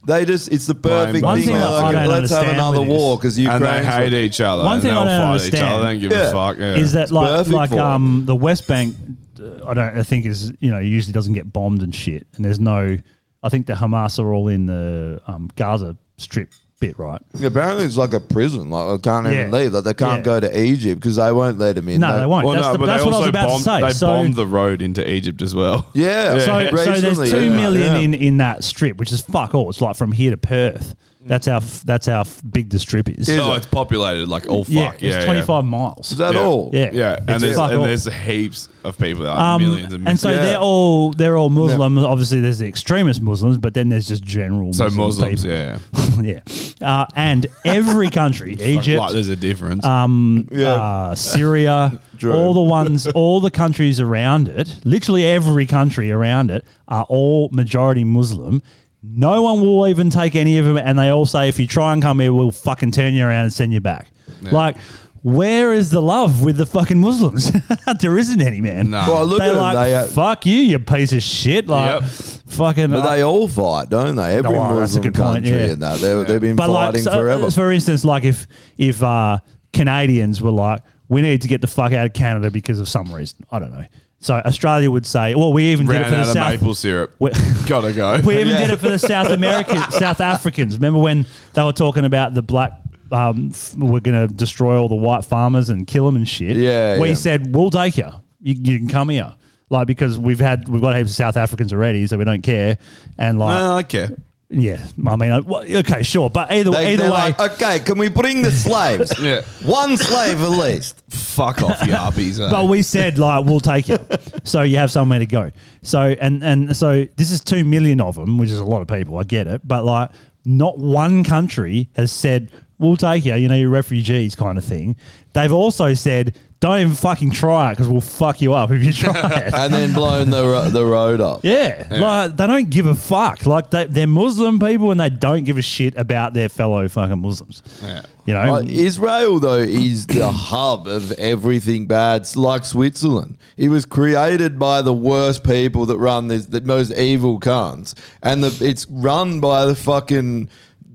[SPEAKER 3] they just. It's the perfect
[SPEAKER 4] One
[SPEAKER 3] thing.
[SPEAKER 4] thing
[SPEAKER 3] They're
[SPEAKER 4] I
[SPEAKER 3] like,
[SPEAKER 2] don't
[SPEAKER 3] Let's have
[SPEAKER 2] understand
[SPEAKER 3] another
[SPEAKER 2] with this-
[SPEAKER 3] war because Ukraine.
[SPEAKER 4] and they hate each other.
[SPEAKER 2] One
[SPEAKER 4] and
[SPEAKER 2] thing I
[SPEAKER 4] they'll
[SPEAKER 2] don't
[SPEAKER 4] fight each
[SPEAKER 2] understand
[SPEAKER 4] other. They don't give
[SPEAKER 3] Yeah.
[SPEAKER 4] a fuck. Yeah.
[SPEAKER 2] is that like
[SPEAKER 3] perfect
[SPEAKER 2] like
[SPEAKER 3] for 'em.
[SPEAKER 2] um the West Bank? uh, I don't. I think is you know usually doesn't get bombed and shit. And there's no. I think the Hamas are all in the um, Gaza Strip bit, right?
[SPEAKER 3] Apparently, it's like a prison. Like I can't even
[SPEAKER 2] Yeah.
[SPEAKER 3] leave. Like they can't
[SPEAKER 2] Yeah.
[SPEAKER 3] go to Egypt because they won't let them in.
[SPEAKER 2] No, they won't.
[SPEAKER 4] Well,
[SPEAKER 2] that's
[SPEAKER 4] no,
[SPEAKER 2] the,
[SPEAKER 4] but
[SPEAKER 2] that's
[SPEAKER 4] they
[SPEAKER 2] what I
[SPEAKER 4] also
[SPEAKER 2] was about to
[SPEAKER 4] bombed,
[SPEAKER 2] say.
[SPEAKER 4] They
[SPEAKER 2] so,
[SPEAKER 4] bombed the road into Egypt as well.
[SPEAKER 3] Yeah.
[SPEAKER 2] So, so
[SPEAKER 3] recently,
[SPEAKER 2] there's two
[SPEAKER 3] yeah.
[SPEAKER 2] million
[SPEAKER 3] Yeah.
[SPEAKER 2] in, in that strip, which is fuck all. It's like from here to Perth. That's how f- that's how f- big the strip is.
[SPEAKER 4] Oh, it's populated like all
[SPEAKER 2] yeah,
[SPEAKER 4] fuck.
[SPEAKER 2] it's 25 miles.
[SPEAKER 3] Is that
[SPEAKER 4] Yeah.
[SPEAKER 3] all?
[SPEAKER 2] yeah,
[SPEAKER 4] Yeah, and,
[SPEAKER 2] It's
[SPEAKER 4] there's,
[SPEAKER 2] fuck
[SPEAKER 4] and
[SPEAKER 2] all.
[SPEAKER 4] there's heaps of people, like
[SPEAKER 2] Um,
[SPEAKER 4] millions and millions.
[SPEAKER 2] and so
[SPEAKER 3] Yeah.
[SPEAKER 2] they're all they're all Muslim. Obviously, there's the extremist Muslims, but then there's just general
[SPEAKER 4] so
[SPEAKER 2] Muslim
[SPEAKER 4] Muslims,
[SPEAKER 2] people.
[SPEAKER 4] yeah,
[SPEAKER 2] yeah, uh, and every country, Egypt,
[SPEAKER 4] Like, there's a difference.
[SPEAKER 2] Um, uh, Syria,
[SPEAKER 3] True.
[SPEAKER 2] all the ones, all the countries around it, literally every country around it, are all majority Muslim. No one will even take any of them, and they all say, if you try and come here, we'll fucking turn you around and send you back. Like, where is the love with the fucking Muslims? there isn't any, man.
[SPEAKER 4] No.
[SPEAKER 3] Well, look
[SPEAKER 2] They're
[SPEAKER 3] at them.
[SPEAKER 2] like,
[SPEAKER 3] They, uh,
[SPEAKER 2] fuck you, you piece of shit. Like,
[SPEAKER 4] Yep.
[SPEAKER 2] fucking.
[SPEAKER 3] But they all fight, don't they? Every
[SPEAKER 2] Oh,
[SPEAKER 3] Muslim
[SPEAKER 2] uh, that's a good point,
[SPEAKER 3] country
[SPEAKER 2] yeah.
[SPEAKER 3] and that they, they've been fighting
[SPEAKER 2] so-
[SPEAKER 3] forever.
[SPEAKER 2] For instance, like if if uh, Canadians were like, we need to get the fuck out of Canada because of some reason, I don't know. So Australia would say, well, we even
[SPEAKER 4] Ran
[SPEAKER 2] did it for
[SPEAKER 4] out
[SPEAKER 2] the
[SPEAKER 4] of
[SPEAKER 2] South.
[SPEAKER 4] maple syrup.
[SPEAKER 2] We-
[SPEAKER 4] Gotta go.
[SPEAKER 2] We even did it for the South American, South Africans. Remember when they were talking about the black? Um, f- we're going to destroy all the white farmers and kill them and shit.
[SPEAKER 3] Yeah,
[SPEAKER 2] we
[SPEAKER 3] yeah.
[SPEAKER 2] said we'll take you. you. You can come here, like because we've had we've got heaps of South Africans already, so we don't care. And like,
[SPEAKER 4] No, Uh, I don't care.
[SPEAKER 2] yeah, I mean, I- well, okay, sure, but either
[SPEAKER 3] They,
[SPEAKER 2] either
[SPEAKER 3] they're
[SPEAKER 2] way,
[SPEAKER 3] like, okay, can we bring the slaves?
[SPEAKER 4] Yeah.
[SPEAKER 3] One slave at least.
[SPEAKER 4] Fuck off, you harpies. eh?
[SPEAKER 2] but we said like we'll take you, so you have somewhere to go. So and and so this is two million of them, which is a lot of people. I get it, but like not one country has said we'll take you. You know, you're refugees kind of thing. They've also said don't even fucking try it because we'll fuck you up if you try it.
[SPEAKER 3] And then blown the, ro- the road up.
[SPEAKER 2] Yeah, like they don't give a fuck. Like they, they're Muslim people and they don't give a shit about their fellow fucking Muslims.
[SPEAKER 4] Yeah.
[SPEAKER 2] You know,
[SPEAKER 3] Like, Israel, though, is the hub of everything bad, It's like Switzerland. It was created by the worst people that run this, the most evil cunts. And the, it's run by the fucking.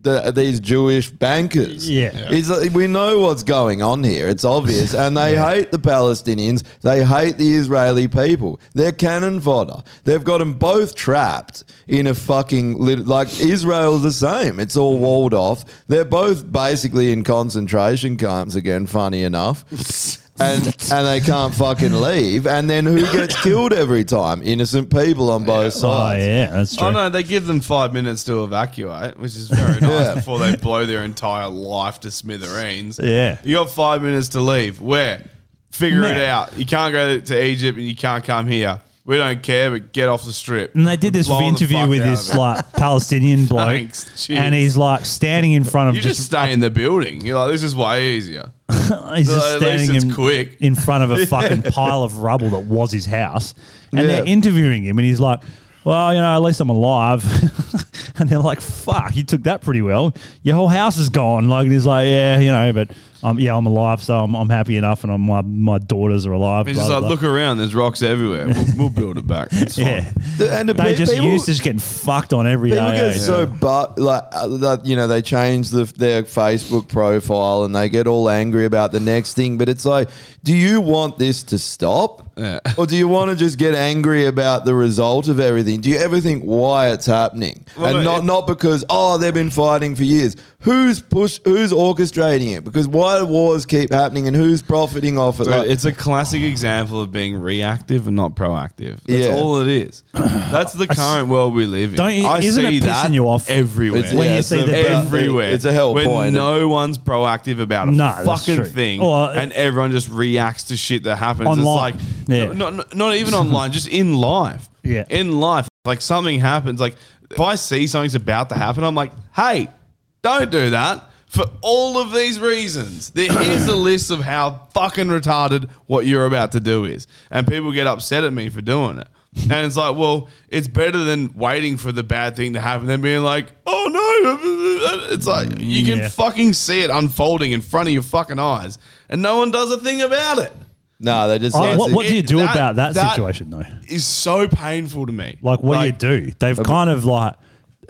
[SPEAKER 3] The, these Jewish bankers.
[SPEAKER 2] Yeah.
[SPEAKER 3] It's like, we know what's going on here. It's obvious. And they hate the Palestinians. They hate the Israeli people. They're cannon fodder. They've got them both trapped in a fucking. Lit- like, Israel's the same. It's all walled off. They're both basically in concentration camps again, funny enough. And, and they can't fucking leave. And then who gets killed every time? Innocent people on both
[SPEAKER 2] oh
[SPEAKER 3] sides.
[SPEAKER 2] yeah, that's true.
[SPEAKER 4] Oh no, they give them five minutes to evacuate, which is very nice
[SPEAKER 3] Yeah.
[SPEAKER 4] before they blow their entire life to smithereens.
[SPEAKER 2] Yeah.
[SPEAKER 4] You got five minutes to leave. Where? Figure it
[SPEAKER 2] Man.
[SPEAKER 4] out. You can't go to Egypt and you can't come here. We don't care, but get off the strip.
[SPEAKER 2] And they did this
[SPEAKER 4] Blow the
[SPEAKER 2] interview
[SPEAKER 4] fuck
[SPEAKER 2] with
[SPEAKER 4] out
[SPEAKER 2] this
[SPEAKER 4] of it.
[SPEAKER 2] like Palestinian bloke,
[SPEAKER 4] Thanks, cheers.
[SPEAKER 2] and he's like standing in front of
[SPEAKER 4] You just,
[SPEAKER 2] just,
[SPEAKER 4] stay in the building. You're like, this is way easier.
[SPEAKER 2] he's just
[SPEAKER 4] at least
[SPEAKER 2] standing
[SPEAKER 4] it's
[SPEAKER 2] in,
[SPEAKER 4] quick.
[SPEAKER 2] in front of a fucking pile of rubble that was his house, and they're
[SPEAKER 3] Yeah.
[SPEAKER 2] interviewing him, and he's like. Well, you know, at least I'm alive. and they're like, fuck, you took that pretty well. Your whole house is gone. Like, and he's like, yeah, you know, but um, yeah, I'm alive, so I'm, I'm happy enough, and I'm, my my daughters are alive.
[SPEAKER 4] It's
[SPEAKER 2] blah,
[SPEAKER 4] just
[SPEAKER 2] blah,
[SPEAKER 4] like,
[SPEAKER 2] blah.
[SPEAKER 4] look around, there's rocks everywhere. We'll, we'll build it back. It's fine.
[SPEAKER 2] yeah,
[SPEAKER 3] The- and the
[SPEAKER 2] they
[SPEAKER 3] pe-
[SPEAKER 2] just
[SPEAKER 3] people-
[SPEAKER 2] used to just getting fucked on every day.
[SPEAKER 3] People get
[SPEAKER 2] eh?
[SPEAKER 3] so but like uh, that you know they change the, their Facebook profile and they get all angry about the next thing. But it's like, do you want this to stop,
[SPEAKER 4] Yeah.
[SPEAKER 3] or do you want to just get angry about the result of everything? Do you ever think why it's happening
[SPEAKER 4] Well,
[SPEAKER 3] and
[SPEAKER 4] no,
[SPEAKER 3] not
[SPEAKER 4] it-
[SPEAKER 3] not because oh they've been fighting for years? Who's push? Who's orchestrating it? Because why do wars keep happening and who's profiting off it?
[SPEAKER 4] But
[SPEAKER 3] Like-
[SPEAKER 4] it's a classic example of being reactive and not proactive. That's
[SPEAKER 3] Yeah.
[SPEAKER 4] all it is. That's the current world we live in.
[SPEAKER 2] Don't you-
[SPEAKER 4] I
[SPEAKER 2] isn't it
[SPEAKER 4] see
[SPEAKER 2] pissing
[SPEAKER 4] that
[SPEAKER 2] you off
[SPEAKER 4] everywhere?
[SPEAKER 3] It's- When yeah, you it's see a- the-
[SPEAKER 4] everywhere.
[SPEAKER 3] it's a hell
[SPEAKER 4] when
[SPEAKER 3] point.
[SPEAKER 4] no one's proactive about a
[SPEAKER 2] No, that's
[SPEAKER 4] fucking
[SPEAKER 2] true.
[SPEAKER 4] thing,
[SPEAKER 2] Or-
[SPEAKER 4] and everyone just reacts to shit that happens.
[SPEAKER 2] Online.
[SPEAKER 4] It's like
[SPEAKER 2] Yeah.
[SPEAKER 4] not, not not even online, just in life.
[SPEAKER 2] Yeah.
[SPEAKER 4] in life, like something happens. Like if I see something's about to happen, I'm like, hey, don't do that. For all of these reasons, there is a list of how fucking retarded what you're about to do is. And people get upset at me for doing it. And it's like, well, it's better than waiting for the bad thing to happen than being like, oh no. It's like, you can
[SPEAKER 2] Yeah.
[SPEAKER 4] fucking see it unfolding in front of your fucking eyes. And no one does a thing about it.
[SPEAKER 3] no, they just
[SPEAKER 2] Oh,
[SPEAKER 3] like-
[SPEAKER 2] what, what do you
[SPEAKER 4] it-
[SPEAKER 2] do
[SPEAKER 4] that-
[SPEAKER 2] about that,
[SPEAKER 4] that-
[SPEAKER 2] situation though?
[SPEAKER 4] It's so painful to me.
[SPEAKER 2] Like, what do you do? They've kind of like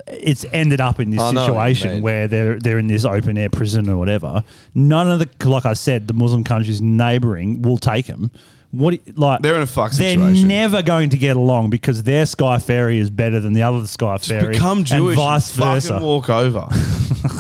[SPEAKER 2] it's ended up in this
[SPEAKER 3] I know what you
[SPEAKER 2] situation
[SPEAKER 3] mean.
[SPEAKER 2] where they're they're in this open air prison or whatever. None of the like I said, the Muslim countries neighboring will take them. What do- like
[SPEAKER 4] They're in a fuck
[SPEAKER 2] They're
[SPEAKER 4] situation.
[SPEAKER 2] never going to get along because their Sky Ferry is better than the other Sky Ferry.
[SPEAKER 4] Become Jewish.
[SPEAKER 2] and vice
[SPEAKER 4] and
[SPEAKER 2] versa.
[SPEAKER 4] Fucking walk over.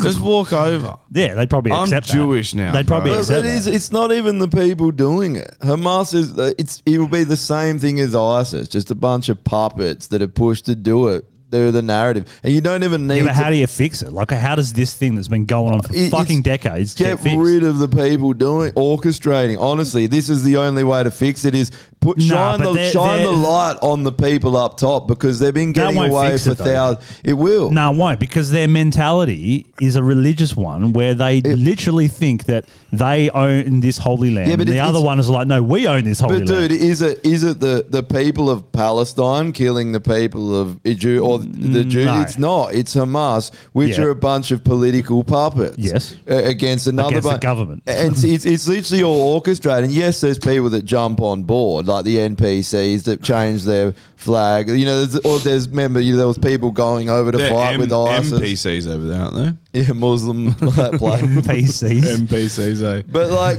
[SPEAKER 4] Just walk over.
[SPEAKER 2] Yeah, they'd probably
[SPEAKER 4] I'm
[SPEAKER 2] accept that.
[SPEAKER 4] Jewish now,
[SPEAKER 2] They'd probably
[SPEAKER 4] bro.
[SPEAKER 3] But
[SPEAKER 2] accept
[SPEAKER 3] it is,
[SPEAKER 2] that.
[SPEAKER 3] it's not even the people doing it. Hamas is uh, it's it will be the same thing as ISIS, just a bunch of puppets that are pushed to do it. They're the narrative, and you don't even need
[SPEAKER 2] Yeah, but
[SPEAKER 3] to
[SPEAKER 2] how do you fix it? Like, how does this thing that's been going on for
[SPEAKER 3] It-
[SPEAKER 2] fucking
[SPEAKER 3] it's-
[SPEAKER 2] decades get,
[SPEAKER 3] get
[SPEAKER 2] fixed?
[SPEAKER 3] rid of the people doing orchestrating. Honestly, this is the only way to fix it. Is put
[SPEAKER 2] Nah,
[SPEAKER 3] shine
[SPEAKER 2] but
[SPEAKER 3] the
[SPEAKER 2] they're-
[SPEAKER 3] shine
[SPEAKER 2] they're-
[SPEAKER 3] the light on the people up top because they've been
[SPEAKER 2] That
[SPEAKER 3] getting
[SPEAKER 2] won't
[SPEAKER 3] away
[SPEAKER 2] fix
[SPEAKER 3] for
[SPEAKER 2] it, though.
[SPEAKER 3] thousands. It will.
[SPEAKER 2] No, it won't, because their mentality is a religious one where they literally think that they own this holy land.
[SPEAKER 3] Yeah, but
[SPEAKER 2] and the
[SPEAKER 3] it's-
[SPEAKER 2] other
[SPEAKER 3] it's-
[SPEAKER 2] one is like, no, we own this holy
[SPEAKER 3] But
[SPEAKER 2] land.
[SPEAKER 3] dude, is it is it the, the people of Palestine killing the people of Jew or the Jew?
[SPEAKER 2] no.
[SPEAKER 3] It's not. It's Hamas, which
[SPEAKER 2] Yeah.
[SPEAKER 3] are a bunch of political puppets.
[SPEAKER 2] Yes.
[SPEAKER 3] uh, against another
[SPEAKER 2] Against the
[SPEAKER 3] bu-
[SPEAKER 2] government.
[SPEAKER 3] and it's, it's it's literally all orchestrated. And yes, there's people that jump on board, like the NPCs that change their flag. You know, there's, or there's remember you, there was people going over to
[SPEAKER 4] They're
[SPEAKER 3] fight
[SPEAKER 4] M-
[SPEAKER 3] with ISIS,
[SPEAKER 4] MPCs over there, aren't there?
[SPEAKER 3] yeah, Muslim like, play.
[SPEAKER 2] PCs.
[SPEAKER 4] MPCs, eh?
[SPEAKER 3] But like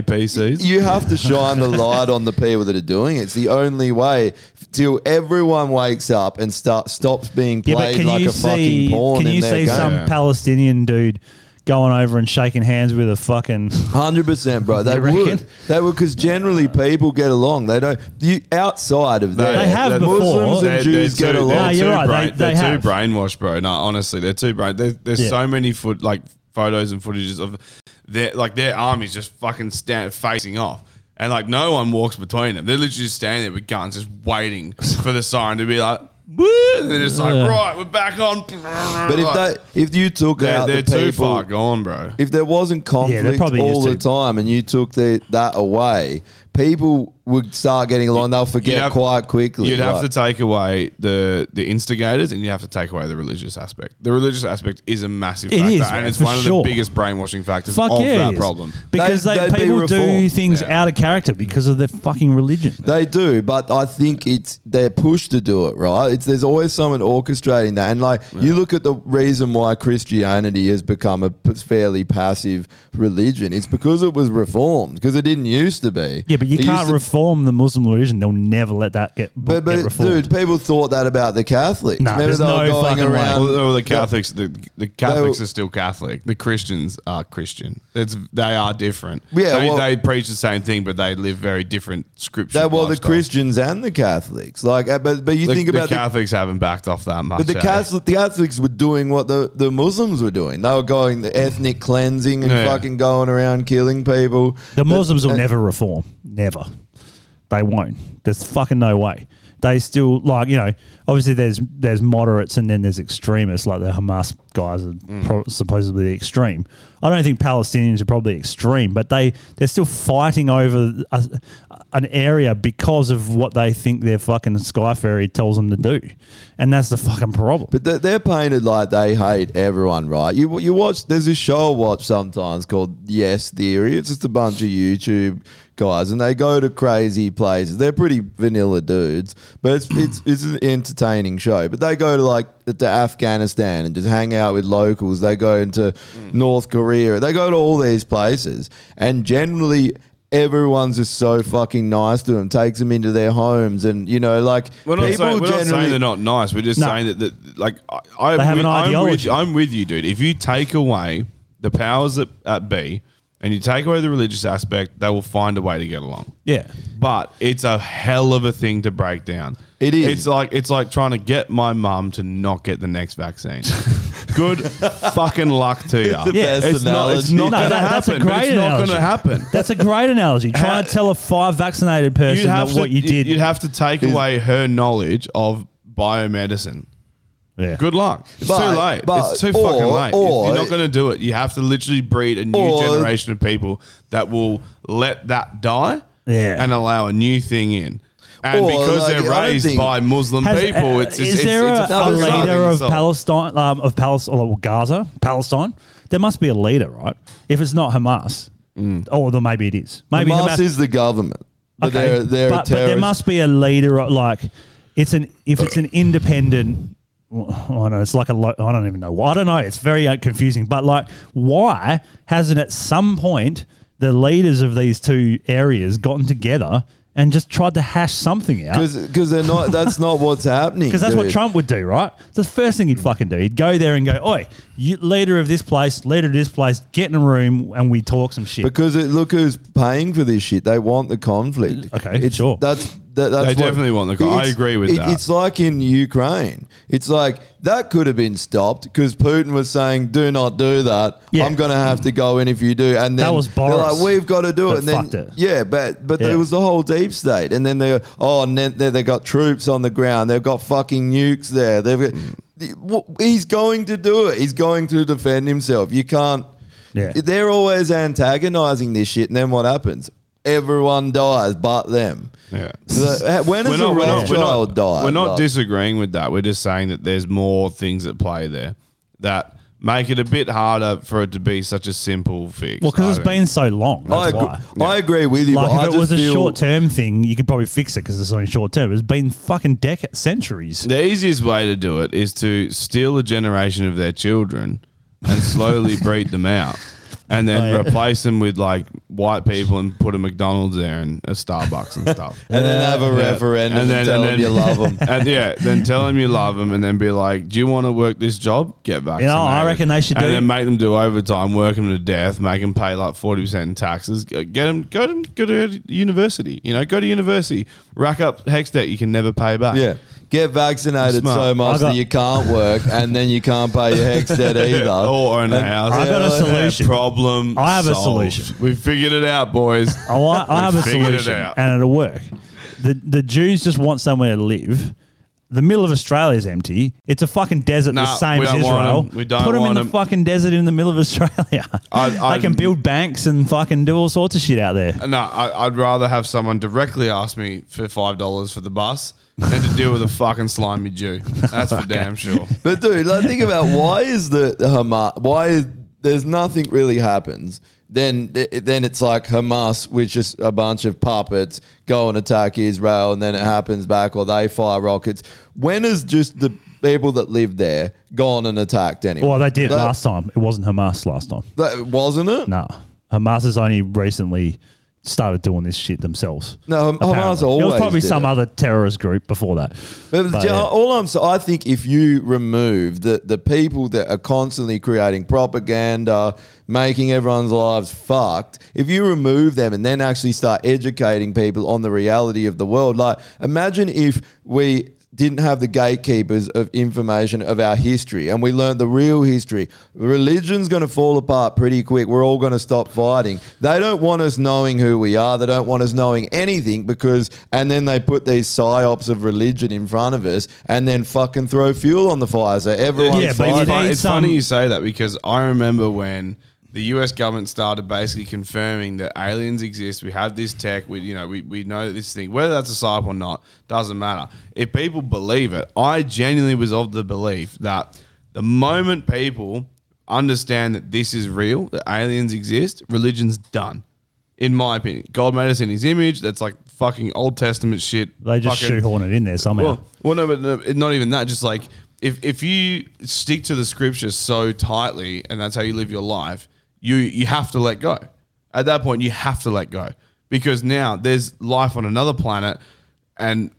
[SPEAKER 4] JPCs.
[SPEAKER 3] You have to shine the light on the people that are doing it. It's the only way till everyone wakes up and start stops being
[SPEAKER 2] Yeah, but
[SPEAKER 3] played
[SPEAKER 2] can
[SPEAKER 3] like
[SPEAKER 2] you
[SPEAKER 3] a fucking
[SPEAKER 2] see,
[SPEAKER 3] pawn
[SPEAKER 2] can
[SPEAKER 3] in
[SPEAKER 2] you
[SPEAKER 3] their
[SPEAKER 2] see
[SPEAKER 3] game.
[SPEAKER 2] some
[SPEAKER 4] Yeah.
[SPEAKER 2] Palestinian dude going over and shaking hands with a fucking...
[SPEAKER 3] Hundred percent, bro. They
[SPEAKER 2] You reckon?
[SPEAKER 3] would. They would because generally people get along. They don't. You outside of that,
[SPEAKER 2] They have
[SPEAKER 3] Muslims
[SPEAKER 2] before.
[SPEAKER 3] and Jews
[SPEAKER 4] they're
[SPEAKER 3] get
[SPEAKER 4] too,
[SPEAKER 3] along.
[SPEAKER 2] No,
[SPEAKER 4] They're,
[SPEAKER 2] Ah, you're
[SPEAKER 4] too
[SPEAKER 2] right,
[SPEAKER 4] brain-
[SPEAKER 2] they- they
[SPEAKER 4] they're
[SPEAKER 2] have.
[SPEAKER 4] too brainwashed, bro. No, honestly, they're too brain. There, there's
[SPEAKER 2] Yeah.
[SPEAKER 4] so many foot like photos and footages of their like their armies just fucking stand facing off. And like no one walks between them. They're literally just standing there with guns, just waiting for the sign to be like, Woo! and they're just like,
[SPEAKER 2] Yeah.
[SPEAKER 4] right, we're back on.
[SPEAKER 3] But if they, if you took
[SPEAKER 4] they're,
[SPEAKER 3] out
[SPEAKER 4] they're
[SPEAKER 3] the
[SPEAKER 4] too
[SPEAKER 3] people,
[SPEAKER 4] far gone, bro.
[SPEAKER 3] if there wasn't conflict
[SPEAKER 2] probably
[SPEAKER 3] all
[SPEAKER 2] used
[SPEAKER 3] the
[SPEAKER 2] to-
[SPEAKER 3] time and you took the, that away, people would start getting along. They'll forget
[SPEAKER 4] You'd have-
[SPEAKER 3] quite quickly.
[SPEAKER 4] You'd have
[SPEAKER 3] like-
[SPEAKER 4] to take away the the instigators, and you have to take away the religious aspect. The religious aspect is a massive
[SPEAKER 2] It
[SPEAKER 4] factor,
[SPEAKER 2] is,
[SPEAKER 4] and
[SPEAKER 2] man,
[SPEAKER 4] it's
[SPEAKER 2] for
[SPEAKER 4] one
[SPEAKER 2] sure.
[SPEAKER 4] of the biggest brainwashing factors
[SPEAKER 2] Fuck
[SPEAKER 4] of
[SPEAKER 2] yeah, it
[SPEAKER 4] that
[SPEAKER 2] is.
[SPEAKER 4] problem.
[SPEAKER 2] Because
[SPEAKER 3] They'd-
[SPEAKER 2] they,
[SPEAKER 3] they'd be
[SPEAKER 2] people do
[SPEAKER 3] reformed.
[SPEAKER 2] things
[SPEAKER 4] Yeah.
[SPEAKER 2] out of character because of their fucking religion.
[SPEAKER 3] They do, but I think it's they're pushed to do it, right? It's there's always someone orchestrating that, and like you look at the reason why Christianity has become a p- fairly passive religion. It's because it was reformed, because it didn't used to be.
[SPEAKER 2] Yeah, but you
[SPEAKER 3] It used
[SPEAKER 2] can't
[SPEAKER 3] to-
[SPEAKER 2] reform the Muslim religion. They'll never let that get,
[SPEAKER 3] But,
[SPEAKER 2] get
[SPEAKER 3] but
[SPEAKER 2] reformed.
[SPEAKER 3] dude, people thought that about the Catholics.
[SPEAKER 2] Nah,
[SPEAKER 3] Remember
[SPEAKER 2] there's
[SPEAKER 3] they were
[SPEAKER 2] no
[SPEAKER 3] going
[SPEAKER 2] fucking way.
[SPEAKER 3] around.
[SPEAKER 4] Well, well, the Catholics, the, the Catholics
[SPEAKER 3] They-
[SPEAKER 4] are still Catholic. The Christians are Christian. It's they are different.
[SPEAKER 3] Yeah,
[SPEAKER 4] they,
[SPEAKER 3] well-
[SPEAKER 4] they preach the same thing, but they live very different scriptures.
[SPEAKER 3] They were the Christians and the Catholics. Like, uh, but but you
[SPEAKER 4] The,
[SPEAKER 3] think
[SPEAKER 4] the
[SPEAKER 3] about the
[SPEAKER 4] Catholics haven't backed off that much.
[SPEAKER 3] But the,
[SPEAKER 4] eh?
[SPEAKER 3] Catholic, the Catholics were doing what the, the Muslims were doing. They were going the ethnic cleansing and
[SPEAKER 4] Yeah.
[SPEAKER 3] fucking going around killing people.
[SPEAKER 2] The Muslims will never reform. Never. They won't. There's fucking no way. They still like you know. Obviously, there's there's moderates and then there's extremists. Like the Hamas guys are pro- supposedly extreme. I don't think Palestinians are probably extreme, but they they're still fighting over a, an area because of what they think their fucking Sky Fairy tells them to do. And that's the fucking problem.
[SPEAKER 3] But they're, they're painted like they hate everyone, right? You you watch. There's this show I watch sometimes called Yes Theory. It's just a bunch of YouTube guys, and they go to crazy places. They're pretty vanilla dudes, but it's it's it's an entertaining show. But they go to like to Afghanistan and just hang out with locals. They go into
[SPEAKER 4] Mm.
[SPEAKER 3] North Korea. They go to all these places, and generally. Everyone's just so fucking nice to them, takes them into their homes, and you know, like
[SPEAKER 4] We're not,
[SPEAKER 3] people
[SPEAKER 4] saying, we're not
[SPEAKER 3] generally-
[SPEAKER 4] saying they're not nice. We're just
[SPEAKER 2] No.
[SPEAKER 4] saying that, that like, I,
[SPEAKER 2] They
[SPEAKER 4] I,
[SPEAKER 2] have an
[SPEAKER 4] I'm, with,
[SPEAKER 2] ideology.
[SPEAKER 4] you- I'm with you, dude. If you take away the powers that, at be and you take away the religious aspect, they will find a way to get along.
[SPEAKER 2] Yeah.
[SPEAKER 4] But it's a hell of a thing to break down.
[SPEAKER 3] It is.
[SPEAKER 4] It's like it's like trying to get my mum to not get the next vaccine. Good fucking luck to you.
[SPEAKER 2] Yeah. best
[SPEAKER 4] it's not, it's
[SPEAKER 3] analogy.
[SPEAKER 4] not
[SPEAKER 2] No,
[SPEAKER 4] going to
[SPEAKER 2] that- that's a
[SPEAKER 4] happen. but
[SPEAKER 2] great
[SPEAKER 4] It's not going
[SPEAKER 2] analogy.
[SPEAKER 4] to happen.
[SPEAKER 2] That's a great analogy. Trying to tell a five vaccinated person that what you did.
[SPEAKER 4] You'd have to take away her knowledge of biomedicine.
[SPEAKER 2] yeah.
[SPEAKER 4] Good luck. It's
[SPEAKER 3] But-
[SPEAKER 4] too late.
[SPEAKER 3] but-
[SPEAKER 4] it's too
[SPEAKER 3] or-
[SPEAKER 4] fucking late.
[SPEAKER 3] or-
[SPEAKER 4] You're not going to do it. You have to literally breed a new
[SPEAKER 3] Or-
[SPEAKER 4] generation of people that will let that die
[SPEAKER 2] Yeah.
[SPEAKER 4] and allow a new thing in. And
[SPEAKER 3] Or,
[SPEAKER 4] because
[SPEAKER 3] like,
[SPEAKER 4] they're
[SPEAKER 3] I don't
[SPEAKER 4] raised
[SPEAKER 3] think-
[SPEAKER 4] by Muslim
[SPEAKER 2] Has-
[SPEAKER 4] people,
[SPEAKER 2] uh,
[SPEAKER 4] it's, it's,
[SPEAKER 2] is
[SPEAKER 4] it's,
[SPEAKER 2] there
[SPEAKER 4] it's
[SPEAKER 2] a, a
[SPEAKER 4] fucking
[SPEAKER 2] leader
[SPEAKER 4] fucking
[SPEAKER 2] of
[SPEAKER 4] insult.
[SPEAKER 2] Palestine, um, of Palestine, or Gaza, Palestine? There must be a leader, right? If it's not Hamas,
[SPEAKER 4] Mm.
[SPEAKER 2] or then maybe it is. Maybe
[SPEAKER 3] Hamas is the government. But
[SPEAKER 2] Okay,
[SPEAKER 3] they're, they're
[SPEAKER 2] but,
[SPEAKER 3] but,
[SPEAKER 2] but there must be a leader. of- Like it's an if it's an independent. I don't know. It's like a. Lo- I don't even know. why. I don't know. It's very uh, confusing. But like, why hasn't at some point the leaders of these two areas gotten together and just tried to hash something out?
[SPEAKER 3] Because they're not. That's not what's happening.
[SPEAKER 2] Because that's what
[SPEAKER 3] dude.
[SPEAKER 2] Trump would do, right? The first thing he'd fucking do, he'd go there and go, "Oi, you leader of this place, leader of this place, get in a room and we talk some shit."
[SPEAKER 3] Because it, look who's paying for this shit. They want the conflict.
[SPEAKER 2] Okay, sure.
[SPEAKER 3] That's that, that's
[SPEAKER 4] They definitely want the con- I
[SPEAKER 3] it's-
[SPEAKER 4] agree with that.
[SPEAKER 3] It's like in Ukraine. It's like that could have been stopped because Putin was saying, "Do not do that.
[SPEAKER 2] Yeah.
[SPEAKER 3] I'm going to have to go in if you do." And then
[SPEAKER 2] was
[SPEAKER 3] they're
[SPEAKER 2] Boris
[SPEAKER 3] like, "We've got to do
[SPEAKER 2] that
[SPEAKER 3] it." And then
[SPEAKER 2] fucked it.
[SPEAKER 3] yeah, but but
[SPEAKER 2] Yeah.
[SPEAKER 3] there was the whole deep state, and then they go, oh, and then they, they got troops on the ground. They've got fucking nukes there. They've got,
[SPEAKER 2] Mm.
[SPEAKER 3] Well, he's going to do it. He's going to defend himself. You can't.
[SPEAKER 2] Yeah.
[SPEAKER 3] They're always antagonizing this shit, and then what happens? Everyone dies but them.
[SPEAKER 4] Yeah.
[SPEAKER 3] So, uh, when has a Rothschild died?
[SPEAKER 4] we're not
[SPEAKER 3] Like,
[SPEAKER 4] disagreeing with that. We're just saying that there's more things at play there that make it a bit harder for it to be such a simple fix.
[SPEAKER 2] well,
[SPEAKER 4] I
[SPEAKER 2] because it's
[SPEAKER 4] don't-
[SPEAKER 2] been so long. That's
[SPEAKER 3] I agree,
[SPEAKER 2] why.
[SPEAKER 3] I agree with you. but
[SPEAKER 2] Like
[SPEAKER 3] I
[SPEAKER 2] if it
[SPEAKER 3] just
[SPEAKER 2] was a
[SPEAKER 3] feel-
[SPEAKER 2] short term thing, you could probably fix it because it's only short term. It's been fucking decades, centuries.
[SPEAKER 4] The easiest way to do it is to steal a generation of their children and slowly breed them out. And
[SPEAKER 3] Oh,
[SPEAKER 4] then replace them with like white people and put a McDonald's there and a Starbucks and stuff.
[SPEAKER 3] and then have a
[SPEAKER 4] Yeah.
[SPEAKER 3] referendum and, tell them you love them.
[SPEAKER 4] and yeah, then tell them you love them, and then be like, "Do you want to work this job? Get back."
[SPEAKER 2] know, I reckon they should
[SPEAKER 4] And
[SPEAKER 2] do-
[SPEAKER 4] then make them do overtime, work them to death, make them pay like forty percent in taxes. Go- Get them, go to go to university. You know, go to university, rack up hex debt you can never pay back.
[SPEAKER 3] Yeah. Get vaccinated
[SPEAKER 4] Smart.
[SPEAKER 3] so
[SPEAKER 2] I
[SPEAKER 3] much
[SPEAKER 2] got-
[SPEAKER 3] that you can't work and then you can't pay your hex debt either.
[SPEAKER 4] or own a house.
[SPEAKER 2] I got a
[SPEAKER 4] Yeah,
[SPEAKER 2] solution.
[SPEAKER 4] problem.
[SPEAKER 2] I have a
[SPEAKER 4] solved.
[SPEAKER 2] solution.
[SPEAKER 4] We figured it out, boys.
[SPEAKER 2] I, wa- I have a
[SPEAKER 4] Figured it
[SPEAKER 2] solution,
[SPEAKER 4] out.
[SPEAKER 2] and it'll work. The the Jews just want somewhere to live. The middle of Australia is empty. It's a fucking desert
[SPEAKER 4] Nah,
[SPEAKER 2] the same
[SPEAKER 4] we
[SPEAKER 2] as
[SPEAKER 4] don't want
[SPEAKER 2] Israel.
[SPEAKER 4] 'em. We don't
[SPEAKER 2] Put them in
[SPEAKER 4] want
[SPEAKER 2] the
[SPEAKER 4] 'em.
[SPEAKER 2] fucking desert in the middle of Australia.
[SPEAKER 4] I- I- Uh,
[SPEAKER 2] they can build banks and fucking do all sorts of shit out there.
[SPEAKER 4] No, I, I'd rather have someone directly ask me for five dollars for the bus than to deal with a fucking slimy Jew. That's for damn sure.
[SPEAKER 3] But dude, like think about why is the the Hamas? Why is there's nothing really happens? Then then it's like Hamas, which is a bunch of puppets, go and attack Israel, and then it happens back, or they fire rockets. When is just the people that live there gone and attacked anyone?
[SPEAKER 2] Well, they did
[SPEAKER 3] That-
[SPEAKER 2] last time. It wasn't Hamas last time.
[SPEAKER 3] that- wasn't it?
[SPEAKER 2] No, Hamas has only recently started doing this shit themselves.
[SPEAKER 3] No, Ham- Hamas
[SPEAKER 2] apparently. It was
[SPEAKER 3] always
[SPEAKER 2] probably
[SPEAKER 3] did
[SPEAKER 2] some
[SPEAKER 3] it.
[SPEAKER 2] other terrorist group before that.
[SPEAKER 3] But
[SPEAKER 2] But,
[SPEAKER 3] Joe,
[SPEAKER 2] yeah.
[SPEAKER 3] all I'm so I think if you remove the the people that are constantly creating propaganda, making everyone's lives fucked, if you remove them and then actually start educating people on the reality of the world, like imagine if we didn't have the gatekeepers of information of our history and we learned the real history religion's going to fall apart pretty quick we're all going to stop fighting they don't want us knowing who we are they don't want us knowing anything because and then they put these psyops of religion in front of us and then fucking throw fuel on the fire so everyone's
[SPEAKER 2] Yeah, but
[SPEAKER 3] fighting.
[SPEAKER 2] you
[SPEAKER 4] It's
[SPEAKER 2] need
[SPEAKER 4] funny
[SPEAKER 2] some-
[SPEAKER 4] you say that because I remember when the U.S. government started basically confirming that aliens exist. We have this tech. We, you know, we, we know this thing. Whether that's a psyop or not doesn't matter. If people believe it, I genuinely was of the belief that the moment people understand that this is real, that aliens exist, religion's done. In my opinion, God made us in His image. That's like fucking Old Testament shit.
[SPEAKER 2] They just
[SPEAKER 4] Fucking-
[SPEAKER 2] shoehorn it in there somehow.
[SPEAKER 4] well, well, no, but no, it- not even that. Just like if if you stick to the scriptures so tightly, and that's how you live your life, you you have to let go. At that point, you have to let go because now there's life on another planet, and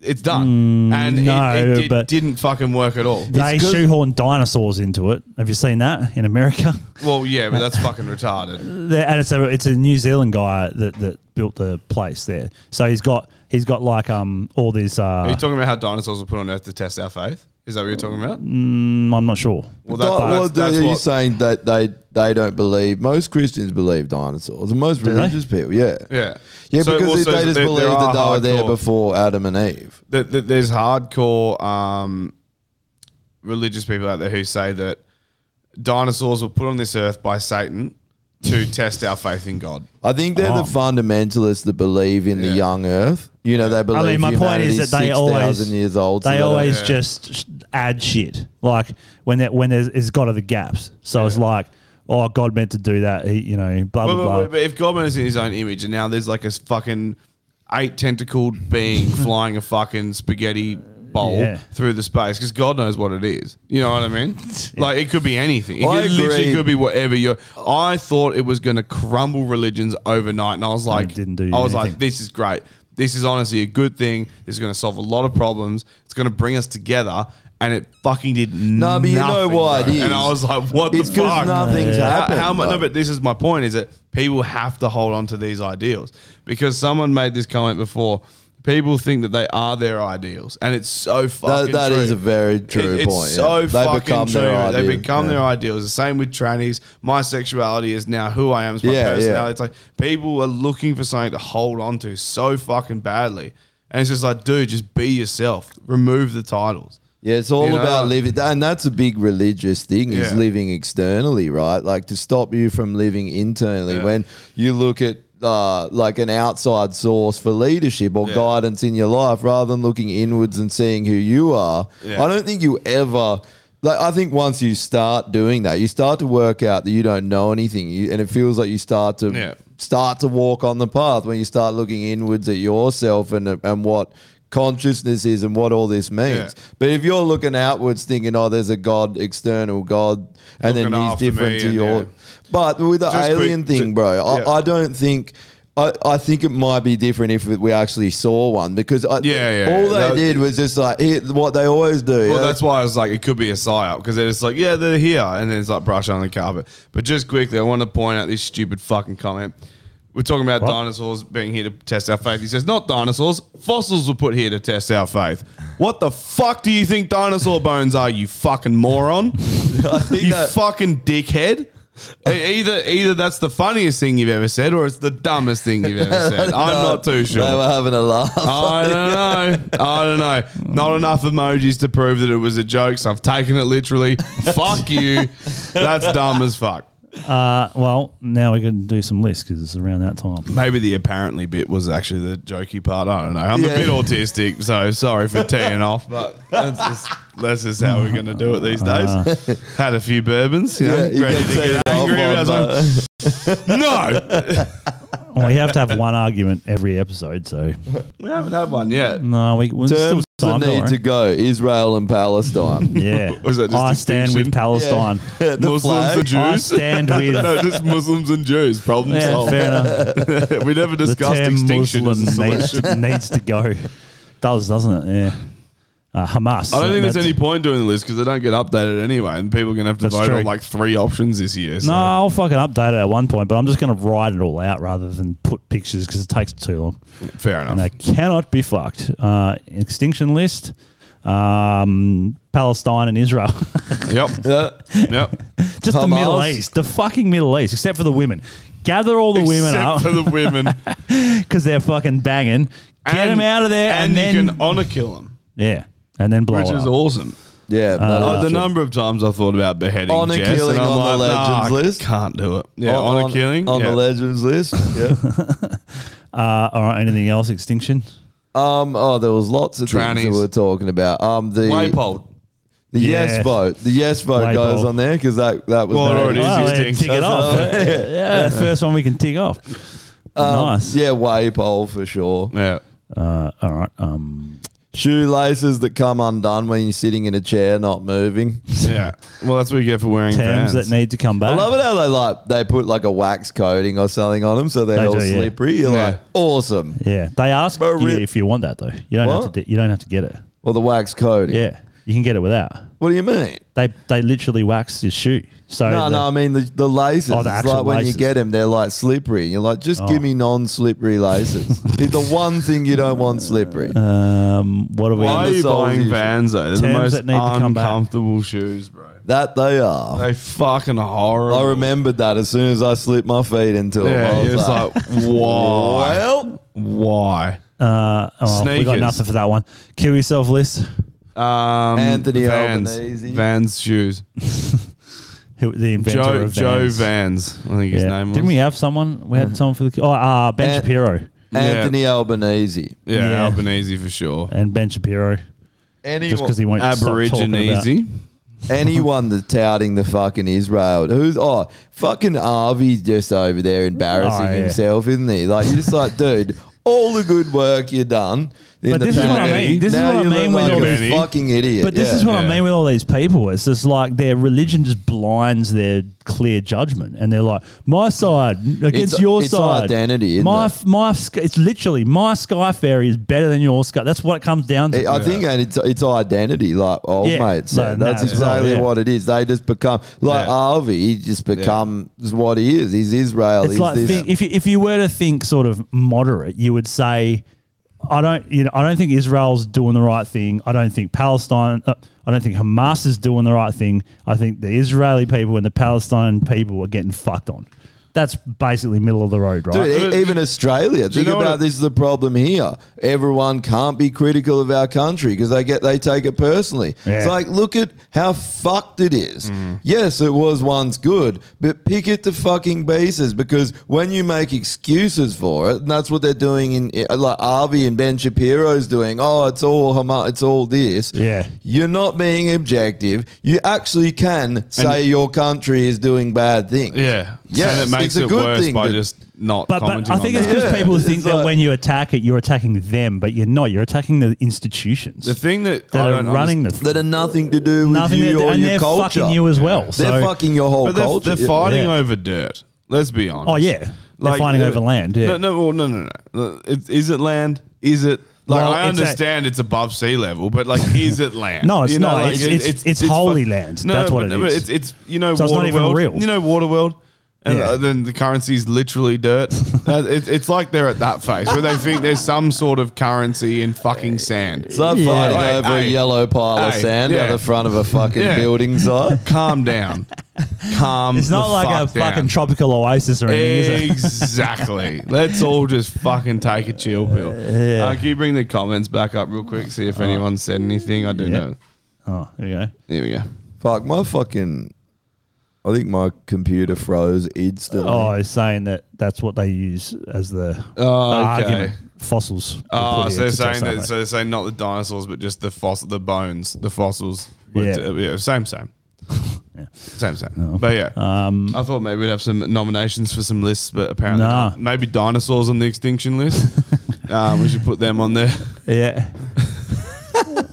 [SPEAKER 4] it's done. and it-
[SPEAKER 2] no,
[SPEAKER 4] it, it
[SPEAKER 2] but-
[SPEAKER 4] didn't fucking work at all.
[SPEAKER 2] they shoehorn dinosaurs into it. Have you seen that in America?
[SPEAKER 4] well, yeah, but that's fucking retarded.
[SPEAKER 2] there, and it's a it's a New Zealand guy that, that built the place there. So he's got he's got like um all these.
[SPEAKER 4] Are you
[SPEAKER 2] Uh,
[SPEAKER 4] talking about how dinosaurs were put on Earth to test our faith? Is that what you're talking about?
[SPEAKER 2] I'm not sure.
[SPEAKER 4] Well,
[SPEAKER 3] Di- well,
[SPEAKER 4] that's
[SPEAKER 3] are you
[SPEAKER 4] what-
[SPEAKER 3] saying that they they don't believe most Christians believe dinosaurs and most religious people, yeah,
[SPEAKER 4] Yeah.
[SPEAKER 3] yeah,
[SPEAKER 4] So-
[SPEAKER 3] because
[SPEAKER 4] well,
[SPEAKER 3] they-
[SPEAKER 4] so
[SPEAKER 3] they just
[SPEAKER 4] there- there
[SPEAKER 3] believe that they
[SPEAKER 4] are
[SPEAKER 3] were there
[SPEAKER 4] hardcore-
[SPEAKER 3] before Adam and Eve.
[SPEAKER 4] that, that there's hardcore um, religious people out there who say that dinosaurs were put on this earth by Satan to test our faith in God.
[SPEAKER 3] I think they're
[SPEAKER 2] Oh.
[SPEAKER 3] the fundamentalists that believe in the
[SPEAKER 4] Yeah.
[SPEAKER 3] young Earth. You know, they believe
[SPEAKER 2] I mean, my point is that they always
[SPEAKER 3] 6,000 years old. so
[SPEAKER 2] They
[SPEAKER 3] don't-
[SPEAKER 2] always
[SPEAKER 4] Yeah.
[SPEAKER 2] just sh- add shit like when that when there's it's got to the gaps. So it's like, oh, God meant to do that. He, you know, blah blah
[SPEAKER 4] But,
[SPEAKER 2] blah.
[SPEAKER 4] but, but if God made us in His own image, and now there's like a s- fucking eight tentacled being flying a fucking spaghetti bowl
[SPEAKER 2] Yeah.
[SPEAKER 4] through the space because God knows what it is. You know what I mean? Like it could be anything. It
[SPEAKER 3] I
[SPEAKER 4] could- literally
[SPEAKER 3] agree.
[SPEAKER 4] could be whatever. You. I thought it was going to crumble religions overnight, and I was like,
[SPEAKER 2] didn't do
[SPEAKER 4] I was like,
[SPEAKER 2] anything.
[SPEAKER 4] this is great. This is honestly a good thing. This is going to solve a lot of problems. It's going to bring us together. And it fucking did
[SPEAKER 3] No, but you know
[SPEAKER 4] nothing,
[SPEAKER 3] why
[SPEAKER 4] bro.
[SPEAKER 3] it
[SPEAKER 4] And
[SPEAKER 3] is.
[SPEAKER 4] I was like, "What
[SPEAKER 3] It's
[SPEAKER 4] the fuck?"
[SPEAKER 3] because nothing's
[SPEAKER 4] How-
[SPEAKER 3] happened.
[SPEAKER 4] How, much? No,
[SPEAKER 3] though.
[SPEAKER 4] but this is my point: is that people have to hold on to these ideals because someone made this comment before. People think that they are their ideals, and it's so fucking.
[SPEAKER 3] that
[SPEAKER 4] true.
[SPEAKER 3] is a very true
[SPEAKER 4] it's
[SPEAKER 3] point, yeah.
[SPEAKER 4] so
[SPEAKER 3] They
[SPEAKER 4] fucking
[SPEAKER 3] become
[SPEAKER 4] true.
[SPEAKER 3] their ideal,
[SPEAKER 4] they become
[SPEAKER 3] yeah.
[SPEAKER 4] their ideals. The same with trannies. My sexuality is now who I am. It's my
[SPEAKER 3] Yeah, yeah.
[SPEAKER 4] personality. It's like people are looking for something to hold on to so fucking badly, and it's just like, dude, just be yourself. Remove the titles.
[SPEAKER 3] Yeah, it's all
[SPEAKER 4] You know?
[SPEAKER 3] about living, and that's a big religious thing is
[SPEAKER 4] Yeah.
[SPEAKER 3] living externally, right? Like to stop you from living internally.
[SPEAKER 4] Yeah.
[SPEAKER 3] When you look at uh, like an outside source for leadership or
[SPEAKER 4] Yeah.
[SPEAKER 3] guidance in your life, rather than looking inwards and seeing who you are,
[SPEAKER 4] Yeah.
[SPEAKER 3] I don't think you ever. Like I think once you start doing that, you start to work out that you don't know anything, you, and it feels like you start to
[SPEAKER 4] Yeah.
[SPEAKER 3] start to walk on the path when you start looking inwards at yourself and and what consciousness is and what all this means.
[SPEAKER 4] Yeah.
[SPEAKER 3] But if you're looking outwards, thinking, "Oh, there's a God, external God," and
[SPEAKER 4] Looking
[SPEAKER 3] then he's
[SPEAKER 4] after me
[SPEAKER 3] different to
[SPEAKER 4] and,
[SPEAKER 3] your,
[SPEAKER 4] yeah.
[SPEAKER 3] but with the
[SPEAKER 4] Just quick-
[SPEAKER 3] alien thing,
[SPEAKER 4] ju-
[SPEAKER 3] bro,
[SPEAKER 4] yeah.
[SPEAKER 3] I, I don't think. I, I think it might be different if we actually saw one because I,
[SPEAKER 4] Yeah, yeah,
[SPEAKER 3] all they
[SPEAKER 4] yeah. That-
[SPEAKER 3] did was just like hit what they always do.
[SPEAKER 4] Well, that's why I was like, it could be a psyop because they're just like, yeah, they're here, and then it's like brush on the carpet. But just quickly, I want to point out this stupid fucking comment. We're talking about dinosaurs being here to test our faith. He says, not dinosaurs. Fossils were put here to test our faith. What the fuck do you think dinosaur bones are, you fucking moron? you
[SPEAKER 3] that-
[SPEAKER 4] fucking dickhead. E- Either either that's the funniest thing you've ever said or it's the dumbest thing you've ever said. I'm not too sure.
[SPEAKER 3] They were having a laugh.
[SPEAKER 4] I don't know. I don't know. Not enough emojis to prove that it was a joke, so I've taken it literally. fuck you. That's dumb as fuck.
[SPEAKER 2] uh, well, now we can do some lists because it's around that time.
[SPEAKER 4] Maybe the apparently bit was actually the jokey part. I don't know. I'm a
[SPEAKER 3] Yeah.
[SPEAKER 4] bit autistic, so sorry for teeing off, but that's just, that's just how we're going to do it these days. Had a few bourbons, you know,
[SPEAKER 3] Yeah, you
[SPEAKER 4] ready
[SPEAKER 3] can
[SPEAKER 4] to
[SPEAKER 3] say
[SPEAKER 4] get
[SPEAKER 3] that
[SPEAKER 4] angry.
[SPEAKER 3] off
[SPEAKER 4] and I was
[SPEAKER 3] on,
[SPEAKER 4] like, no,
[SPEAKER 2] Well, you have to have one argument every episode. So
[SPEAKER 4] we haven't had one yet.
[SPEAKER 2] no, we we're still time.
[SPEAKER 3] Terms that
[SPEAKER 2] don't
[SPEAKER 3] need
[SPEAKER 2] worry.
[SPEAKER 3] to go: Israel and Palestine.
[SPEAKER 2] yeah,
[SPEAKER 4] Was that just
[SPEAKER 2] I stand with
[SPEAKER 4] distinction?
[SPEAKER 2] Palestine.
[SPEAKER 3] The
[SPEAKER 4] Muslims
[SPEAKER 3] flag.
[SPEAKER 4] and
[SPEAKER 2] I
[SPEAKER 4] Jews.
[SPEAKER 2] stand with.
[SPEAKER 4] no, just Muslims and Jews. Problem
[SPEAKER 2] yeah,
[SPEAKER 4] solved.
[SPEAKER 2] fair enough.
[SPEAKER 4] we never
[SPEAKER 2] The
[SPEAKER 4] discussed
[SPEAKER 2] term
[SPEAKER 4] extinction. as a
[SPEAKER 2] Muslim
[SPEAKER 4] solution.
[SPEAKER 2] needs, needs to go. Does doesn't it? Yeah. Uh, Hamas.
[SPEAKER 4] I don't think there's
[SPEAKER 2] That's-
[SPEAKER 4] any point doing the list because they don't get updated anyway, and people are gonna have to
[SPEAKER 2] That's
[SPEAKER 4] vote
[SPEAKER 2] true.
[SPEAKER 4] on like three options this year. So.
[SPEAKER 2] No, I'll fucking update it at one point, but I'm just going to write it all out rather than put pictures because it takes too long.
[SPEAKER 4] fair enough.
[SPEAKER 2] And they cannot be fucked. Uh, extinction list, um, Palestine and Israel.
[SPEAKER 4] yep, yep.
[SPEAKER 2] just the
[SPEAKER 3] Hamas.
[SPEAKER 2] Middle East, the fucking Middle East, except for the women. Gather all the women
[SPEAKER 4] Except for
[SPEAKER 2] up
[SPEAKER 4] the women. Get
[SPEAKER 2] because they're fucking banging. Get them out of there, and,
[SPEAKER 4] and,
[SPEAKER 2] then
[SPEAKER 4] you can honor kill them,
[SPEAKER 2] yeah, and then blow
[SPEAKER 4] which
[SPEAKER 2] it
[SPEAKER 4] is
[SPEAKER 2] up.
[SPEAKER 4] awesome.
[SPEAKER 3] Yeah.
[SPEAKER 4] Oh,
[SPEAKER 3] no,
[SPEAKER 4] the
[SPEAKER 3] no.
[SPEAKER 4] number of times I thought about beheading
[SPEAKER 3] Honor
[SPEAKER 4] Jess, and
[SPEAKER 3] killing
[SPEAKER 4] I'm
[SPEAKER 3] on the
[SPEAKER 4] like, nah,
[SPEAKER 3] legends
[SPEAKER 4] I
[SPEAKER 3] list?
[SPEAKER 4] Can't do it. Yeah, honor killing
[SPEAKER 3] on
[SPEAKER 4] yeah.
[SPEAKER 3] the legends list. Yeah.
[SPEAKER 2] Uh, all right. Anything else? Extinction.
[SPEAKER 3] um. Oh, there was lots of
[SPEAKER 1] Trannies.
[SPEAKER 3] things that we are talking about. Um. The
[SPEAKER 4] Waypold.
[SPEAKER 3] the
[SPEAKER 2] Yeah.
[SPEAKER 3] yes vote. The yes vote
[SPEAKER 2] Waypold.
[SPEAKER 3] goes on there because that that was
[SPEAKER 4] Well, Oh, it already
[SPEAKER 2] Wow, yeah,
[SPEAKER 4] extinct.
[SPEAKER 2] tick it
[SPEAKER 4] That's
[SPEAKER 2] off. yeah, first one we can tick off.
[SPEAKER 4] Um,
[SPEAKER 2] nice.
[SPEAKER 3] yeah waypole for sure.
[SPEAKER 4] Yeah.
[SPEAKER 2] Uh, all right. Um,
[SPEAKER 3] Shoelaces that come undone when you're sitting in a chair not moving.
[SPEAKER 4] Yeah. Well, that's what you get for wearing
[SPEAKER 2] terms
[SPEAKER 4] pants.
[SPEAKER 2] that need to come back.
[SPEAKER 3] I love it how they like they put like a wax coating or something on them so they're
[SPEAKER 2] They
[SPEAKER 3] all
[SPEAKER 2] do, yeah.
[SPEAKER 3] slippery. You're
[SPEAKER 4] Yeah.
[SPEAKER 3] like awesome.
[SPEAKER 2] Yeah, they ask
[SPEAKER 3] But
[SPEAKER 2] you
[SPEAKER 3] re-
[SPEAKER 2] if you want that though. You don't have
[SPEAKER 3] What?
[SPEAKER 2] to. do- You don't have to get it.
[SPEAKER 3] Well, the wax coating.
[SPEAKER 2] Yeah, you can get it without.
[SPEAKER 3] What do you mean?
[SPEAKER 2] They they literally wax your shoe. So
[SPEAKER 3] No,
[SPEAKER 2] the-
[SPEAKER 3] no, I mean the, the laces.
[SPEAKER 2] Oh, the
[SPEAKER 3] it's
[SPEAKER 2] actual Oh.
[SPEAKER 3] like when you
[SPEAKER 2] laces.
[SPEAKER 3] get them, they're like slippery. You're like, just give me non-slippery laces. it's the one thing you don't want slippery.
[SPEAKER 2] Um, what are we?
[SPEAKER 4] Why are
[SPEAKER 3] the
[SPEAKER 4] you
[SPEAKER 3] soles
[SPEAKER 4] buying
[SPEAKER 3] usually.
[SPEAKER 4] Vans though? They're the
[SPEAKER 2] Terms
[SPEAKER 4] most
[SPEAKER 2] that need to come back.
[SPEAKER 4] uncomfortable shoes, bro.
[SPEAKER 3] that they are.
[SPEAKER 4] They fucking horrible.
[SPEAKER 3] I remembered that as soon as I slipped my feet into them. I
[SPEAKER 4] Yeah,
[SPEAKER 3] was
[SPEAKER 4] it was
[SPEAKER 3] like,
[SPEAKER 4] like, why?
[SPEAKER 3] well,
[SPEAKER 4] Why?
[SPEAKER 2] Uh, oh, we got
[SPEAKER 4] Sneakers.
[SPEAKER 2] nothing for that one. Kill yourself list.
[SPEAKER 4] Um,
[SPEAKER 3] Anthony
[SPEAKER 4] Vans.
[SPEAKER 3] Albanese.
[SPEAKER 4] Vans shoes.
[SPEAKER 2] Who, the inventor
[SPEAKER 4] Joe
[SPEAKER 2] of
[SPEAKER 4] Joe
[SPEAKER 2] Vans.
[SPEAKER 4] Vans. I think his
[SPEAKER 2] Yeah.
[SPEAKER 4] name was.
[SPEAKER 2] Didn't we have someone? We had someone for the. Oh, uh, Ben
[SPEAKER 3] And-
[SPEAKER 2] Shapiro
[SPEAKER 3] Anthony Albanese.
[SPEAKER 4] yeah,
[SPEAKER 2] Yeah.
[SPEAKER 4] Albanese for sure.
[SPEAKER 2] and Ben Shapiro. Just
[SPEAKER 3] Anyone,
[SPEAKER 2] because he won't stop talking about-
[SPEAKER 4] Aborigine.
[SPEAKER 3] anyone that's touting the fucking Israel, who's oh fucking Harvey's just over there embarrassing
[SPEAKER 2] Oh, yeah.
[SPEAKER 3] himself, isn't he? Like you're just like, dude, all the good work you've done. In
[SPEAKER 2] But
[SPEAKER 3] the
[SPEAKER 2] this is what I
[SPEAKER 3] pandemic,
[SPEAKER 2] mean. This is
[SPEAKER 3] now
[SPEAKER 2] what I
[SPEAKER 3] you
[SPEAKER 2] mean
[SPEAKER 3] look
[SPEAKER 2] with
[SPEAKER 3] like
[SPEAKER 2] all
[SPEAKER 3] a
[SPEAKER 4] these-
[SPEAKER 3] fucking idiot.
[SPEAKER 2] But this
[SPEAKER 3] yeah.
[SPEAKER 2] is what I
[SPEAKER 4] Yeah.
[SPEAKER 2] mean with all these people. It's just like their religion just blinds their clear judgment, and they're like, "My side against
[SPEAKER 3] It's-
[SPEAKER 2] your
[SPEAKER 3] it's
[SPEAKER 2] side."
[SPEAKER 3] identity, isn't
[SPEAKER 2] my
[SPEAKER 3] it?
[SPEAKER 2] f- my sc- it's literally my Sky Fairy is better than your Sky. That's what it comes down to.
[SPEAKER 3] I think and it's it's identity, like old
[SPEAKER 2] Yeah.
[SPEAKER 3] mate. So
[SPEAKER 2] No, no,
[SPEAKER 3] that's
[SPEAKER 2] it's not,
[SPEAKER 3] exactly
[SPEAKER 2] yeah.
[SPEAKER 3] what it is. They just become like
[SPEAKER 4] Yeah.
[SPEAKER 3] Harvey. He just becomes what he is. He's Israel.
[SPEAKER 2] it's
[SPEAKER 3] He's
[SPEAKER 2] like
[SPEAKER 3] this.
[SPEAKER 2] think, if you, if you were to think sort of moderate, you would say, I don't you know I don't think Israel's doing the right thing. I don't think Palestine. Uh, I don't think Hamas is doing the right thing. I think the Israeli people and the Palestine people are getting fucked on. That's basically middle of the road, right?
[SPEAKER 3] Dude, e- even Australia. Think
[SPEAKER 4] know what
[SPEAKER 3] about
[SPEAKER 4] it-
[SPEAKER 3] this is the problem here. Everyone can't be critical of our country because they get they take it personally. It's
[SPEAKER 2] Yeah.
[SPEAKER 3] like look at how fucked it is.
[SPEAKER 4] Mm-hmm.
[SPEAKER 3] Yes, it was once good, but pick it to fucking pieces because when you make excuses for it, and that's what they're doing in in- like Arby and Ben Shapiro's doing. Oh, it's all Hamas, it's all this.
[SPEAKER 2] Yeah.
[SPEAKER 3] You're not being objective. You actually can say your country is doing bad things.
[SPEAKER 4] Yeah.
[SPEAKER 3] Yes,
[SPEAKER 4] and it makes
[SPEAKER 3] it's a
[SPEAKER 4] it
[SPEAKER 3] good
[SPEAKER 4] worse
[SPEAKER 3] thing
[SPEAKER 4] by
[SPEAKER 3] that-
[SPEAKER 4] just not
[SPEAKER 2] But, but
[SPEAKER 4] commenting
[SPEAKER 2] I think
[SPEAKER 4] on
[SPEAKER 2] it's
[SPEAKER 4] that.
[SPEAKER 2] because
[SPEAKER 3] Yeah,
[SPEAKER 2] people
[SPEAKER 3] it's
[SPEAKER 2] think that
[SPEAKER 3] like-
[SPEAKER 2] when you attack it, you're attacking them, but you're not. You're attacking the institutions
[SPEAKER 4] The thing that,
[SPEAKER 2] that
[SPEAKER 4] I
[SPEAKER 2] are
[SPEAKER 4] don't
[SPEAKER 2] running the
[SPEAKER 3] that are nothing to do with
[SPEAKER 2] nothing,
[SPEAKER 3] you
[SPEAKER 2] that-
[SPEAKER 3] or
[SPEAKER 2] and
[SPEAKER 3] your
[SPEAKER 2] they're
[SPEAKER 3] culture.
[SPEAKER 2] fucking you as well.
[SPEAKER 3] they're
[SPEAKER 2] So,
[SPEAKER 3] fucking your whole
[SPEAKER 4] But they're,
[SPEAKER 3] culture.
[SPEAKER 4] they're fighting
[SPEAKER 2] Yeah.
[SPEAKER 4] over dirt. Let's be honest.
[SPEAKER 2] oh yeah, they're fighting
[SPEAKER 4] uh,
[SPEAKER 2] over land. Yeah,
[SPEAKER 4] No, no, well, no, no, no. It, is it land? Is it like
[SPEAKER 2] Well,
[SPEAKER 4] I
[SPEAKER 2] it's a-
[SPEAKER 4] understand it's above sea level, but like, is it land?
[SPEAKER 2] No, it's not.
[SPEAKER 4] like,
[SPEAKER 2] It's- it's- it's
[SPEAKER 4] fu-
[SPEAKER 2] holy land. That's what
[SPEAKER 4] but-
[SPEAKER 2] it
[SPEAKER 4] but
[SPEAKER 2] is.
[SPEAKER 4] It's, it's you know,
[SPEAKER 2] So it's not even
[SPEAKER 4] Waterworld.
[SPEAKER 2] real.
[SPEAKER 4] You know, Waterworld. And
[SPEAKER 2] Yeah.
[SPEAKER 4] uh, then the currency is literally dirt. Uh, it, it's like they're at that phase where they think there's some sort of currency in fucking sand.
[SPEAKER 3] It's not fighting
[SPEAKER 4] Hey,
[SPEAKER 3] over a
[SPEAKER 4] hey.
[SPEAKER 3] yellow pile of
[SPEAKER 4] Hey,
[SPEAKER 3] sand
[SPEAKER 4] yeah.
[SPEAKER 3] on the front of a fucking
[SPEAKER 4] Yeah.
[SPEAKER 3] building site.
[SPEAKER 4] Calm down. Calm.
[SPEAKER 2] it's not
[SPEAKER 4] the
[SPEAKER 2] like a
[SPEAKER 4] fuck down.
[SPEAKER 2] fucking tropical oasis or anything. Is it?
[SPEAKER 4] Exactly. Let's all just fucking take a chill pill. Uh, can you bring the comments back up real quick? See if anyone said anything. I do know.
[SPEAKER 2] Oh, there you go.
[SPEAKER 4] Here we go.
[SPEAKER 3] Fuck my fucking. I think my computer froze instantly.
[SPEAKER 2] Oh, I was saying that that's what they use as the
[SPEAKER 4] Oh, okay.
[SPEAKER 2] argument. Fossils. were
[SPEAKER 4] Oh,
[SPEAKER 2] put
[SPEAKER 4] so
[SPEAKER 2] here
[SPEAKER 4] they're
[SPEAKER 2] to test
[SPEAKER 4] saying that,
[SPEAKER 2] much.
[SPEAKER 4] so they're saying not the dinosaurs, but just the fossil, the bones, the fossils. were
[SPEAKER 2] Yeah.
[SPEAKER 4] t- uh, yeah same, same. Same, same.
[SPEAKER 2] No.
[SPEAKER 4] But yeah,
[SPEAKER 2] um,
[SPEAKER 4] I thought maybe we'd have some nominations for some lists, but apparently
[SPEAKER 2] Nah.
[SPEAKER 4] not. maybe dinosaurs on the extinction list. um, we should put them on there.
[SPEAKER 2] yeah.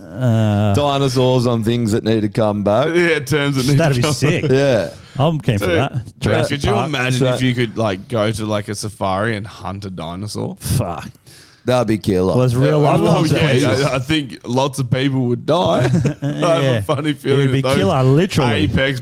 [SPEAKER 3] Dinosaurs on things that need to come back.
[SPEAKER 4] yeah, terms that need
[SPEAKER 2] That'd be
[SPEAKER 4] cover.
[SPEAKER 2] sick.
[SPEAKER 3] Yeah.
[SPEAKER 2] I'm keen for
[SPEAKER 4] Dude,
[SPEAKER 2] that.
[SPEAKER 4] dude,
[SPEAKER 2] Jurassic
[SPEAKER 4] could you
[SPEAKER 2] Park.
[SPEAKER 4] imagine
[SPEAKER 3] So-
[SPEAKER 4] if you could like go to like a safari and hunt a dinosaur?
[SPEAKER 2] Fuck.
[SPEAKER 3] That'd be killer.
[SPEAKER 2] Well, it's real life. eh?
[SPEAKER 4] Oh,
[SPEAKER 2] consequences.
[SPEAKER 4] yeah, I, I think lots of people would die. I
[SPEAKER 2] Yeah.
[SPEAKER 4] have a funny feeling
[SPEAKER 2] It'd be
[SPEAKER 4] that those
[SPEAKER 2] killer, literally.
[SPEAKER 4] apex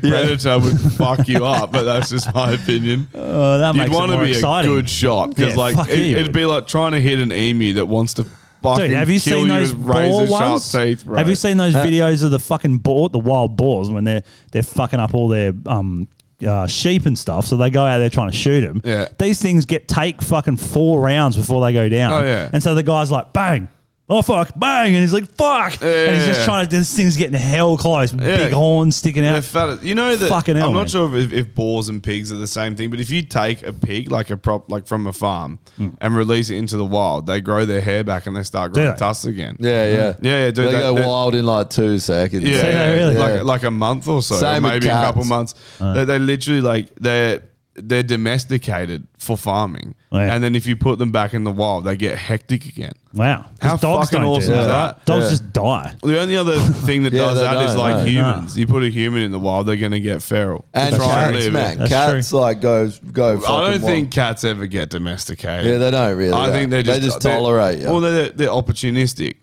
[SPEAKER 4] predator would fuck you up, but that's just my opinion.
[SPEAKER 2] Oh, that
[SPEAKER 4] You'd
[SPEAKER 2] makes it
[SPEAKER 4] want to
[SPEAKER 2] more
[SPEAKER 4] be
[SPEAKER 2] exciting.
[SPEAKER 4] a good shot because
[SPEAKER 2] Yeah, fuck
[SPEAKER 4] like
[SPEAKER 2] yeah,
[SPEAKER 4] it,
[SPEAKER 2] you
[SPEAKER 4] it'd
[SPEAKER 2] would.
[SPEAKER 4] be like trying to hit an emu that wants to fucking
[SPEAKER 2] Dude, have you
[SPEAKER 4] kill
[SPEAKER 2] seen
[SPEAKER 4] you
[SPEAKER 2] those
[SPEAKER 4] with
[SPEAKER 2] boar
[SPEAKER 4] razor sharp
[SPEAKER 2] ones?
[SPEAKER 4] teeth. bro.
[SPEAKER 2] Have you seen
[SPEAKER 3] Uh,
[SPEAKER 2] those videos of the fucking boar, the wild boars, when they're they're fucking up all their um uh, sheep and stuff? So they go out there trying to shoot them.
[SPEAKER 4] Yeah.
[SPEAKER 2] These things get take fucking four rounds before they go down.
[SPEAKER 4] Oh, yeah.
[SPEAKER 2] And so the guy's like, bang. oh fuck, bang, and he's like, fuck, and he's just
[SPEAKER 4] yeah.
[SPEAKER 2] trying to. This thing's getting hell close, big horns sticking
[SPEAKER 4] They're
[SPEAKER 2] out.
[SPEAKER 4] fat- You know that.
[SPEAKER 2] Fucking hell,
[SPEAKER 4] I'm
[SPEAKER 2] man.
[SPEAKER 4] not sure if, if boars and pigs are the same thing, but if you take a pig like a prop, like from a farm, and release it into the wild, they grow their hair back and they start
[SPEAKER 2] Do
[SPEAKER 4] growing
[SPEAKER 2] they?
[SPEAKER 4] tusks again.
[SPEAKER 3] Yeah, yeah,
[SPEAKER 4] Yeah, yeah, dude,
[SPEAKER 3] They
[SPEAKER 4] that-
[SPEAKER 3] go
[SPEAKER 4] that-
[SPEAKER 3] wild in like two seconds.
[SPEAKER 4] Yeah, yeah,
[SPEAKER 2] really?
[SPEAKER 4] Like, like a month or so, or
[SPEAKER 3] Same with
[SPEAKER 4] maybe a couple
[SPEAKER 3] cats.
[SPEAKER 4] months. They, they literally like they're they're domesticated for farming,
[SPEAKER 2] Oh, yeah.
[SPEAKER 4] and then if you put them back in the wild, they get hectic again.
[SPEAKER 2] Wow, 'Cause
[SPEAKER 4] How fucking
[SPEAKER 2] don't do
[SPEAKER 4] awesome is that?
[SPEAKER 2] Dogs
[SPEAKER 3] Yeah.
[SPEAKER 2] just die.
[SPEAKER 4] The only other thing that
[SPEAKER 3] Yeah,
[SPEAKER 4] does
[SPEAKER 3] they
[SPEAKER 4] that is
[SPEAKER 3] don't,
[SPEAKER 4] like
[SPEAKER 3] no.
[SPEAKER 4] humans. You put a human in the wild, they're going to get feral
[SPEAKER 3] and
[SPEAKER 4] Try
[SPEAKER 3] cats, man,
[SPEAKER 2] That's
[SPEAKER 3] cats like go go.
[SPEAKER 4] I don't
[SPEAKER 3] fucking
[SPEAKER 4] think
[SPEAKER 3] wild.
[SPEAKER 4] cats ever get domesticated.
[SPEAKER 3] Yeah, they don't really.
[SPEAKER 4] I think they just,
[SPEAKER 3] they tolerate you.
[SPEAKER 4] Well, they're, they're opportunistic.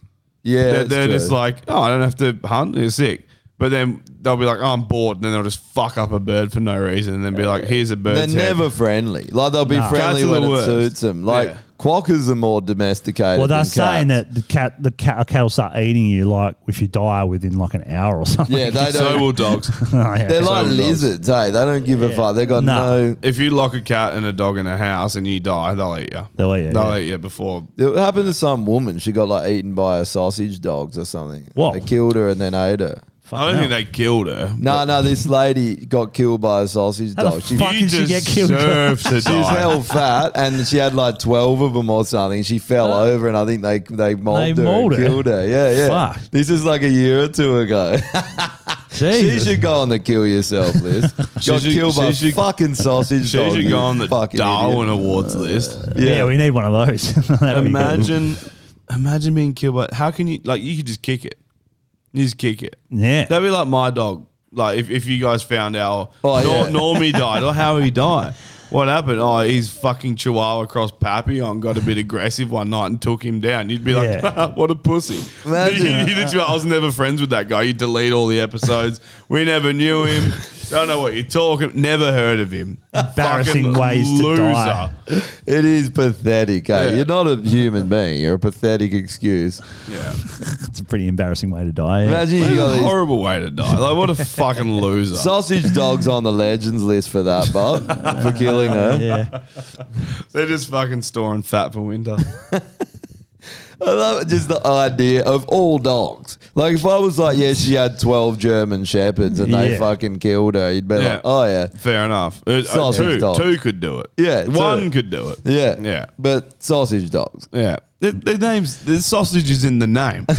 [SPEAKER 3] yeah,
[SPEAKER 4] they're
[SPEAKER 3] that's
[SPEAKER 4] they're
[SPEAKER 3] true.
[SPEAKER 4] just like, oh, I don't have to hunt. They're sick. But then they'll be like, oh, I'm bored. And then they'll just fuck up a bird for no reason. And then be like, here's a bird.
[SPEAKER 3] They're never friendly. Like they'll be friendly
[SPEAKER 4] Cats are
[SPEAKER 3] when
[SPEAKER 4] the
[SPEAKER 3] it
[SPEAKER 4] worst.
[SPEAKER 3] suits them. Like
[SPEAKER 4] Yeah.
[SPEAKER 3] quackers are more domesticated.
[SPEAKER 2] Well, they're
[SPEAKER 3] than
[SPEAKER 2] saying
[SPEAKER 3] cats.
[SPEAKER 2] that the cat, the cat, cattle start eating you like if you die within like an hour or something.
[SPEAKER 3] Yeah, they
[SPEAKER 4] So
[SPEAKER 3] don't.
[SPEAKER 4] will dogs.
[SPEAKER 2] Oh, yeah.
[SPEAKER 3] they're like lizards. Hey, they don't give a fuck. They got
[SPEAKER 2] Nah.
[SPEAKER 3] no.
[SPEAKER 4] if you lock a cat and a dog in a house and you die, they'll eat you.
[SPEAKER 2] They'll eat you,
[SPEAKER 4] They'll
[SPEAKER 2] yeah.
[SPEAKER 4] eat you before.
[SPEAKER 3] It happened to some woman. She got like eaten by a sausage dogs or something.
[SPEAKER 2] Whoa.
[SPEAKER 3] They killed her and then ate her.
[SPEAKER 4] I don't think they killed her.
[SPEAKER 3] No, no, this lady got killed by a sausage
[SPEAKER 2] the
[SPEAKER 3] dog. She,
[SPEAKER 2] fuck
[SPEAKER 4] You
[SPEAKER 2] did she get killed?
[SPEAKER 4] deserve to
[SPEAKER 3] she was
[SPEAKER 4] die.
[SPEAKER 3] hell fat and she had like 12 of them or something. She fell over and I think they they mauled
[SPEAKER 2] They
[SPEAKER 3] her
[SPEAKER 2] mauled
[SPEAKER 3] and
[SPEAKER 2] her?
[SPEAKER 3] killed her. Yeah, yeah.
[SPEAKER 2] Fuck.
[SPEAKER 3] This is like a year or two ago. she
[SPEAKER 2] Jesus.
[SPEAKER 3] should go on the kill yourself list. got
[SPEAKER 4] should-
[SPEAKER 3] killed by
[SPEAKER 4] she should-
[SPEAKER 3] fucking sausage
[SPEAKER 4] She
[SPEAKER 3] dog.
[SPEAKER 4] should
[SPEAKER 3] you
[SPEAKER 4] go on the
[SPEAKER 3] fucking
[SPEAKER 4] Darwin
[SPEAKER 3] idiot.
[SPEAKER 4] Awards list.
[SPEAKER 2] yeah. we need one of those. That'd be good.
[SPEAKER 4] Imagine, imagine being killed by. How can you like? You could just kick it. You just kick it.
[SPEAKER 2] Yeah.
[SPEAKER 4] That'd be like my dog. Like if, if you guys found out
[SPEAKER 3] Oh,
[SPEAKER 4] Nor-
[SPEAKER 3] yeah.
[SPEAKER 4] Normie died or how he died. What happened? Oh, he's fucking Chihuahua crossed Papillon got a bit aggressive one night and took him down. You'd be like,
[SPEAKER 2] Yeah.
[SPEAKER 4] what a pussy.
[SPEAKER 3] Imagine.
[SPEAKER 4] You'd literally be like, I was never friends with that guy. You delete all the episodes. We never knew him. Don't know what you're talking. Never heard of him.
[SPEAKER 2] Embarrassing
[SPEAKER 4] Fucking
[SPEAKER 2] ways to die.
[SPEAKER 3] It is pathetic. eh?
[SPEAKER 4] Yeah.
[SPEAKER 3] You're not a human being. You're a pathetic excuse.
[SPEAKER 4] Yeah.
[SPEAKER 2] It's a pretty embarrassing way to die. Yeah.
[SPEAKER 3] Imagine you got
[SPEAKER 4] What a
[SPEAKER 3] these
[SPEAKER 4] horrible way to die. Like, what a fucking loser.
[SPEAKER 3] sausage dogs on the legends list for that, but for killing her.
[SPEAKER 2] yeah.
[SPEAKER 4] They're just fucking storing fat for winter.
[SPEAKER 3] I love it, just the idea of all dogs. Like if I was like, yeah, she had twelve German shepherds and they
[SPEAKER 2] Yeah.
[SPEAKER 3] fucking killed her, you'd be
[SPEAKER 4] Yeah.
[SPEAKER 3] like, oh yeah,
[SPEAKER 4] Fair enough. Uh, uh,
[SPEAKER 3] Sausage
[SPEAKER 4] two,
[SPEAKER 3] dog.
[SPEAKER 4] two could do it.
[SPEAKER 3] Yeah,
[SPEAKER 4] One
[SPEAKER 3] two.
[SPEAKER 4] could do it.
[SPEAKER 3] yeah,
[SPEAKER 4] Yeah.
[SPEAKER 3] But sausage dogs
[SPEAKER 4] Yeah. The, the name's, the sausage is in the name.
[SPEAKER 3] Oh,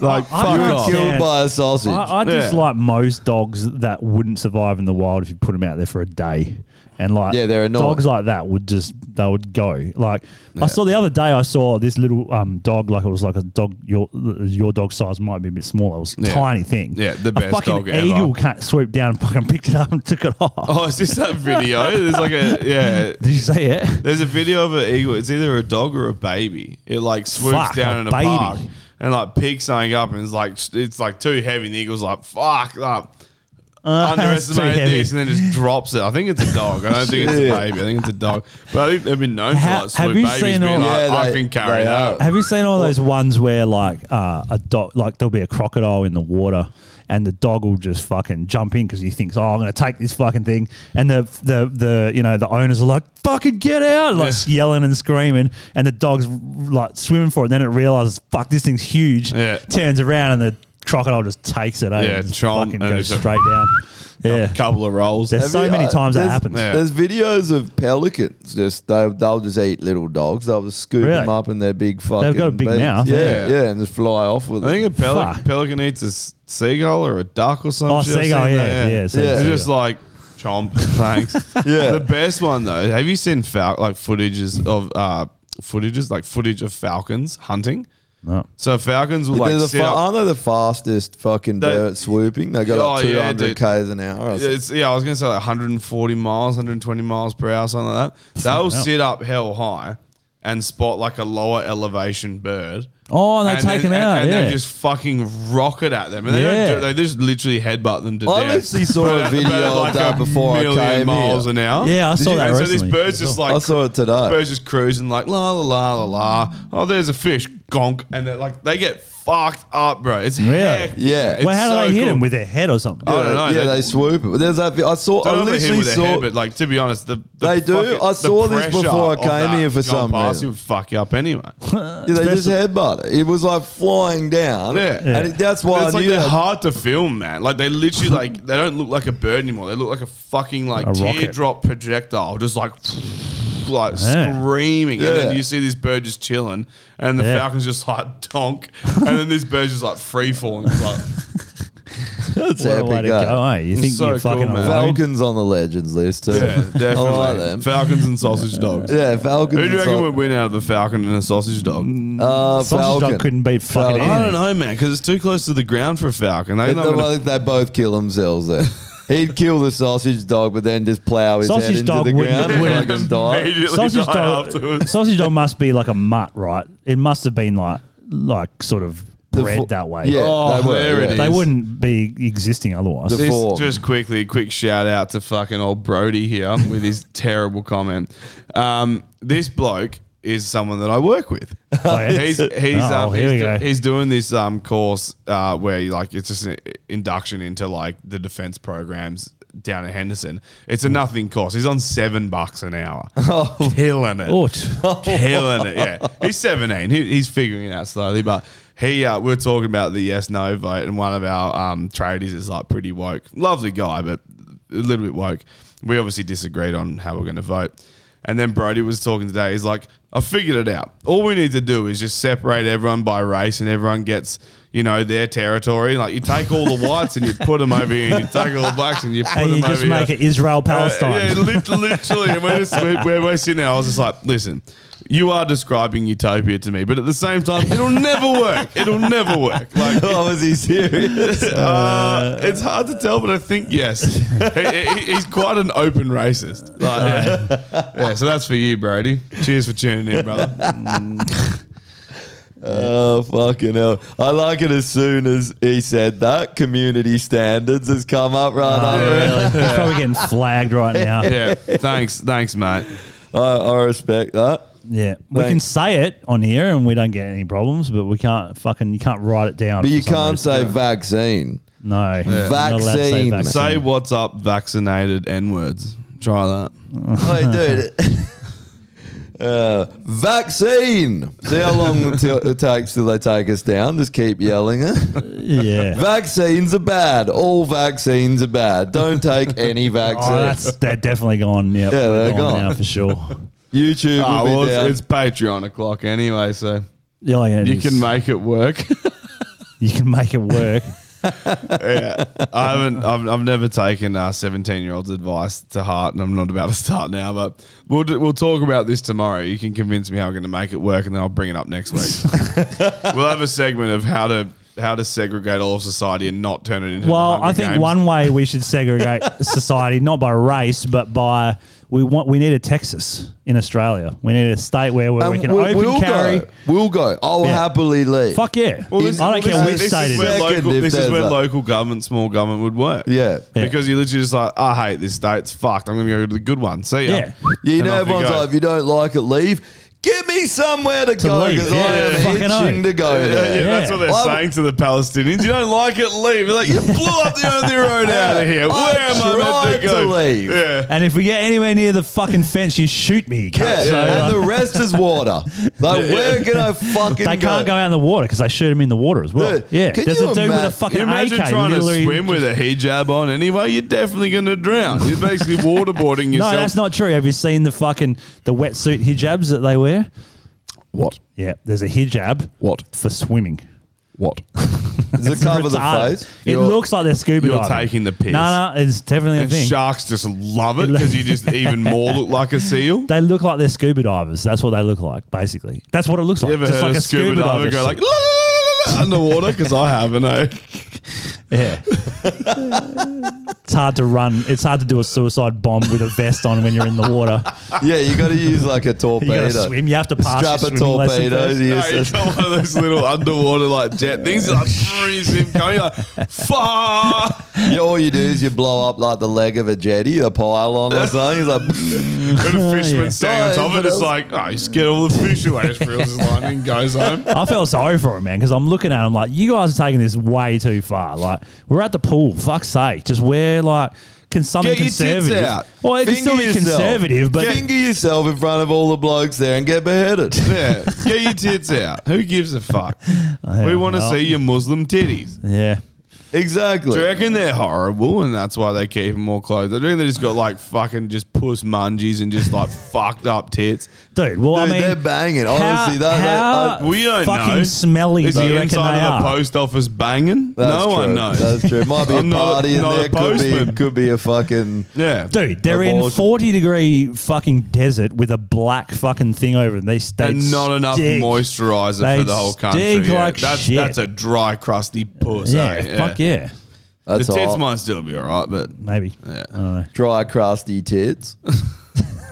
[SPEAKER 4] like,
[SPEAKER 2] I- I
[SPEAKER 4] fuck
[SPEAKER 2] don't
[SPEAKER 4] off.
[SPEAKER 2] care.
[SPEAKER 3] killed
[SPEAKER 2] Yeah.
[SPEAKER 3] by a sausage.
[SPEAKER 2] I, I just
[SPEAKER 4] Yeah.
[SPEAKER 2] like most dogs that wouldn't survive in the wild if you put them out there for a day. And like,
[SPEAKER 3] Yeah, they're annoying.
[SPEAKER 2] dogs like that would just they would go. Like, I saw the other day, I saw this little um dog. Like it was like a dog. Your your dog size might be a bit smaller. It was a
[SPEAKER 4] Yeah.
[SPEAKER 2] tiny thing.
[SPEAKER 4] Yeah, the best
[SPEAKER 2] a fucking
[SPEAKER 4] dog ever.
[SPEAKER 2] eagle can't swoop down and fucking picked it up and took it off.
[SPEAKER 4] Oh, is this that video? There's like a, yeah.
[SPEAKER 2] Did you say it?
[SPEAKER 4] There's a video of an eagle. It's either a dog or a baby. It like swoops
[SPEAKER 2] Fuck,
[SPEAKER 4] down
[SPEAKER 2] a
[SPEAKER 4] in a
[SPEAKER 2] baby.
[SPEAKER 4] park and like picks something up and it's like, it's like too heavy. And the eagle's like, fuck up.
[SPEAKER 2] Uh, too
[SPEAKER 4] underestimated
[SPEAKER 2] heavy.
[SPEAKER 4] this and then just drops it. I think it's a dog. I don't think it's a baby. I think it's a dog. But I think they've been known
[SPEAKER 2] Ha-
[SPEAKER 4] for like
[SPEAKER 2] have
[SPEAKER 4] swoop
[SPEAKER 2] you
[SPEAKER 4] babies
[SPEAKER 2] seen
[SPEAKER 4] being
[SPEAKER 2] all-
[SPEAKER 4] like,
[SPEAKER 3] Yeah,
[SPEAKER 4] I
[SPEAKER 3] they-
[SPEAKER 4] can carry
[SPEAKER 3] they
[SPEAKER 4] that.
[SPEAKER 2] Have you seen all those ones where like uh, a dog, like there'll be a crocodile in the water, and the dog will just fucking jump in because he thinks, "Oh, I'm gonna take this fucking thing," and the the the you know the owners are like, "Fucking get out!" like yelling and screaming, and the dog's like swimming for it. then it realizes, "Fuck, this thing's huge."
[SPEAKER 4] Yeah.
[SPEAKER 2] turns around and the crocodile just takes it. eh,
[SPEAKER 4] Yeah,
[SPEAKER 2] and just
[SPEAKER 4] chomp,
[SPEAKER 2] fucking
[SPEAKER 4] and
[SPEAKER 2] goes
[SPEAKER 4] it's a-
[SPEAKER 2] straight down. Yeah,
[SPEAKER 4] Couple of rolls.
[SPEAKER 2] there's so many
[SPEAKER 3] uh,
[SPEAKER 2] times that
[SPEAKER 3] there's-
[SPEAKER 2] happens.
[SPEAKER 4] Yeah.
[SPEAKER 3] There's videos of pelicans just they they'll just eat little dogs. They'll just scoop
[SPEAKER 2] Really?
[SPEAKER 3] them up in their big fucking.
[SPEAKER 2] got a big
[SPEAKER 3] beaks.
[SPEAKER 2] mouth,
[SPEAKER 3] Yeah,
[SPEAKER 4] yeah.
[SPEAKER 3] yeah, and just fly off with
[SPEAKER 4] I
[SPEAKER 3] it.
[SPEAKER 4] think a pelic-
[SPEAKER 2] Fuck.
[SPEAKER 4] pelican eats a s- seagull or a duck or something.
[SPEAKER 2] Oh, seagull, yeah, yeah, so-
[SPEAKER 3] Yeah.
[SPEAKER 4] It's
[SPEAKER 2] seagull.
[SPEAKER 4] just like chomp. Thanks.
[SPEAKER 3] Yeah.
[SPEAKER 4] The best one though. Have you seen fal- like footages of uh footages like footage of falcons hunting?
[SPEAKER 2] No.
[SPEAKER 4] So falcons will
[SPEAKER 3] They're
[SPEAKER 4] like
[SPEAKER 3] the
[SPEAKER 4] sit
[SPEAKER 3] fa-
[SPEAKER 4] up-
[SPEAKER 3] aren't they the fastest fucking
[SPEAKER 4] They-
[SPEAKER 3] bird swooping? They got like
[SPEAKER 4] Oh, yeah,
[SPEAKER 3] 200
[SPEAKER 4] dude.
[SPEAKER 3] k's an hour. or
[SPEAKER 4] Yeah,
[SPEAKER 3] something.
[SPEAKER 4] It's, yeah, I was gonna say like 140 miles, 120 miles per hour, something like that. They'll
[SPEAKER 2] hell.
[SPEAKER 4] sit up hell high and spot like a lower elevation bird.
[SPEAKER 2] Oh, and they
[SPEAKER 4] and
[SPEAKER 2] take
[SPEAKER 4] then-
[SPEAKER 2] him out.
[SPEAKER 4] and, and
[SPEAKER 2] yeah.
[SPEAKER 4] they just fucking rocket at them, and they
[SPEAKER 2] Yeah.
[SPEAKER 4] don't do, they just literally headbutt them to
[SPEAKER 3] I
[SPEAKER 4] death.
[SPEAKER 3] literally saw a
[SPEAKER 4] But-
[SPEAKER 3] video
[SPEAKER 4] but
[SPEAKER 3] of that
[SPEAKER 4] a
[SPEAKER 3] before I
[SPEAKER 4] million
[SPEAKER 3] came
[SPEAKER 4] miles
[SPEAKER 3] here.
[SPEAKER 4] an hour.
[SPEAKER 2] Yeah, I
[SPEAKER 4] Did
[SPEAKER 2] saw
[SPEAKER 4] you-
[SPEAKER 2] that
[SPEAKER 4] and So this
[SPEAKER 2] recently.
[SPEAKER 4] bird's just like
[SPEAKER 3] I saw it today.
[SPEAKER 4] Birds just cruising like la la la la la. Oh, there's a fish, gonk, and they're like they get fucked up, bro. It's
[SPEAKER 2] Really?
[SPEAKER 4] hectic.
[SPEAKER 3] Yeah.
[SPEAKER 4] It's
[SPEAKER 2] well, how do
[SPEAKER 4] so
[SPEAKER 2] they hit
[SPEAKER 4] cool.
[SPEAKER 2] him with their head or something?
[SPEAKER 3] Oh,
[SPEAKER 4] I don't know.
[SPEAKER 3] Yeah, they swoop it. There's that. I saw.
[SPEAKER 4] I
[SPEAKER 3] I
[SPEAKER 4] don't know him
[SPEAKER 3] literally
[SPEAKER 4] with a
[SPEAKER 3] saw.
[SPEAKER 4] head, but like to be honest, the, the
[SPEAKER 3] They do?
[SPEAKER 4] fucking-
[SPEAKER 3] I
[SPEAKER 4] the
[SPEAKER 3] saw this
[SPEAKER 4] pressure
[SPEAKER 3] before I
[SPEAKER 4] of
[SPEAKER 3] came
[SPEAKER 4] that
[SPEAKER 3] here for
[SPEAKER 4] going
[SPEAKER 3] some
[SPEAKER 4] past
[SPEAKER 3] reason.
[SPEAKER 4] you would fuck you up anyway.
[SPEAKER 3] Yeah, they just headbutt it. It was like flying down.
[SPEAKER 4] Yeah. Yeah.
[SPEAKER 3] and it, that's why
[SPEAKER 4] it's
[SPEAKER 3] I
[SPEAKER 4] like
[SPEAKER 3] knew.
[SPEAKER 4] they're
[SPEAKER 3] that-
[SPEAKER 4] hard to film, man. Like they literally like they don't look like a bird anymore. They look like a fucking like
[SPEAKER 2] A rocket.
[SPEAKER 4] teardrop projectile, just like like
[SPEAKER 2] Yeah.
[SPEAKER 4] screaming. And
[SPEAKER 3] Yeah.
[SPEAKER 4] then you see this bird just chilling, and the
[SPEAKER 2] Yeah.
[SPEAKER 4] falcon's just like donk, and then this bird's just like free falling. It's like
[SPEAKER 2] That's what a way to
[SPEAKER 3] epic, uh,
[SPEAKER 2] go, eh? You think
[SPEAKER 4] so
[SPEAKER 2] you're fucking
[SPEAKER 4] cool, man.
[SPEAKER 2] alone?
[SPEAKER 3] Falcons on the legends list too.
[SPEAKER 4] yeah, definitely.
[SPEAKER 3] I like them.
[SPEAKER 4] Falcons and sausage dogs.
[SPEAKER 3] yeah, Falcons.
[SPEAKER 4] Who do you
[SPEAKER 3] and
[SPEAKER 4] reckon
[SPEAKER 3] Sol-
[SPEAKER 4] would win out of the falcon and a sausage dog?
[SPEAKER 3] uh,
[SPEAKER 2] Sausage
[SPEAKER 3] Falcon.
[SPEAKER 2] dog couldn't beat fucking
[SPEAKER 3] Falcon.
[SPEAKER 4] I don't
[SPEAKER 2] anything.
[SPEAKER 4] know, man, because it's too close to the ground for a falcon. They
[SPEAKER 3] They,
[SPEAKER 4] not gonna-
[SPEAKER 3] they, they both kill themselves there. He'd kill the sausage dog, but then just plow his
[SPEAKER 2] Sausage
[SPEAKER 3] head into
[SPEAKER 2] dog
[SPEAKER 3] the
[SPEAKER 2] wouldn't-
[SPEAKER 3] ground
[SPEAKER 2] wouldn't-
[SPEAKER 3] and fucking die.
[SPEAKER 4] immediately
[SPEAKER 2] Sausage
[SPEAKER 4] die
[SPEAKER 2] dog,
[SPEAKER 4] afterwards.
[SPEAKER 2] sausage dog must be like a mutt, right? It must have been like, like sort of
[SPEAKER 3] The
[SPEAKER 2] bred
[SPEAKER 3] fo-
[SPEAKER 2] that way.
[SPEAKER 3] Yeah,
[SPEAKER 4] Oh,
[SPEAKER 3] they were,
[SPEAKER 4] there it
[SPEAKER 3] yeah.
[SPEAKER 4] is.
[SPEAKER 2] They wouldn't be existing otherwise.
[SPEAKER 3] The
[SPEAKER 4] This-
[SPEAKER 3] form.
[SPEAKER 4] just quickly, quick shout out to fucking old Brody here with his terrible comment. Um, this bloke is someone that I work with.
[SPEAKER 2] Oh, yeah?
[SPEAKER 4] He's he's
[SPEAKER 2] Oh,
[SPEAKER 4] um,
[SPEAKER 2] here we
[SPEAKER 4] he's,
[SPEAKER 2] go.
[SPEAKER 4] do- he's doing this um course uh, where you, like it's just an induction into like the defense programs down at Henderson. It's a nothing course. He's on seven bucks an hour, killing it
[SPEAKER 2] Hmm. Oh, t-
[SPEAKER 4] killing it. Yeah, he's 17. He, he's figuring it out slowly, but he uh, we are talking about the yes no vote, and one of our um, tradies is like pretty woke, lovely guy, but a little bit woke. We obviously disagreed on how we're going to vote, and then Brody was talking today. He's like, I figured it out. All we need to do is just separate everyone by race, and everyone gets. You know their territory. Like you take all the whites and you put them over here, and you take all Oh, the blacks and you put
[SPEAKER 2] and
[SPEAKER 4] them
[SPEAKER 2] you
[SPEAKER 4] over
[SPEAKER 2] just
[SPEAKER 4] here.
[SPEAKER 2] make it Israel
[SPEAKER 4] Uh, yeah,
[SPEAKER 2] Palestine.
[SPEAKER 4] lit- literally. and we're, just, we're, we're- we're sitting there. I was just like, listen, you are describing utopia to me, but at the same time, it'll never work. It'll never work. Like,
[SPEAKER 3] Oh, was he serious?
[SPEAKER 4] uh, it's hard to tell, but I think yes. He- he- he's quite an open racist. Like, yeah. Yeah, so that's for you, Brody. Cheers for tuning in, brother.
[SPEAKER 3] Oh, fucking hell. I like it as soon as he said that. Community standards has come up right under it.
[SPEAKER 2] Really? He's probably getting flagged right now. Yeah.
[SPEAKER 4] Yeah, thanks, thanks, mate.
[SPEAKER 3] I, I respect that.
[SPEAKER 2] We can
[SPEAKER 3] Thanks.
[SPEAKER 2] say it on here and we don't get any problems, but we can't fucking, you can't write it down.
[SPEAKER 3] But you
[SPEAKER 2] for some
[SPEAKER 3] can't
[SPEAKER 2] reason.
[SPEAKER 3] say vaccine.
[SPEAKER 2] No. You're not allowed to say
[SPEAKER 3] Vaccine.
[SPEAKER 2] vaccine.
[SPEAKER 4] Say what's up, vaccinated N words. Try that.
[SPEAKER 3] Hey, dude. Uh, vaccine. See how long it, t- it takes till they take us down. Just keep yelling it.
[SPEAKER 2] Yeah.
[SPEAKER 3] Vaccines are bad. All vaccines are bad. Don't take any vaccine.
[SPEAKER 2] Oh, that's they're definitely gone. Yeah,
[SPEAKER 3] Yeah, they're gone.
[SPEAKER 2] now for sure.
[SPEAKER 3] YouTube will
[SPEAKER 4] Ah,
[SPEAKER 3] be
[SPEAKER 4] well, it's-
[SPEAKER 3] down.
[SPEAKER 4] it's Patreon o'clock anyway, so
[SPEAKER 2] Yeah, like it
[SPEAKER 4] you
[SPEAKER 2] is.
[SPEAKER 4] can make it work.
[SPEAKER 2] you can make it work.
[SPEAKER 4] I haven't. I've, I've never taken uh, seventeen-year-olds' advice to heart, and I'm not about to start now. But we'll do- we'll talk about this tomorrow. You can convince me how I'm going to make it work, and then I'll bring it up next week. we'll have a segment of how to how to segregate all of society and not turn it into.
[SPEAKER 2] Well,
[SPEAKER 4] Hunger
[SPEAKER 2] I think
[SPEAKER 4] Games.
[SPEAKER 2] one way we should segregate society not by race, but by we want we need a Texas in Australia. We need a state where, where we
[SPEAKER 3] And
[SPEAKER 2] can
[SPEAKER 3] Um, we-
[SPEAKER 2] open
[SPEAKER 3] we'll
[SPEAKER 2] carry.
[SPEAKER 3] Go. We'll go. I'll
[SPEAKER 2] Yeah.
[SPEAKER 3] happily leave.
[SPEAKER 2] Fuck yeah!
[SPEAKER 4] Well, this-
[SPEAKER 2] I don't
[SPEAKER 4] this
[SPEAKER 2] care
[SPEAKER 4] is-
[SPEAKER 2] which
[SPEAKER 4] this
[SPEAKER 2] state it
[SPEAKER 4] is where
[SPEAKER 2] is.
[SPEAKER 3] Second,
[SPEAKER 4] local-
[SPEAKER 3] if
[SPEAKER 4] This is
[SPEAKER 3] there's
[SPEAKER 4] where
[SPEAKER 3] a-
[SPEAKER 4] local government, small government would work.
[SPEAKER 3] Yeah.
[SPEAKER 2] Yeah.
[SPEAKER 4] Because you literally just like, I hate this state. It's fucked. I'm going to go to the good one. See
[SPEAKER 2] Yeah.
[SPEAKER 4] ya.
[SPEAKER 3] Yeah, you
[SPEAKER 4] And
[SPEAKER 3] know,
[SPEAKER 4] off
[SPEAKER 3] everyone's
[SPEAKER 4] go.
[SPEAKER 3] like, if you don't like it, leave. Give me somewhere to, go
[SPEAKER 2] leave.
[SPEAKER 3] because
[SPEAKER 2] Yeah,
[SPEAKER 3] I am
[SPEAKER 2] fucking
[SPEAKER 3] itching
[SPEAKER 2] oath.
[SPEAKER 3] to go
[SPEAKER 4] Yeah,
[SPEAKER 3] there.
[SPEAKER 4] that's what they're
[SPEAKER 3] I-
[SPEAKER 4] saying to the Palestinians. You don't like it, leave. They're like, you blew up the only road out of here. Where
[SPEAKER 3] I
[SPEAKER 4] am I meant
[SPEAKER 3] tried
[SPEAKER 4] to go?
[SPEAKER 3] to leave.
[SPEAKER 4] Yeah.
[SPEAKER 2] And if we get anywhere near the fucking fence, you shoot me. cunt.
[SPEAKER 3] Yeah,
[SPEAKER 2] So, uh,
[SPEAKER 3] and the rest is water. Like, where can I fucking
[SPEAKER 2] they
[SPEAKER 3] go?
[SPEAKER 2] can't go out in the water because they shoot them in the water as well.
[SPEAKER 3] Dude,
[SPEAKER 2] Yeah,
[SPEAKER 3] can
[SPEAKER 2] there's
[SPEAKER 3] you
[SPEAKER 2] a dude with a
[SPEAKER 3] imagine-
[SPEAKER 2] fucking
[SPEAKER 4] You imagine
[SPEAKER 2] AK
[SPEAKER 4] trying to
[SPEAKER 2] literally-
[SPEAKER 4] swim with a hijab on anyway, you're definitely going to drown. You're basically waterboarding
[SPEAKER 2] No,
[SPEAKER 4] yourself.
[SPEAKER 2] that's not true. Have you seen the fucking the wetsuit hijabs that they wear?
[SPEAKER 3] What?
[SPEAKER 2] Yeah, there's a hijab.
[SPEAKER 3] What?
[SPEAKER 2] for swimming?
[SPEAKER 3] What? Does it cover the
[SPEAKER 2] Retarded.
[SPEAKER 3] face?
[SPEAKER 2] It
[SPEAKER 4] You're-
[SPEAKER 2] looks like they're scuba
[SPEAKER 4] you're
[SPEAKER 2] diving.
[SPEAKER 4] taking the piss.
[SPEAKER 2] No, no, it's definitely a
[SPEAKER 4] And
[SPEAKER 2] thing.
[SPEAKER 4] sharks just love it because you just even more look like a seal.
[SPEAKER 2] They look like they're scuba divers. That's what they look like, basically. That's what it looks like.
[SPEAKER 4] You ever
[SPEAKER 2] Just
[SPEAKER 4] heard
[SPEAKER 2] like
[SPEAKER 4] a scuba diver go
[SPEAKER 2] suit.
[SPEAKER 4] like "La, la, la, la, la," underwater? Because I haven't. eh?
[SPEAKER 2] Yeah. it's hard to run. It's hard to do a suicide bomb with a vest on when you're in the water.
[SPEAKER 3] Yeah, you got to use like a
[SPEAKER 2] You
[SPEAKER 3] torpedo.
[SPEAKER 2] got to swim. You have to pass
[SPEAKER 3] Strap
[SPEAKER 2] your
[SPEAKER 3] a
[SPEAKER 2] swimming lesson
[SPEAKER 3] torpedo.
[SPEAKER 2] first.
[SPEAKER 3] yes,
[SPEAKER 4] No, you
[SPEAKER 3] that's-
[SPEAKER 4] got one of those little underwater like jet things. Like, freeze him going like, fuck.
[SPEAKER 3] Yeah, all you do is you blow up like the leg of a jetty, a pylon or something. He's like,
[SPEAKER 4] And a
[SPEAKER 2] Oh,
[SPEAKER 4] fisherman standing on top of it.
[SPEAKER 3] But
[SPEAKER 4] It's
[SPEAKER 3] else-
[SPEAKER 4] like, oh, you scared all the fish away. Just reels his line and goes home.
[SPEAKER 2] I felt sorry for him, man, because I'm looking at him like, you guys are taking this way too far. Like, we're at the pool. Fuck's sake. Just wear, like, can something
[SPEAKER 3] Get your tits
[SPEAKER 2] conservative.
[SPEAKER 3] out.
[SPEAKER 2] Well, it can
[SPEAKER 3] Finger
[SPEAKER 2] still be
[SPEAKER 3] yourself.
[SPEAKER 2] conservative, but
[SPEAKER 3] finger yourself in front of all the blokes there and get beheaded.
[SPEAKER 4] Yeah, get your tits out. Who gives a fuck?
[SPEAKER 2] yeah,
[SPEAKER 4] We want to
[SPEAKER 2] well.
[SPEAKER 4] see your Muslim titties.
[SPEAKER 2] yeah.
[SPEAKER 4] Do
[SPEAKER 3] exactly.
[SPEAKER 4] you reckon they're horrible and that's why they keep them all closed? I reckon they just got like fucking just puss mungies and just like fucked up tits.
[SPEAKER 2] Dude, well,
[SPEAKER 3] Dude,
[SPEAKER 2] I mean,
[SPEAKER 3] they're banging. Honestly, that, that,
[SPEAKER 2] how-
[SPEAKER 4] We don't
[SPEAKER 2] Uh, Fucking
[SPEAKER 4] know.
[SPEAKER 2] smelly,
[SPEAKER 4] Is
[SPEAKER 2] do you
[SPEAKER 4] the
[SPEAKER 2] reckon
[SPEAKER 4] inside
[SPEAKER 2] they
[SPEAKER 4] of the
[SPEAKER 2] are?
[SPEAKER 4] post office banging?
[SPEAKER 3] that's
[SPEAKER 4] no
[SPEAKER 3] true.
[SPEAKER 4] one knows.
[SPEAKER 3] That's true. Might be a
[SPEAKER 4] I'm not a-
[SPEAKER 3] party in
[SPEAKER 4] not a
[SPEAKER 3] there. Could be,
[SPEAKER 4] postman.
[SPEAKER 3] could be a fucking.
[SPEAKER 4] yeah,
[SPEAKER 2] Dude, they're in
[SPEAKER 3] Abortion.
[SPEAKER 2] 40 degree fucking desert with a black fucking thing over them. They, they
[SPEAKER 4] and not enough
[SPEAKER 2] stick.
[SPEAKER 4] moisturizer
[SPEAKER 2] They
[SPEAKER 4] for the whole country.
[SPEAKER 2] stink
[SPEAKER 4] yeah.
[SPEAKER 2] like
[SPEAKER 4] that's
[SPEAKER 2] shit.
[SPEAKER 4] that's a dry, crusty puss.
[SPEAKER 2] Yeah,
[SPEAKER 4] eh?
[SPEAKER 2] fuck yeah.
[SPEAKER 4] The
[SPEAKER 3] That's
[SPEAKER 4] tits
[SPEAKER 3] all.
[SPEAKER 4] might still be all right, but
[SPEAKER 2] Maybe.
[SPEAKER 4] yeah.
[SPEAKER 3] Dry, crusty tits.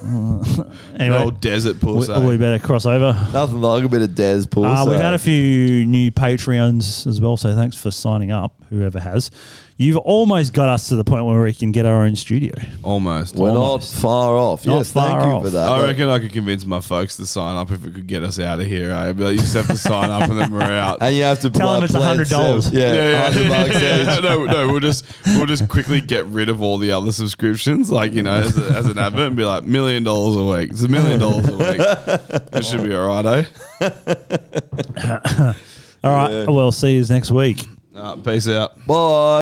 [SPEAKER 2] Anyway,
[SPEAKER 4] old desert puss.
[SPEAKER 2] we,
[SPEAKER 4] eh?
[SPEAKER 2] we better cross over.
[SPEAKER 3] Nothing like a bit of Des pull.
[SPEAKER 2] Uh, we've
[SPEAKER 3] so-
[SPEAKER 2] had a few new Patreons as well, so thanks for signing up, whoever has. You've almost got us to the point where we can get our own studio.
[SPEAKER 4] Almost.
[SPEAKER 3] We're not far off.
[SPEAKER 2] Not
[SPEAKER 3] yes,
[SPEAKER 2] far
[SPEAKER 3] thank
[SPEAKER 2] off.
[SPEAKER 3] you for that.
[SPEAKER 4] I reckon I could convince my folks to sign up if it could get us out of here. Eh? But you just have to sign up and then we're out.
[SPEAKER 3] and you have to
[SPEAKER 2] Tell
[SPEAKER 3] buy
[SPEAKER 2] them it's
[SPEAKER 3] plant
[SPEAKER 2] $100.
[SPEAKER 3] cells. Yeah,
[SPEAKER 4] Yeah, yeah,
[SPEAKER 3] 100 bucks
[SPEAKER 4] yeah.
[SPEAKER 3] each.
[SPEAKER 4] no, no, we'll just we'll just quickly get rid of all the other subscriptions, like you know, as, a, as an advert, and be like million dollars a week. It's a million dollars a week. It should be all right, eh?
[SPEAKER 2] All right, well, see you next week.
[SPEAKER 4] Uh, peace out.
[SPEAKER 3] Bye.